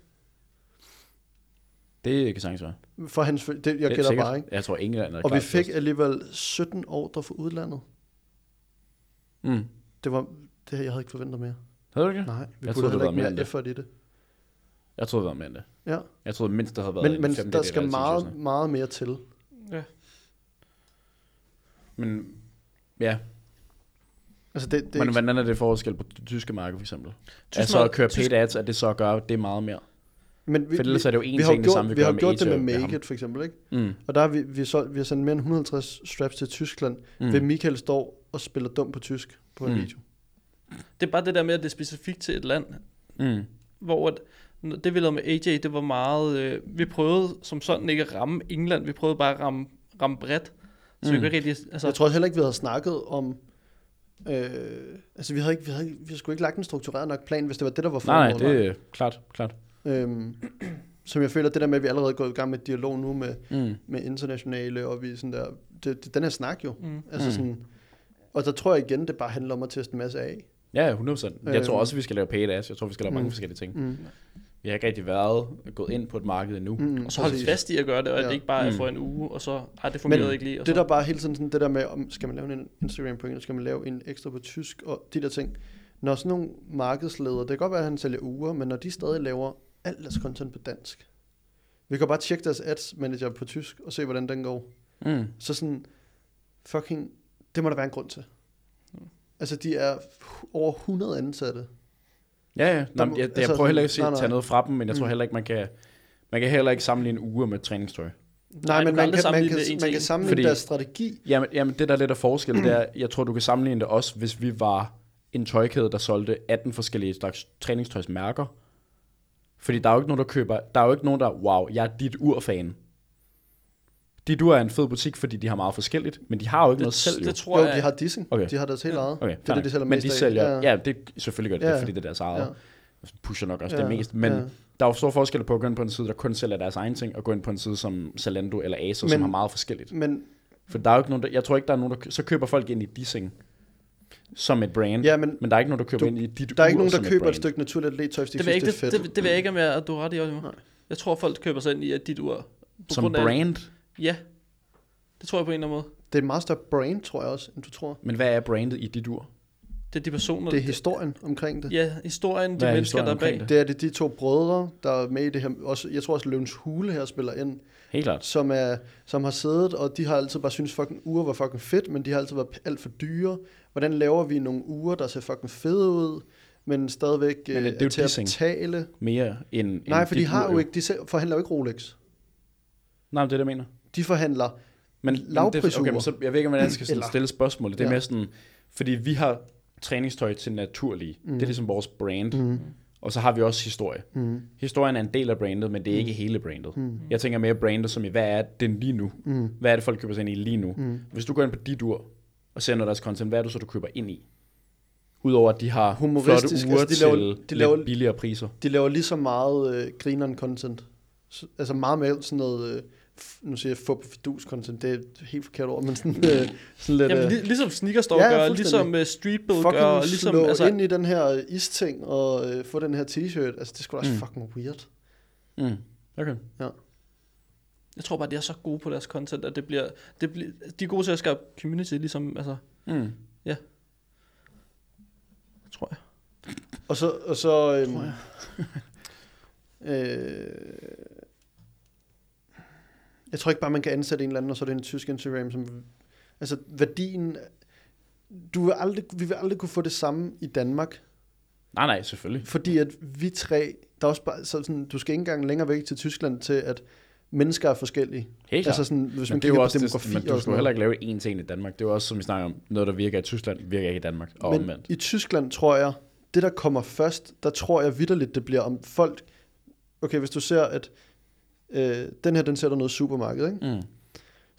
Speaker 2: Det kan sagtens være.
Speaker 1: For hans, føl- det, jeg
Speaker 2: Det er
Speaker 1: gætter
Speaker 2: sikkert.
Speaker 1: bare, ikke?
Speaker 2: Jeg tror, England er
Speaker 1: Og vi
Speaker 2: klart
Speaker 1: fik
Speaker 2: bedst.
Speaker 1: alligevel 17 ordre fra udlandet.
Speaker 2: Mm.
Speaker 1: Det var det, jeg havde ikke forventet mere.
Speaker 2: Havde du ikke det?
Speaker 1: Nej, vi
Speaker 2: Jeg
Speaker 1: jeg putter
Speaker 2: troede, det
Speaker 1: heller
Speaker 2: var
Speaker 1: ikke
Speaker 2: mere
Speaker 1: mere
Speaker 2: end det.
Speaker 1: effort i det.
Speaker 2: Jeg troede, det var mere end det.
Speaker 1: Ja.
Speaker 2: Jeg troede mindst, der havde været
Speaker 1: Men, men der skal meget, meget mere til.
Speaker 3: Ja.
Speaker 2: Men ja,
Speaker 1: Altså det, det er
Speaker 2: men
Speaker 1: ikke,
Speaker 2: hvordan er det forskel på det tyske marked for eksempel?
Speaker 3: Tysk
Speaker 2: Altså at
Speaker 3: marked-
Speaker 2: køre
Speaker 3: tysk-
Speaker 2: paid ads, at det så gør det meget mere.
Speaker 1: men vi,
Speaker 2: For ellers er det jo
Speaker 1: vi,
Speaker 2: en
Speaker 1: vi har
Speaker 2: ting,
Speaker 1: jo
Speaker 2: det samme
Speaker 1: gjort,
Speaker 2: vi
Speaker 1: vi
Speaker 2: gør
Speaker 1: har
Speaker 2: med
Speaker 1: gjort det
Speaker 2: Asia
Speaker 1: med Make
Speaker 2: og ham.
Speaker 1: It, for eksempel, ikke?
Speaker 2: Mm.
Speaker 1: Og der har vi, vi, har solgt, vi har sendt mere end 150 straps til Tyskland, mm. ved Michael står og spiller dum på tysk på en
Speaker 2: Mm.
Speaker 1: mm. video.
Speaker 3: Det er bare det der med, at det er specifikt til et land,
Speaker 2: Mm.
Speaker 3: hvor at, det vi lavede med AJ, det var meget... Øh, vi prøvede som sådan ikke at ramme England, vi prøvede bare at ramme, ramme bredt. Så mm.
Speaker 2: Mm.
Speaker 3: vi kan rigtig... Altså,
Speaker 1: Jeg tror heller ikke, vi havde snakket om... Øh, altså, vi havde, ikke, vi, havde, ikke- vi havde sgu ikke lagt en struktureret nok plan, hvis det var det, der var
Speaker 2: Nej, nej,
Speaker 1: formålet.
Speaker 2: det er klart, klart.
Speaker 1: Øhm, som jeg føler, det der med, at vi allerede er gået i gang med dialog nu med,
Speaker 2: Mm.
Speaker 1: med internationale, og vi sådan der, det, det, den her snak jo.
Speaker 3: Mm.
Speaker 1: Altså
Speaker 2: Mm.
Speaker 1: sådan, og der tror jeg igen, det bare handler om at teste en masse af.
Speaker 2: Ja, ja, 100%. Jeg tror
Speaker 1: Øhm.
Speaker 2: også, vi skal lave paid ads. Jeg tror, vi skal lave mange
Speaker 1: Mm.
Speaker 2: forskellige ting.
Speaker 1: Mm.
Speaker 2: Vi har ikke rigtig været gået ind på et marked endnu. Mm.
Speaker 1: Mm,
Speaker 3: og så holde
Speaker 1: præcis.
Speaker 3: fast i at gøre det, og at
Speaker 1: Ja.
Speaker 3: det ikke bare er
Speaker 2: Mm.
Speaker 3: for en uge, og så... Ej, det fungerede ikke lige. Og
Speaker 1: Det
Speaker 3: så,
Speaker 1: der bare hele tiden sådan, det der med, om, skal man lave en Instagram på engelsk, skal man lave en ekstra på tysk, og de der ting. Når sådan nogle markedsledere, det kan godt være, at han sælger uger, men når de stadig laver alt deres content på dansk, vi kan bare tjekke deres ads manager på tysk, og se, hvordan den går.
Speaker 2: Mm.
Speaker 1: Så sådan, fucking, det må der være en grund til.
Speaker 3: Hmm.
Speaker 1: Altså, de er hu- over 100 ansatte.
Speaker 2: Ja, ja.
Speaker 1: må-
Speaker 2: Nå, men jeg, jeg
Speaker 1: altså
Speaker 2: prøver
Speaker 1: sådan-
Speaker 2: heller ikke at sige-
Speaker 1: nej, nej.
Speaker 2: tage noget fra dem, men jeg tror
Speaker 1: Mm.
Speaker 2: heller ikke, man kan... Man kan heller ikke sammenligne uger med træningstøj.
Speaker 1: Nej,
Speaker 3: du
Speaker 1: men
Speaker 3: kan
Speaker 1: man
Speaker 3: aldrig
Speaker 1: kan, man
Speaker 3: sammenligne
Speaker 1: kan,
Speaker 3: det en til
Speaker 1: man kan
Speaker 3: en.
Speaker 1: sammenligne
Speaker 2: Fordi-
Speaker 1: deres strategi.
Speaker 2: Jamen, jamen det der er lidt af forskel, det er, jeg tror, du kan sammenligne det også, hvis vi var en tøjkæde, der solgte 18 forskellige slags træningstøjsmærker. Fordi der er jo ikke nogen, der køber... Der er jo ikke nogen, der... Wow, jeg er dit urfan. Dit ur er en fed butik, fordi de har meget forskelligt, men de har jo ikke noget selv.
Speaker 3: det,
Speaker 2: jo.
Speaker 3: det tror
Speaker 1: Jo,
Speaker 3: jeg...
Speaker 1: de har dissing.
Speaker 2: Okay.
Speaker 1: De har deres helt eget.
Speaker 2: Okay,
Speaker 1: det er det, de sælger
Speaker 2: men
Speaker 1: mest
Speaker 2: de
Speaker 1: af.
Speaker 2: sælger,
Speaker 1: Ja.
Speaker 2: ja. ja, det selvfølgelig gør de det,
Speaker 1: Ja.
Speaker 2: fordi det er deres eget. Ja. Pusher nok også ja.
Speaker 1: Ja.
Speaker 2: det mest, men ja.
Speaker 1: Ja.
Speaker 2: der er jo stor forskel på at gå ind på en side, der kun sælger deres egen ting, og gå ind på en side som Zalando eller Acer, men, som
Speaker 1: Men-
Speaker 2: har meget forskelligt.
Speaker 1: Men
Speaker 2: For der er jo ikke nogen, der, jeg tror ikke, der er nogen, der, kø- så køber folk ind i dissing som et brand,
Speaker 1: Ja, men
Speaker 2: men der er ikke nogen, der køber
Speaker 1: du-
Speaker 2: ind i dit
Speaker 1: Der er ikke
Speaker 2: ur
Speaker 1: nogen, der
Speaker 2: som
Speaker 1: køber
Speaker 2: brand.
Speaker 1: et stykke naturligt atlet tøj, fordi de
Speaker 3: Det vil jeg
Speaker 1: synes, det
Speaker 3: ikke,
Speaker 1: er fedt.
Speaker 3: det, det, det vil jeg ikke, om jeg, at du har ret i, Oliver.
Speaker 1: Nej.
Speaker 3: Jeg tror, folk køber sig ind i, at dit ur... på
Speaker 2: som
Speaker 3: grund af-
Speaker 2: brand.
Speaker 3: Ja. Det tror jeg på en eller anden måde.
Speaker 1: det er et meget større brand, tror jeg også, end du tror.
Speaker 2: Men hvad er brandet i dit ur?
Speaker 3: Det er de personer,
Speaker 1: Det er historien omkring det.
Speaker 3: ja, historien, de
Speaker 2: Hvad er
Speaker 3: mennesker,
Speaker 2: historien
Speaker 3: der er bag.
Speaker 2: omkring det?
Speaker 1: Det er det de to brødre, der er med i det her. Også, jeg tror også, Løvens Hule her spiller ind,
Speaker 2: Helt klart.
Speaker 1: som, er, som har siddet, og de har altid bare syntes, fucking uger var fucking fedt, men de har altid været alt for dyre. Hvordan laver vi nogle uger, der ser fucking fede ud, men stadigvæk men
Speaker 2: det er
Speaker 1: det,
Speaker 2: jo
Speaker 1: er til at
Speaker 2: dissing.
Speaker 1: betale?
Speaker 2: Mere end... end
Speaker 1: Nej, for de
Speaker 2: dit
Speaker 1: har jo
Speaker 2: ur-
Speaker 1: ikke, de selv- forhandler jo ikke Rolex.
Speaker 2: Nej, men det er det, jeg mener.
Speaker 1: De forhandler
Speaker 2: Men, men det,
Speaker 1: Lavprisure.
Speaker 2: okay, men så, jeg ved ikke, hvordan jeg skal sådan
Speaker 1: Eller-
Speaker 2: stille spørgsmålet. Det er
Speaker 1: Ja.
Speaker 2: mere sådan, fordi vi har træningstøj til naturlige. Mm. Det er ligesom vores brand. Mm. Og så har vi også historie. Mm. Historien er en del af brandet, men det er ikke hele brandet. Mm. Jeg tænker mere brandet som i, hvad er den lige nu? Mm. Hvad er det, folk køber sig ind i lige nu? Mm. Hvis du går ind på dit ur og ser noget af deres content, hvad er det så, du køber ind i? Udover at de har flotte uger
Speaker 1: Humoristisk, altså, de laver- de
Speaker 2: til
Speaker 1: laver-
Speaker 2: lidt billigere priser.
Speaker 1: de laver lige så meget øh, grineren content. Så, altså meget mere sådan noget, øh, f- nu siger jeg fup fidus content, det er et helt forkert ord, men sådan, øh, sådan lidt...
Speaker 3: Jamen,
Speaker 1: øh,
Speaker 3: lig, ligesom Sneakers Dog
Speaker 1: Ja,
Speaker 3: ja,
Speaker 1: ja,
Speaker 3: gør,
Speaker 1: fuldstændig.
Speaker 3: ligesom uh, Street Bill gør,
Speaker 1: fucking
Speaker 3: og ligesom...
Speaker 1: slå
Speaker 3: altså,
Speaker 1: altså, ind i den her øh, isting og øh, få den her t-shirt. Altså, det skulle også mm. fucking weird.
Speaker 2: Mm. Okay.
Speaker 1: Ja.
Speaker 3: Jeg tror bare, de er så gode på deres content, at det bliver... Det bliver de er gode til at skabe community, ligesom... Altså,
Speaker 2: Mm.
Speaker 3: tror jeg.
Speaker 1: Og så... Og så øhm, <laughs> øh, jeg tror ikke bare, man kan ansætte en eller anden, og så er det en tysk Instagram, som... Altså, værdien... Du vil aldrig, vi vil aldrig kunne få det samme i Danmark,
Speaker 2: Nej, nej, selvfølgelig.
Speaker 1: fordi at vi tre, der er også bare, så sådan, du skal ikke engang længere væk til Tyskland til, at mennesker er forskellige.
Speaker 2: Helt klart.
Speaker 1: altså sådan, hvis
Speaker 2: Men
Speaker 1: man
Speaker 2: det er
Speaker 1: kigger
Speaker 2: jo
Speaker 1: på
Speaker 2: også
Speaker 1: demografi
Speaker 2: demografi det, men du
Speaker 1: og
Speaker 2: skal
Speaker 1: sådan
Speaker 2: jo
Speaker 1: noget.
Speaker 2: heller ikke lave en til en i Danmark. Det er jo også, som vi snakker om, noget, der virker i Tyskland, virker ikke i Danmark, og
Speaker 1: Men
Speaker 2: omvendt.
Speaker 1: i Tyskland tror jeg, det der kommer først, der tror jeg vidderligt, det bliver om folk... Okay, hvis du ser, at øh, den her, den sætter noget i supermarkedet, ikke?
Speaker 2: Mm.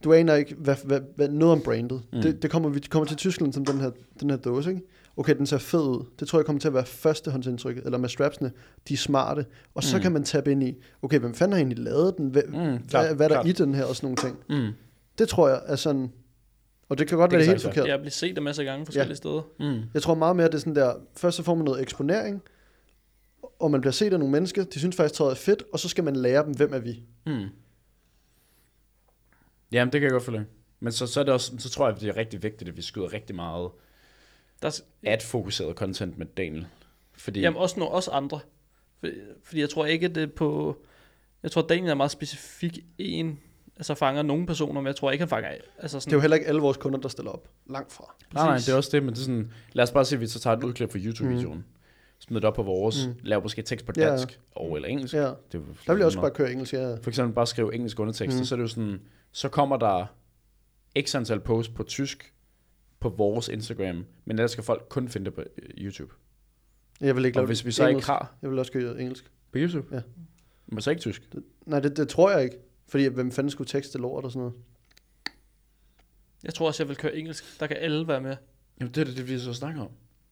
Speaker 1: Du aner ikke hvad, hvad, hvad, noget om brandet.
Speaker 2: Mm.
Speaker 1: Mm. Det, det kommer, vi kommer til Tyskland som den her, den her dåse, ikke? Okay, den ser fed ud. Det tror jeg kommer til at være førstehåndsindtrykket, eller med strapsene. De er smarte. Og så
Speaker 2: Mm.
Speaker 1: mm. kan man tabe ind i, okay, hvem fanden har egentlig lavet den? Hvad, mm,
Speaker 2: Mm,
Speaker 1: hvad, hvad er der
Speaker 2: klart.
Speaker 1: i den her, og sådan nogle ting.
Speaker 2: Mm.
Speaker 1: Det tror jeg er sådan... Og det kan godt
Speaker 2: Det
Speaker 1: det være
Speaker 2: kan
Speaker 1: helt
Speaker 2: sagtens
Speaker 1: forkert.
Speaker 3: Jeg bliver set en masse gange forskellige ja. steder.
Speaker 2: Mm.
Speaker 1: Jeg tror meget mere, det er sådan der, først så får man noget eksponering, og man bliver set af nogle mennesker, de synes faktisk, tøjet er fedt, og så skal man lære dem, hvem er vi.
Speaker 2: Mm. Jamen, det kan jeg godt følge. Men så, så, er det også, så tror jeg, det er rigtig vigtigt, at vi skyder rigtig meget
Speaker 3: Der er,
Speaker 2: ad-fokuseret content med Daniel. Fordi,
Speaker 3: Jamen også nogle også andre. Fordi, fordi jeg tror ikke, at det er på... Jeg tror, Daniel er meget specifik en, altså fanger nogle personer, men jeg tror ikke, han fanger... Altså
Speaker 1: Det er
Speaker 2: Mm.
Speaker 3: sådan,
Speaker 1: jo heller ikke alle vores kunder, der stiller op. Langt fra.
Speaker 2: nej, nej,
Speaker 3: præcis.
Speaker 2: det er også det, men det er sådan, lad os bare sige, at vi så tager et udklip fra YouTube-videoen, mm. smider det op på vores, mm. laver måske tekst på
Speaker 1: Ja.
Speaker 2: dansk, og eller engelsk.
Speaker 1: Ja.
Speaker 2: Det er jo
Speaker 1: Der vil jeg også
Speaker 2: meget-
Speaker 1: bare køre engelsk. Ja.
Speaker 2: for eksempel bare skrive engelsk undertekster, mm. så er det jo sådan, så kommer der x antal posts på tysk på vores Instagram, men ellers skal folk kun finde det på øh, YouTube.
Speaker 1: Jeg vil ikke
Speaker 2: Og
Speaker 1: lave
Speaker 2: hvis vi så ikke
Speaker 1: engelsk.
Speaker 2: har-
Speaker 1: Jeg vil også gøre engelsk.
Speaker 2: På YouTube?
Speaker 1: Ja.
Speaker 2: Men så ikke tysk.
Speaker 1: Nej, det, det tror jeg ikke. Fordi hvem fanden skulle tekste lort og sådan noget.
Speaker 3: Jeg tror også, jeg vil køre engelsk. Der kan alle være med.
Speaker 2: Jamen det er det, vi så snakker om.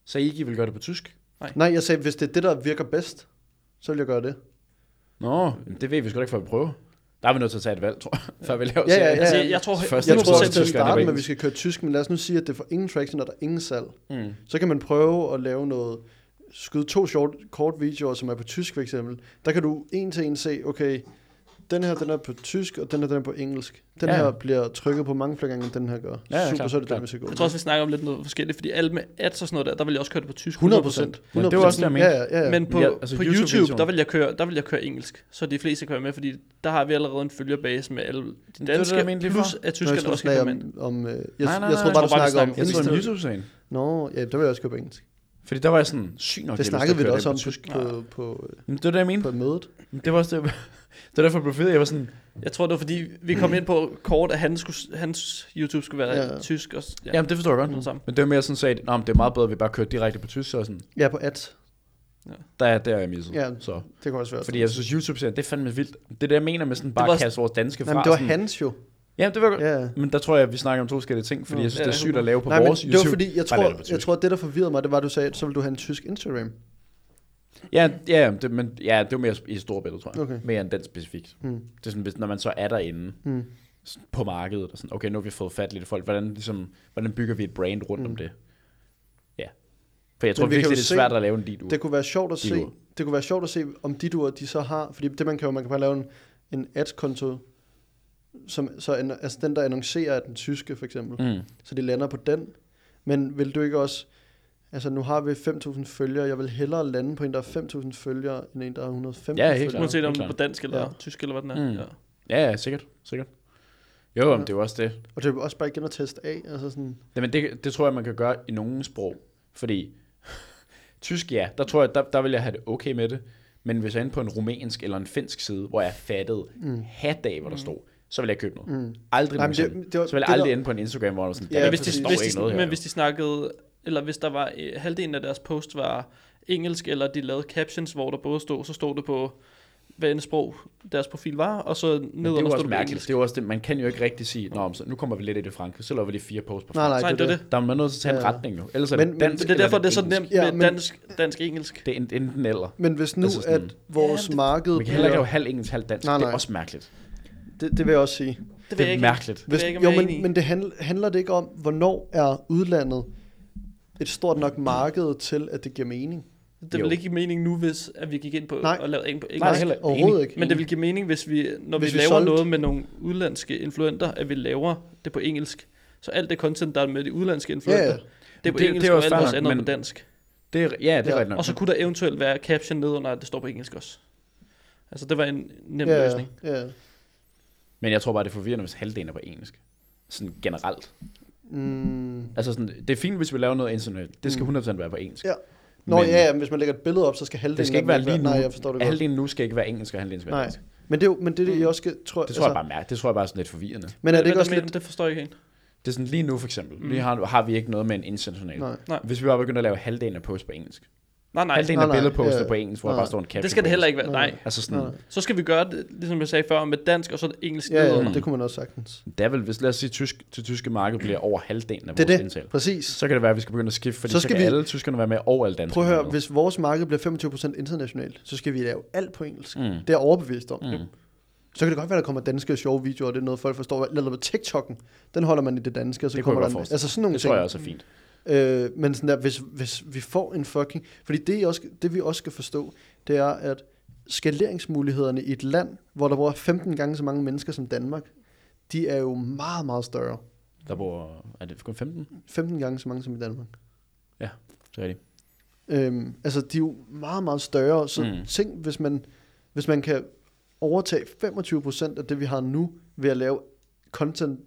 Speaker 2: Så I ikke vil gøre det på tysk?
Speaker 1: Nej, jeg sagde, hvis det er det, der virker bedst, så vil jeg gøre det.
Speaker 2: Nå, jamen, det ved vi sgu da ikke, før vi prøver. Der er vi nødt til at tage et valg, tror jeg, før vi laver
Speaker 1: Ja, ja,
Speaker 2: serien.
Speaker 1: ja.
Speaker 3: Altså, jeg, jeg tror,
Speaker 2: Først-
Speaker 1: Jeg
Speaker 2: Nu
Speaker 1: tror
Speaker 2: er
Speaker 1: også
Speaker 2: det
Speaker 1: til at
Speaker 2: tyskerne,
Speaker 1: starte
Speaker 2: ikke?
Speaker 1: med, at vi skal køre tysk, men lad os nu sige, at det får ingen traction, og der er ingen salg.
Speaker 2: Mm.
Speaker 1: Så kan man prøve at lave noget, skyde to short, kort videoer, som er på tysk for eksempel. Der kan du en til en se, okay, den her den er på tysk, og den her den er på engelsk. Den
Speaker 2: Ja.
Speaker 1: ja. her bliver trykket på mange flere gange, end den her gør.
Speaker 2: Ja, ja,
Speaker 1: Super,
Speaker 2: klart,
Speaker 1: så er det
Speaker 2: klart.
Speaker 1: den, vi skal gå.
Speaker 3: Jeg tror også, vi snakker om lidt noget forskelligt, fordi alle med ads og sådan noget der, der vil jeg også køre det på tysk.
Speaker 1: 100 procent.
Speaker 2: Men det var også det, jeg mente.
Speaker 1: Ja, ja, ja. Men,
Speaker 3: Men på,
Speaker 2: Ja,
Speaker 3: ja,
Speaker 2: altså
Speaker 3: altså på
Speaker 2: YouTube-videoen.
Speaker 3: YouTube, YouTube der, vil jeg køre, der vil jeg køre engelsk, så de fleste kan være med, fordi der har vi allerede en følgerbase med alle de
Speaker 2: det, jeg
Speaker 3: danske,
Speaker 2: mente lige
Speaker 3: plus
Speaker 2: før.
Speaker 1: Nå,
Speaker 3: at
Speaker 1: jeg
Speaker 3: tyskerne
Speaker 1: tror, du
Speaker 3: også kan være
Speaker 1: snakker
Speaker 3: med.
Speaker 1: om... om øh, jeg,
Speaker 2: nej, nej,
Speaker 1: jeg
Speaker 2: nej,
Speaker 1: tror bare, du
Speaker 3: jeg tror bare, vi
Speaker 1: snakker om...
Speaker 2: Jeg
Speaker 3: snakker
Speaker 2: tror,
Speaker 3: om
Speaker 1: Instagram.
Speaker 2: det er YouTube-serien.
Speaker 1: Nå, ja, der vil jeg også gå på engelsk.
Speaker 2: Fordi der var jeg sådan, syg nok,
Speaker 1: Det
Speaker 2: jeg har lyst til at
Speaker 1: snakkede vi da
Speaker 2: køre
Speaker 1: også
Speaker 2: på
Speaker 1: om
Speaker 2: tysk.
Speaker 1: på, på,
Speaker 2: Jamen, det var det, jeg mente.
Speaker 1: på mødet.
Speaker 2: Det var også det, det var derfor, jeg blev fed. Jeg var sådan,
Speaker 3: Jeg tror, det var fordi, vi kom ind på kort, at han skulle, hans YouTube skulle være
Speaker 1: Ja.
Speaker 3: ja. tysk. Og,
Speaker 2: ja. jamen det forstår jeg godt.
Speaker 3: Mm. Sammen.
Speaker 2: Men det var mere sådan sagt, at det er meget bedre, at vi bare kører direkte på tysk, så er sådan,
Speaker 1: Ja, på ads.
Speaker 2: der er der, er jeg misset.
Speaker 1: Ja.
Speaker 2: Så.
Speaker 1: Det kunne også være.
Speaker 2: Fordi jeg synes, YouTube-serien, det er fandme vildt. Det er det, jeg mener med sådan bare
Speaker 3: var-
Speaker 2: at kaste vores danske fra.
Speaker 1: Nej, men det var
Speaker 2: sådan-
Speaker 1: hans jo.
Speaker 2: Jamen, det var godt.
Speaker 1: Ja, ja.
Speaker 2: Men der tror jeg, at vi snakker om to forskellige ting, fordi jeg synes,
Speaker 3: Ja,
Speaker 2: det er
Speaker 3: ja,
Speaker 2: sygt at lave på
Speaker 1: Nej, men
Speaker 2: vores
Speaker 1: det
Speaker 2: YouTube.
Speaker 1: var fordi, jeg
Speaker 2: Bare lave det på
Speaker 1: tror, jeg
Speaker 2: tysk.
Speaker 1: tror, at det, der forvirrede mig, det var, at du sagde, at så ville du have en tysk Instagram.
Speaker 2: Ja, ja, det, men, ja, det var mere i store billeder, tror jeg.
Speaker 1: Okay.
Speaker 2: Mere end den specifikt.
Speaker 1: Mm.
Speaker 2: Det er sådan, hvis, når man så er derinde
Speaker 1: Mm.
Speaker 2: s- på markedet, og sådan, okay, nu har vi fået fat lidt i folk, hvordan, ligesom, hvordan bygger vi et brand rundt mm. om det? Ja. For jeg tror
Speaker 1: Men vi kan
Speaker 2: virkelig,
Speaker 1: jo
Speaker 2: det er
Speaker 1: se-
Speaker 2: svært at lave en dit uge.
Speaker 1: Det kunne være sjovt at se,
Speaker 2: Didur.
Speaker 1: det kunne være sjovt at se, om de duer, de så har, fordi det man kan jo, man kan bare lave en, en ads-konto, som, så en, altså den, der annoncerer er den tyske, for eksempel. Mm.
Speaker 2: Mm.
Speaker 1: Så de lander på den. Men vil du ikke også, Altså, nu har vi 5.000 følgere. Jeg vil hellere lande på en, der er 5.000 følgere, end en, der er 115
Speaker 2: Ja, helt
Speaker 1: følgere.
Speaker 2: klart.
Speaker 3: Uanset om
Speaker 2: det
Speaker 3: den
Speaker 2: er
Speaker 3: er på dansk eller
Speaker 1: Ja.
Speaker 3: tysk eller hvad den er.
Speaker 2: Mm.
Speaker 3: Ja.
Speaker 2: Ja, ja, sikkert, sikkert. Jo, ja. det er jo også det.
Speaker 1: Og det er jo også bare igen at teste af. Altså sådan,
Speaker 2: Jamen, det, det tror jeg, man kan gøre i nogle sprog. Fordi <laughs> tysk, ja, der tror jeg, der, der vil jeg have det okay med det. Men hvis jeg er inde på en rumænsk eller en finsk side, hvor jeg fattede mm. hat af, hvor der stod, så vil jeg købe noget. Mm. Aldrig
Speaker 1: Nej, men det-
Speaker 2: nogensinde.
Speaker 1: det var-
Speaker 2: Så vil jeg
Speaker 1: det
Speaker 2: aldrig
Speaker 1: der-
Speaker 2: ende på en Instagram, hvor der var sådan,
Speaker 1: Ja,
Speaker 2: ja,
Speaker 3: Men
Speaker 2: der,
Speaker 3: hvis
Speaker 2: hvis
Speaker 3: de,
Speaker 2: det står
Speaker 3: hvis
Speaker 2: ikke
Speaker 3: de,
Speaker 2: noget her.
Speaker 3: men hvis de snakkede, eller hvis der var øh, halvdelen af deres post var engelsk, eller de lavede captions, hvor der både stod, så stod det på, hvad end sprog deres profil var, og så
Speaker 2: Men det er
Speaker 3: ned
Speaker 2: jo
Speaker 3: og stod
Speaker 2: også
Speaker 3: det på
Speaker 2: mærkeligt.
Speaker 3: engelsk.
Speaker 2: Det er jo også det, man kan jo ikke rigtig sige, Nå, men så nu kommer vi lidt i det franske, så laver vi lige fire posts på
Speaker 1: nej,
Speaker 2: fransk.
Speaker 1: nej,
Speaker 3: Nej,
Speaker 1: det er det.
Speaker 2: Der er man nødt til at tage en
Speaker 1: Ja.
Speaker 2: retning jo. Ellers er
Speaker 1: Men-
Speaker 2: det
Speaker 1: men-
Speaker 2: dansk
Speaker 3: Det er derfor, det
Speaker 2: eller
Speaker 3: er så nemt
Speaker 1: Ja,
Speaker 3: med
Speaker 1: men-
Speaker 3: dansk, dansk-engelsk.
Speaker 2: Det er en- enten eller.
Speaker 1: Men hvis nu,
Speaker 2: Altså
Speaker 1: altså
Speaker 2: sådan-
Speaker 1: at vores
Speaker 3: Ja,
Speaker 1: ja, marked...
Speaker 2: Man kan heller ikke
Speaker 1: bliver-
Speaker 2: lave halv engelsk, halv dansk.
Speaker 1: Nej,
Speaker 2: Det er
Speaker 1: nej.
Speaker 2: også mærkeligt.
Speaker 1: det, det vil jeg også sige.
Speaker 3: Det,
Speaker 2: Det
Speaker 3: ved
Speaker 2: er
Speaker 3: jeg ikke.
Speaker 2: mærkeligt.
Speaker 3: Det ved jeg ikke, om
Speaker 1: jo,
Speaker 3: jeg er enig i.
Speaker 1: men, men det handl, handler det ikke om, hvornår er udlandet et stort nok marked til, at det giver mening?
Speaker 3: Det
Speaker 2: Jo.
Speaker 3: ville ikke give mening nu, hvis at vi gik ind på
Speaker 1: Nej.
Speaker 3: og lavede en på engelsk.
Speaker 2: Nej, heller
Speaker 1: overhovedet
Speaker 2: enig.
Speaker 1: ikke.
Speaker 3: Men det vil give mening, hvis vi, når
Speaker 1: Hvis
Speaker 3: hvis
Speaker 1: vi
Speaker 3: vi laver
Speaker 1: solgte-
Speaker 3: noget med nogle udlandske influenter, at vi laver det på engelsk. Så alt det content, der er med de udlandske influenter,
Speaker 1: Ja,
Speaker 3: ja,
Speaker 1: ja.
Speaker 3: ja. det er på
Speaker 2: Det-
Speaker 3: det,
Speaker 2: det
Speaker 3: engelsk,
Speaker 2: er
Speaker 3: det
Speaker 2: også
Speaker 3: og alt
Speaker 2: fair
Speaker 3: vores
Speaker 2: nok,
Speaker 3: andet
Speaker 2: men-
Speaker 3: på dansk.
Speaker 2: Det er, ja, det er
Speaker 1: Ja.
Speaker 2: ja. rigtigt nok.
Speaker 3: Og så kunne der eventuelt være caption nedenunder, at det står på engelsk også. Altså, det var en nem
Speaker 1: ja,
Speaker 3: løsning.
Speaker 1: ja, ja.
Speaker 2: Men jeg tror bare, det er forvirrende, hvis halvdelen er på engelsk. Sådan generelt.
Speaker 1: Mm.
Speaker 2: Altså sådan, det er fint, hvis vi laver noget internationalt. Det skal 100% være på engelsk.
Speaker 1: Ja. Nå
Speaker 2: Men-
Speaker 1: men, ja, ja, men hvis man lægger et billede op, så skal halvdelen...
Speaker 2: Det skal ikke
Speaker 1: af
Speaker 2: være
Speaker 1: den
Speaker 2: lige nu.
Speaker 1: Nej, jeg forstår det godt.
Speaker 2: Halvdelen nu skal ikke være engelsk, og halvdelen skal være
Speaker 1: Nej.
Speaker 2: dansk.
Speaker 1: Men det er jo men det, er det jeg også skal, tror, altså-
Speaker 2: Det tror jeg bare mærke. Det tror jeg bare er sådan lidt forvirrende.
Speaker 1: Men er det
Speaker 3: Hvad
Speaker 1: ikke
Speaker 3: der
Speaker 1: også
Speaker 3: mener
Speaker 1: lidt...
Speaker 3: du? Det forstår jeg ikke helt.
Speaker 2: Det er sådan lige nu for eksempel. Mm. Lige har, har vi ikke noget med en international.
Speaker 1: Nej.
Speaker 3: Nej.
Speaker 2: Hvis vi bare begynder at lave halvdelen af post på engelsk.
Speaker 3: Nej, nej,
Speaker 2: Halvdelen
Speaker 1: Nej,
Speaker 2: af
Speaker 1: nej.
Speaker 2: billedpostet
Speaker 1: Ja.
Speaker 2: på engelsk, hvor der
Speaker 1: Nej.
Speaker 2: bare står en caption
Speaker 3: det skal
Speaker 2: på
Speaker 3: det heller
Speaker 2: engelsk.
Speaker 3: ikke være. Nej.
Speaker 2: Altså sådan,
Speaker 1: Nej.
Speaker 3: Så skal vi gøre det, ligesom jeg sagde før, med dansk, og så engelsk
Speaker 1: Ja,
Speaker 3: nedenunder.
Speaker 2: Mm.
Speaker 1: ja, det kunne man også sagtens.
Speaker 2: der vil, hvis lad os sige, tysk, til tyske marked bliver over halvdelen af
Speaker 1: Det er
Speaker 2: vores
Speaker 1: det,
Speaker 2: indtale.
Speaker 1: præcis.
Speaker 2: Så kan det være, at vi skal begynde at skifte, fordi
Speaker 1: Så
Speaker 2: så,
Speaker 1: skal
Speaker 2: så kan
Speaker 1: vi-
Speaker 2: vi... alle tyskerne være med og alle danskere.
Speaker 1: Prøv at høre, hvis vores marked bliver 25% internationalt, så skal vi lave alt på engelsk. Mm.
Speaker 2: Mm.
Speaker 1: Det er jeg overbevist om.
Speaker 2: Mm.
Speaker 1: Så kan det godt være, der kommer danske sjove videoer, og det er noget, folk forstår. Eller på TikTok'en, den holder man i det danske, og så
Speaker 2: Det kunne
Speaker 1: kommer
Speaker 2: jeg
Speaker 1: der...
Speaker 2: godt
Speaker 1: en-
Speaker 2: forestille
Speaker 1: Altså sådan nogle
Speaker 2: Det
Speaker 1: ting.
Speaker 2: tror jeg også er fint.
Speaker 1: Øh, men sådan der, hvis, hvis vi får en fucking... Fordi det, I også, det vi også skal forstå, det er, at skaleringsmulighederne i et land, hvor der bor 15 gange så mange mennesker som Danmark, de er jo meget, meget større.
Speaker 2: Der bor, er det kun 15?
Speaker 1: 15 gange så mange som i Danmark.
Speaker 2: Ja, det er rigtigt.
Speaker 1: Øhm, altså, de er jo meget, meget større. Så mm.
Speaker 2: Mm.
Speaker 1: tænk, hvis man, hvis man kan overtage 25% af det, vi har nu, ved at lave content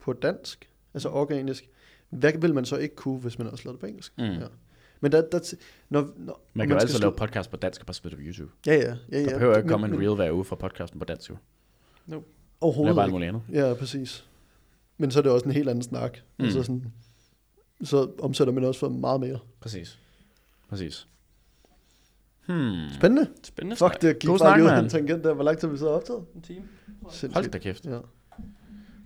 Speaker 1: på dansk, altså
Speaker 2: Mm.
Speaker 1: organisk, hvad vil man så ikke kunne, hvis man også lavede det på engelsk?
Speaker 2: Mm.
Speaker 1: Ja. Men der, der t- når, når,
Speaker 2: Man kan jo
Speaker 1: skal
Speaker 2: altid
Speaker 1: slu-
Speaker 2: lave podcast på dansk og bare spille det på YouTube.
Speaker 1: Ja, ja, ja, ja.
Speaker 2: Der behøver ikke
Speaker 1: Men-
Speaker 2: komme en
Speaker 1: men
Speaker 2: reel hver uge fra podcasten på dansk. jo. Det er
Speaker 1: Overhovedet
Speaker 2: bare alt
Speaker 1: ikke.
Speaker 2: muligt andet.
Speaker 1: Ja, præcis. Men så er det også en helt anden snak. Mm.
Speaker 2: Mm.
Speaker 1: Altså sådan, så omsætter man også for meget mere.
Speaker 2: Præcis. Præcis. Hmm.
Speaker 1: Spændende.
Speaker 3: Spændende
Speaker 1: Fuck, det gik bare
Speaker 2: God snak,
Speaker 1: lige ud af
Speaker 2: mand.
Speaker 1: en tangent der. Hvor lang tid har vi så optaget?
Speaker 3: En time.
Speaker 2: Hold da kæft.
Speaker 1: Ja.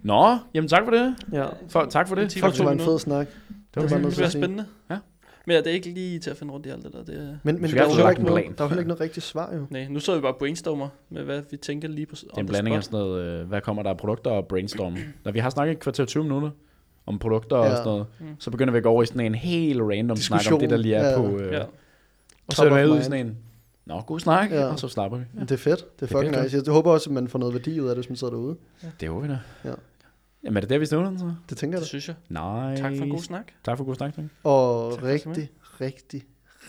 Speaker 2: Nå, jamen tak for det.
Speaker 1: ja.
Speaker 2: For, tak for det.
Speaker 3: Det
Speaker 1: Fuck, det
Speaker 3: var
Speaker 1: var en
Speaker 3: to
Speaker 1: fed snak.
Speaker 2: Det var
Speaker 1: bare
Speaker 2: fint.
Speaker 1: noget
Speaker 3: Det
Speaker 1: til
Speaker 3: bliver
Speaker 1: at sige.
Speaker 3: spændende.
Speaker 2: Ja.
Speaker 3: Men ja, det er ikke lige til at finde rundt i alt det der. Det er...
Speaker 1: Men, men
Speaker 2: Så
Speaker 1: der,
Speaker 2: jeg
Speaker 1: var
Speaker 2: har
Speaker 1: heller
Speaker 2: lagt
Speaker 1: ikke
Speaker 2: en
Speaker 1: noget,
Speaker 2: plan.
Speaker 1: der var heller ikke noget rigtigt svar jo.
Speaker 3: Nej, nu sidder vi bare og brainstormer med, hvad vi tænker lige på.
Speaker 2: Det er en blanding af sådan noget, øh, hvad kommer der af produkter og brainstorm. Når vi har snakket et kvarter og 20 minutter om produkter og
Speaker 1: Ja.
Speaker 2: sådan noget, så begynder vi at gå over i sådan en helt random snak om det, der lige er
Speaker 1: Ja.
Speaker 2: på. Øh,
Speaker 3: Ja.
Speaker 2: Og så er
Speaker 1: Top
Speaker 2: det
Speaker 1: of
Speaker 2: ud i
Speaker 1: mind.
Speaker 2: sådan en, nå, god snak,
Speaker 1: Ja.
Speaker 2: og så slapper vi.
Speaker 1: Men Det er fedt. Det er
Speaker 2: Det er
Speaker 1: fucking
Speaker 2: fedt,
Speaker 1: nice. Jeg håber også, at man får noget værdi ud af det, hvis man sidder derude.
Speaker 2: Det håber vi da.
Speaker 1: Ja.
Speaker 2: Jamen er det der, vi stod så?
Speaker 1: Det tænker jeg
Speaker 3: Det
Speaker 1: da.
Speaker 3: synes jeg.
Speaker 2: Nej.
Speaker 3: Tak for en god snak.
Speaker 2: Tak for god snak. drenge.
Speaker 1: Og
Speaker 3: Tak for
Speaker 1: rigtig, rigtig,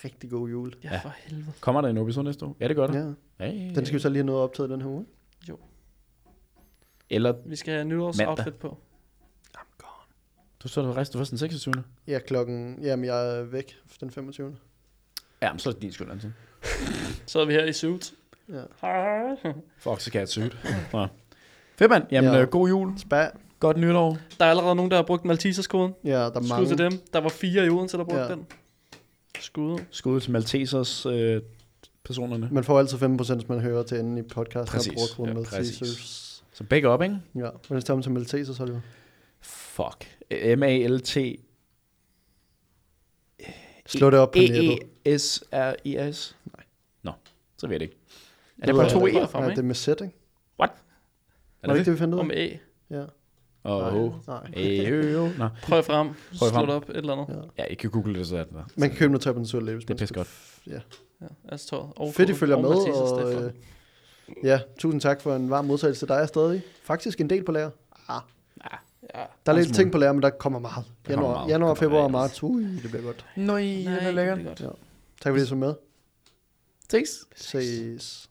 Speaker 1: rigtig god jul.
Speaker 3: Ja, for helvede.
Speaker 2: Kommer der en episode næste år? Ja, det gør der.
Speaker 1: Ja.
Speaker 2: Hey.
Speaker 1: Den skal vi så lige have noget optaget den her uge.
Speaker 2: Eller,
Speaker 3: Vi skal have nytårsoutfit på.
Speaker 2: du så der rejste du først den 26.
Speaker 1: Ja, klokken... Jamen, jeg er væk den 25.
Speaker 2: Ja, men så er det din skyld, Anton.
Speaker 3: Så er vi her i suit.
Speaker 1: Ja.
Speaker 2: Fuck, så kan jeg søge Nå. Fedt, mand. Jamen,
Speaker 1: Ja.
Speaker 2: øh, god jul.
Speaker 1: Spag.
Speaker 2: Godt nytår.
Speaker 3: Der er allerede nogen, der har brugt Maltesers-koden.
Speaker 1: Ja, der er
Speaker 3: Skud
Speaker 1: mange.
Speaker 3: til dem. Der var fire i Odense, der brugte
Speaker 1: Ja.
Speaker 3: den. Skud.
Speaker 2: Skud ud til Maltesers øh, personerne.
Speaker 1: Man får altid 5%, hvis man hører til enden i podcasten
Speaker 2: Præcis.
Speaker 1: og bruger koden
Speaker 2: Ja,
Speaker 1: med
Speaker 2: præcis.
Speaker 1: Teasers.
Speaker 2: Så begge op, ikke?
Speaker 1: Ja, men hvis det er om til Malteser, så er det jo
Speaker 2: Fuck. M-A-L-T.
Speaker 1: Slå det op
Speaker 2: E
Speaker 1: på nettet.
Speaker 2: E-E-S-R-I-S. Nej. Nå, så ved jeg det ikke. Er det
Speaker 1: ved
Speaker 2: bare
Speaker 1: jeg
Speaker 2: to
Speaker 1: ikke.
Speaker 2: E'er fra
Speaker 1: Nej,
Speaker 2: mig? E.
Speaker 1: det er med sæt, ikke?
Speaker 2: What?
Speaker 1: Var
Speaker 2: Er
Speaker 1: det ikke
Speaker 2: det det?
Speaker 1: det, vi fandt ud af?
Speaker 3: Om A.
Speaker 1: Ja.
Speaker 2: Åh, oh,
Speaker 1: Nej.
Speaker 2: Nå.
Speaker 3: Prøv frem.
Speaker 2: Prøv frem.
Speaker 3: Slå det op. Et eller andet.
Speaker 1: Ja.
Speaker 2: Ja, I kan google det, så er det der.
Speaker 1: Man kan købe noget tøj på den sorte label.
Speaker 2: Det er pisse godt.
Speaker 1: Ja.
Speaker 3: Ja, altså tøjet. Og
Speaker 1: Fedt, I
Speaker 3: koden.
Speaker 1: følger
Speaker 3: Og
Speaker 1: med.
Speaker 3: Maltesers, det er
Speaker 1: Og,
Speaker 3: flot.
Speaker 1: øh, ja, tusind tak for en varm modtagelse til dig stadig. Faktisk en del på lager. Ah.
Speaker 3: Ja.
Speaker 1: Der er
Speaker 2: en
Speaker 1: lidt
Speaker 2: smule.
Speaker 1: ting på lærer, men der kommer meget.
Speaker 2: Der
Speaker 1: Januar,
Speaker 2: kommer
Speaker 1: meget.
Speaker 2: meget.
Speaker 1: januar
Speaker 2: Der kommer
Speaker 1: februar og
Speaker 2: rigtig meget.
Speaker 1: marts. Ui, det bliver godt.
Speaker 2: Nøj, Nej, det er lækkert.
Speaker 3: godt.
Speaker 1: Tak fordi I så med.
Speaker 2: Ses.
Speaker 1: Ses.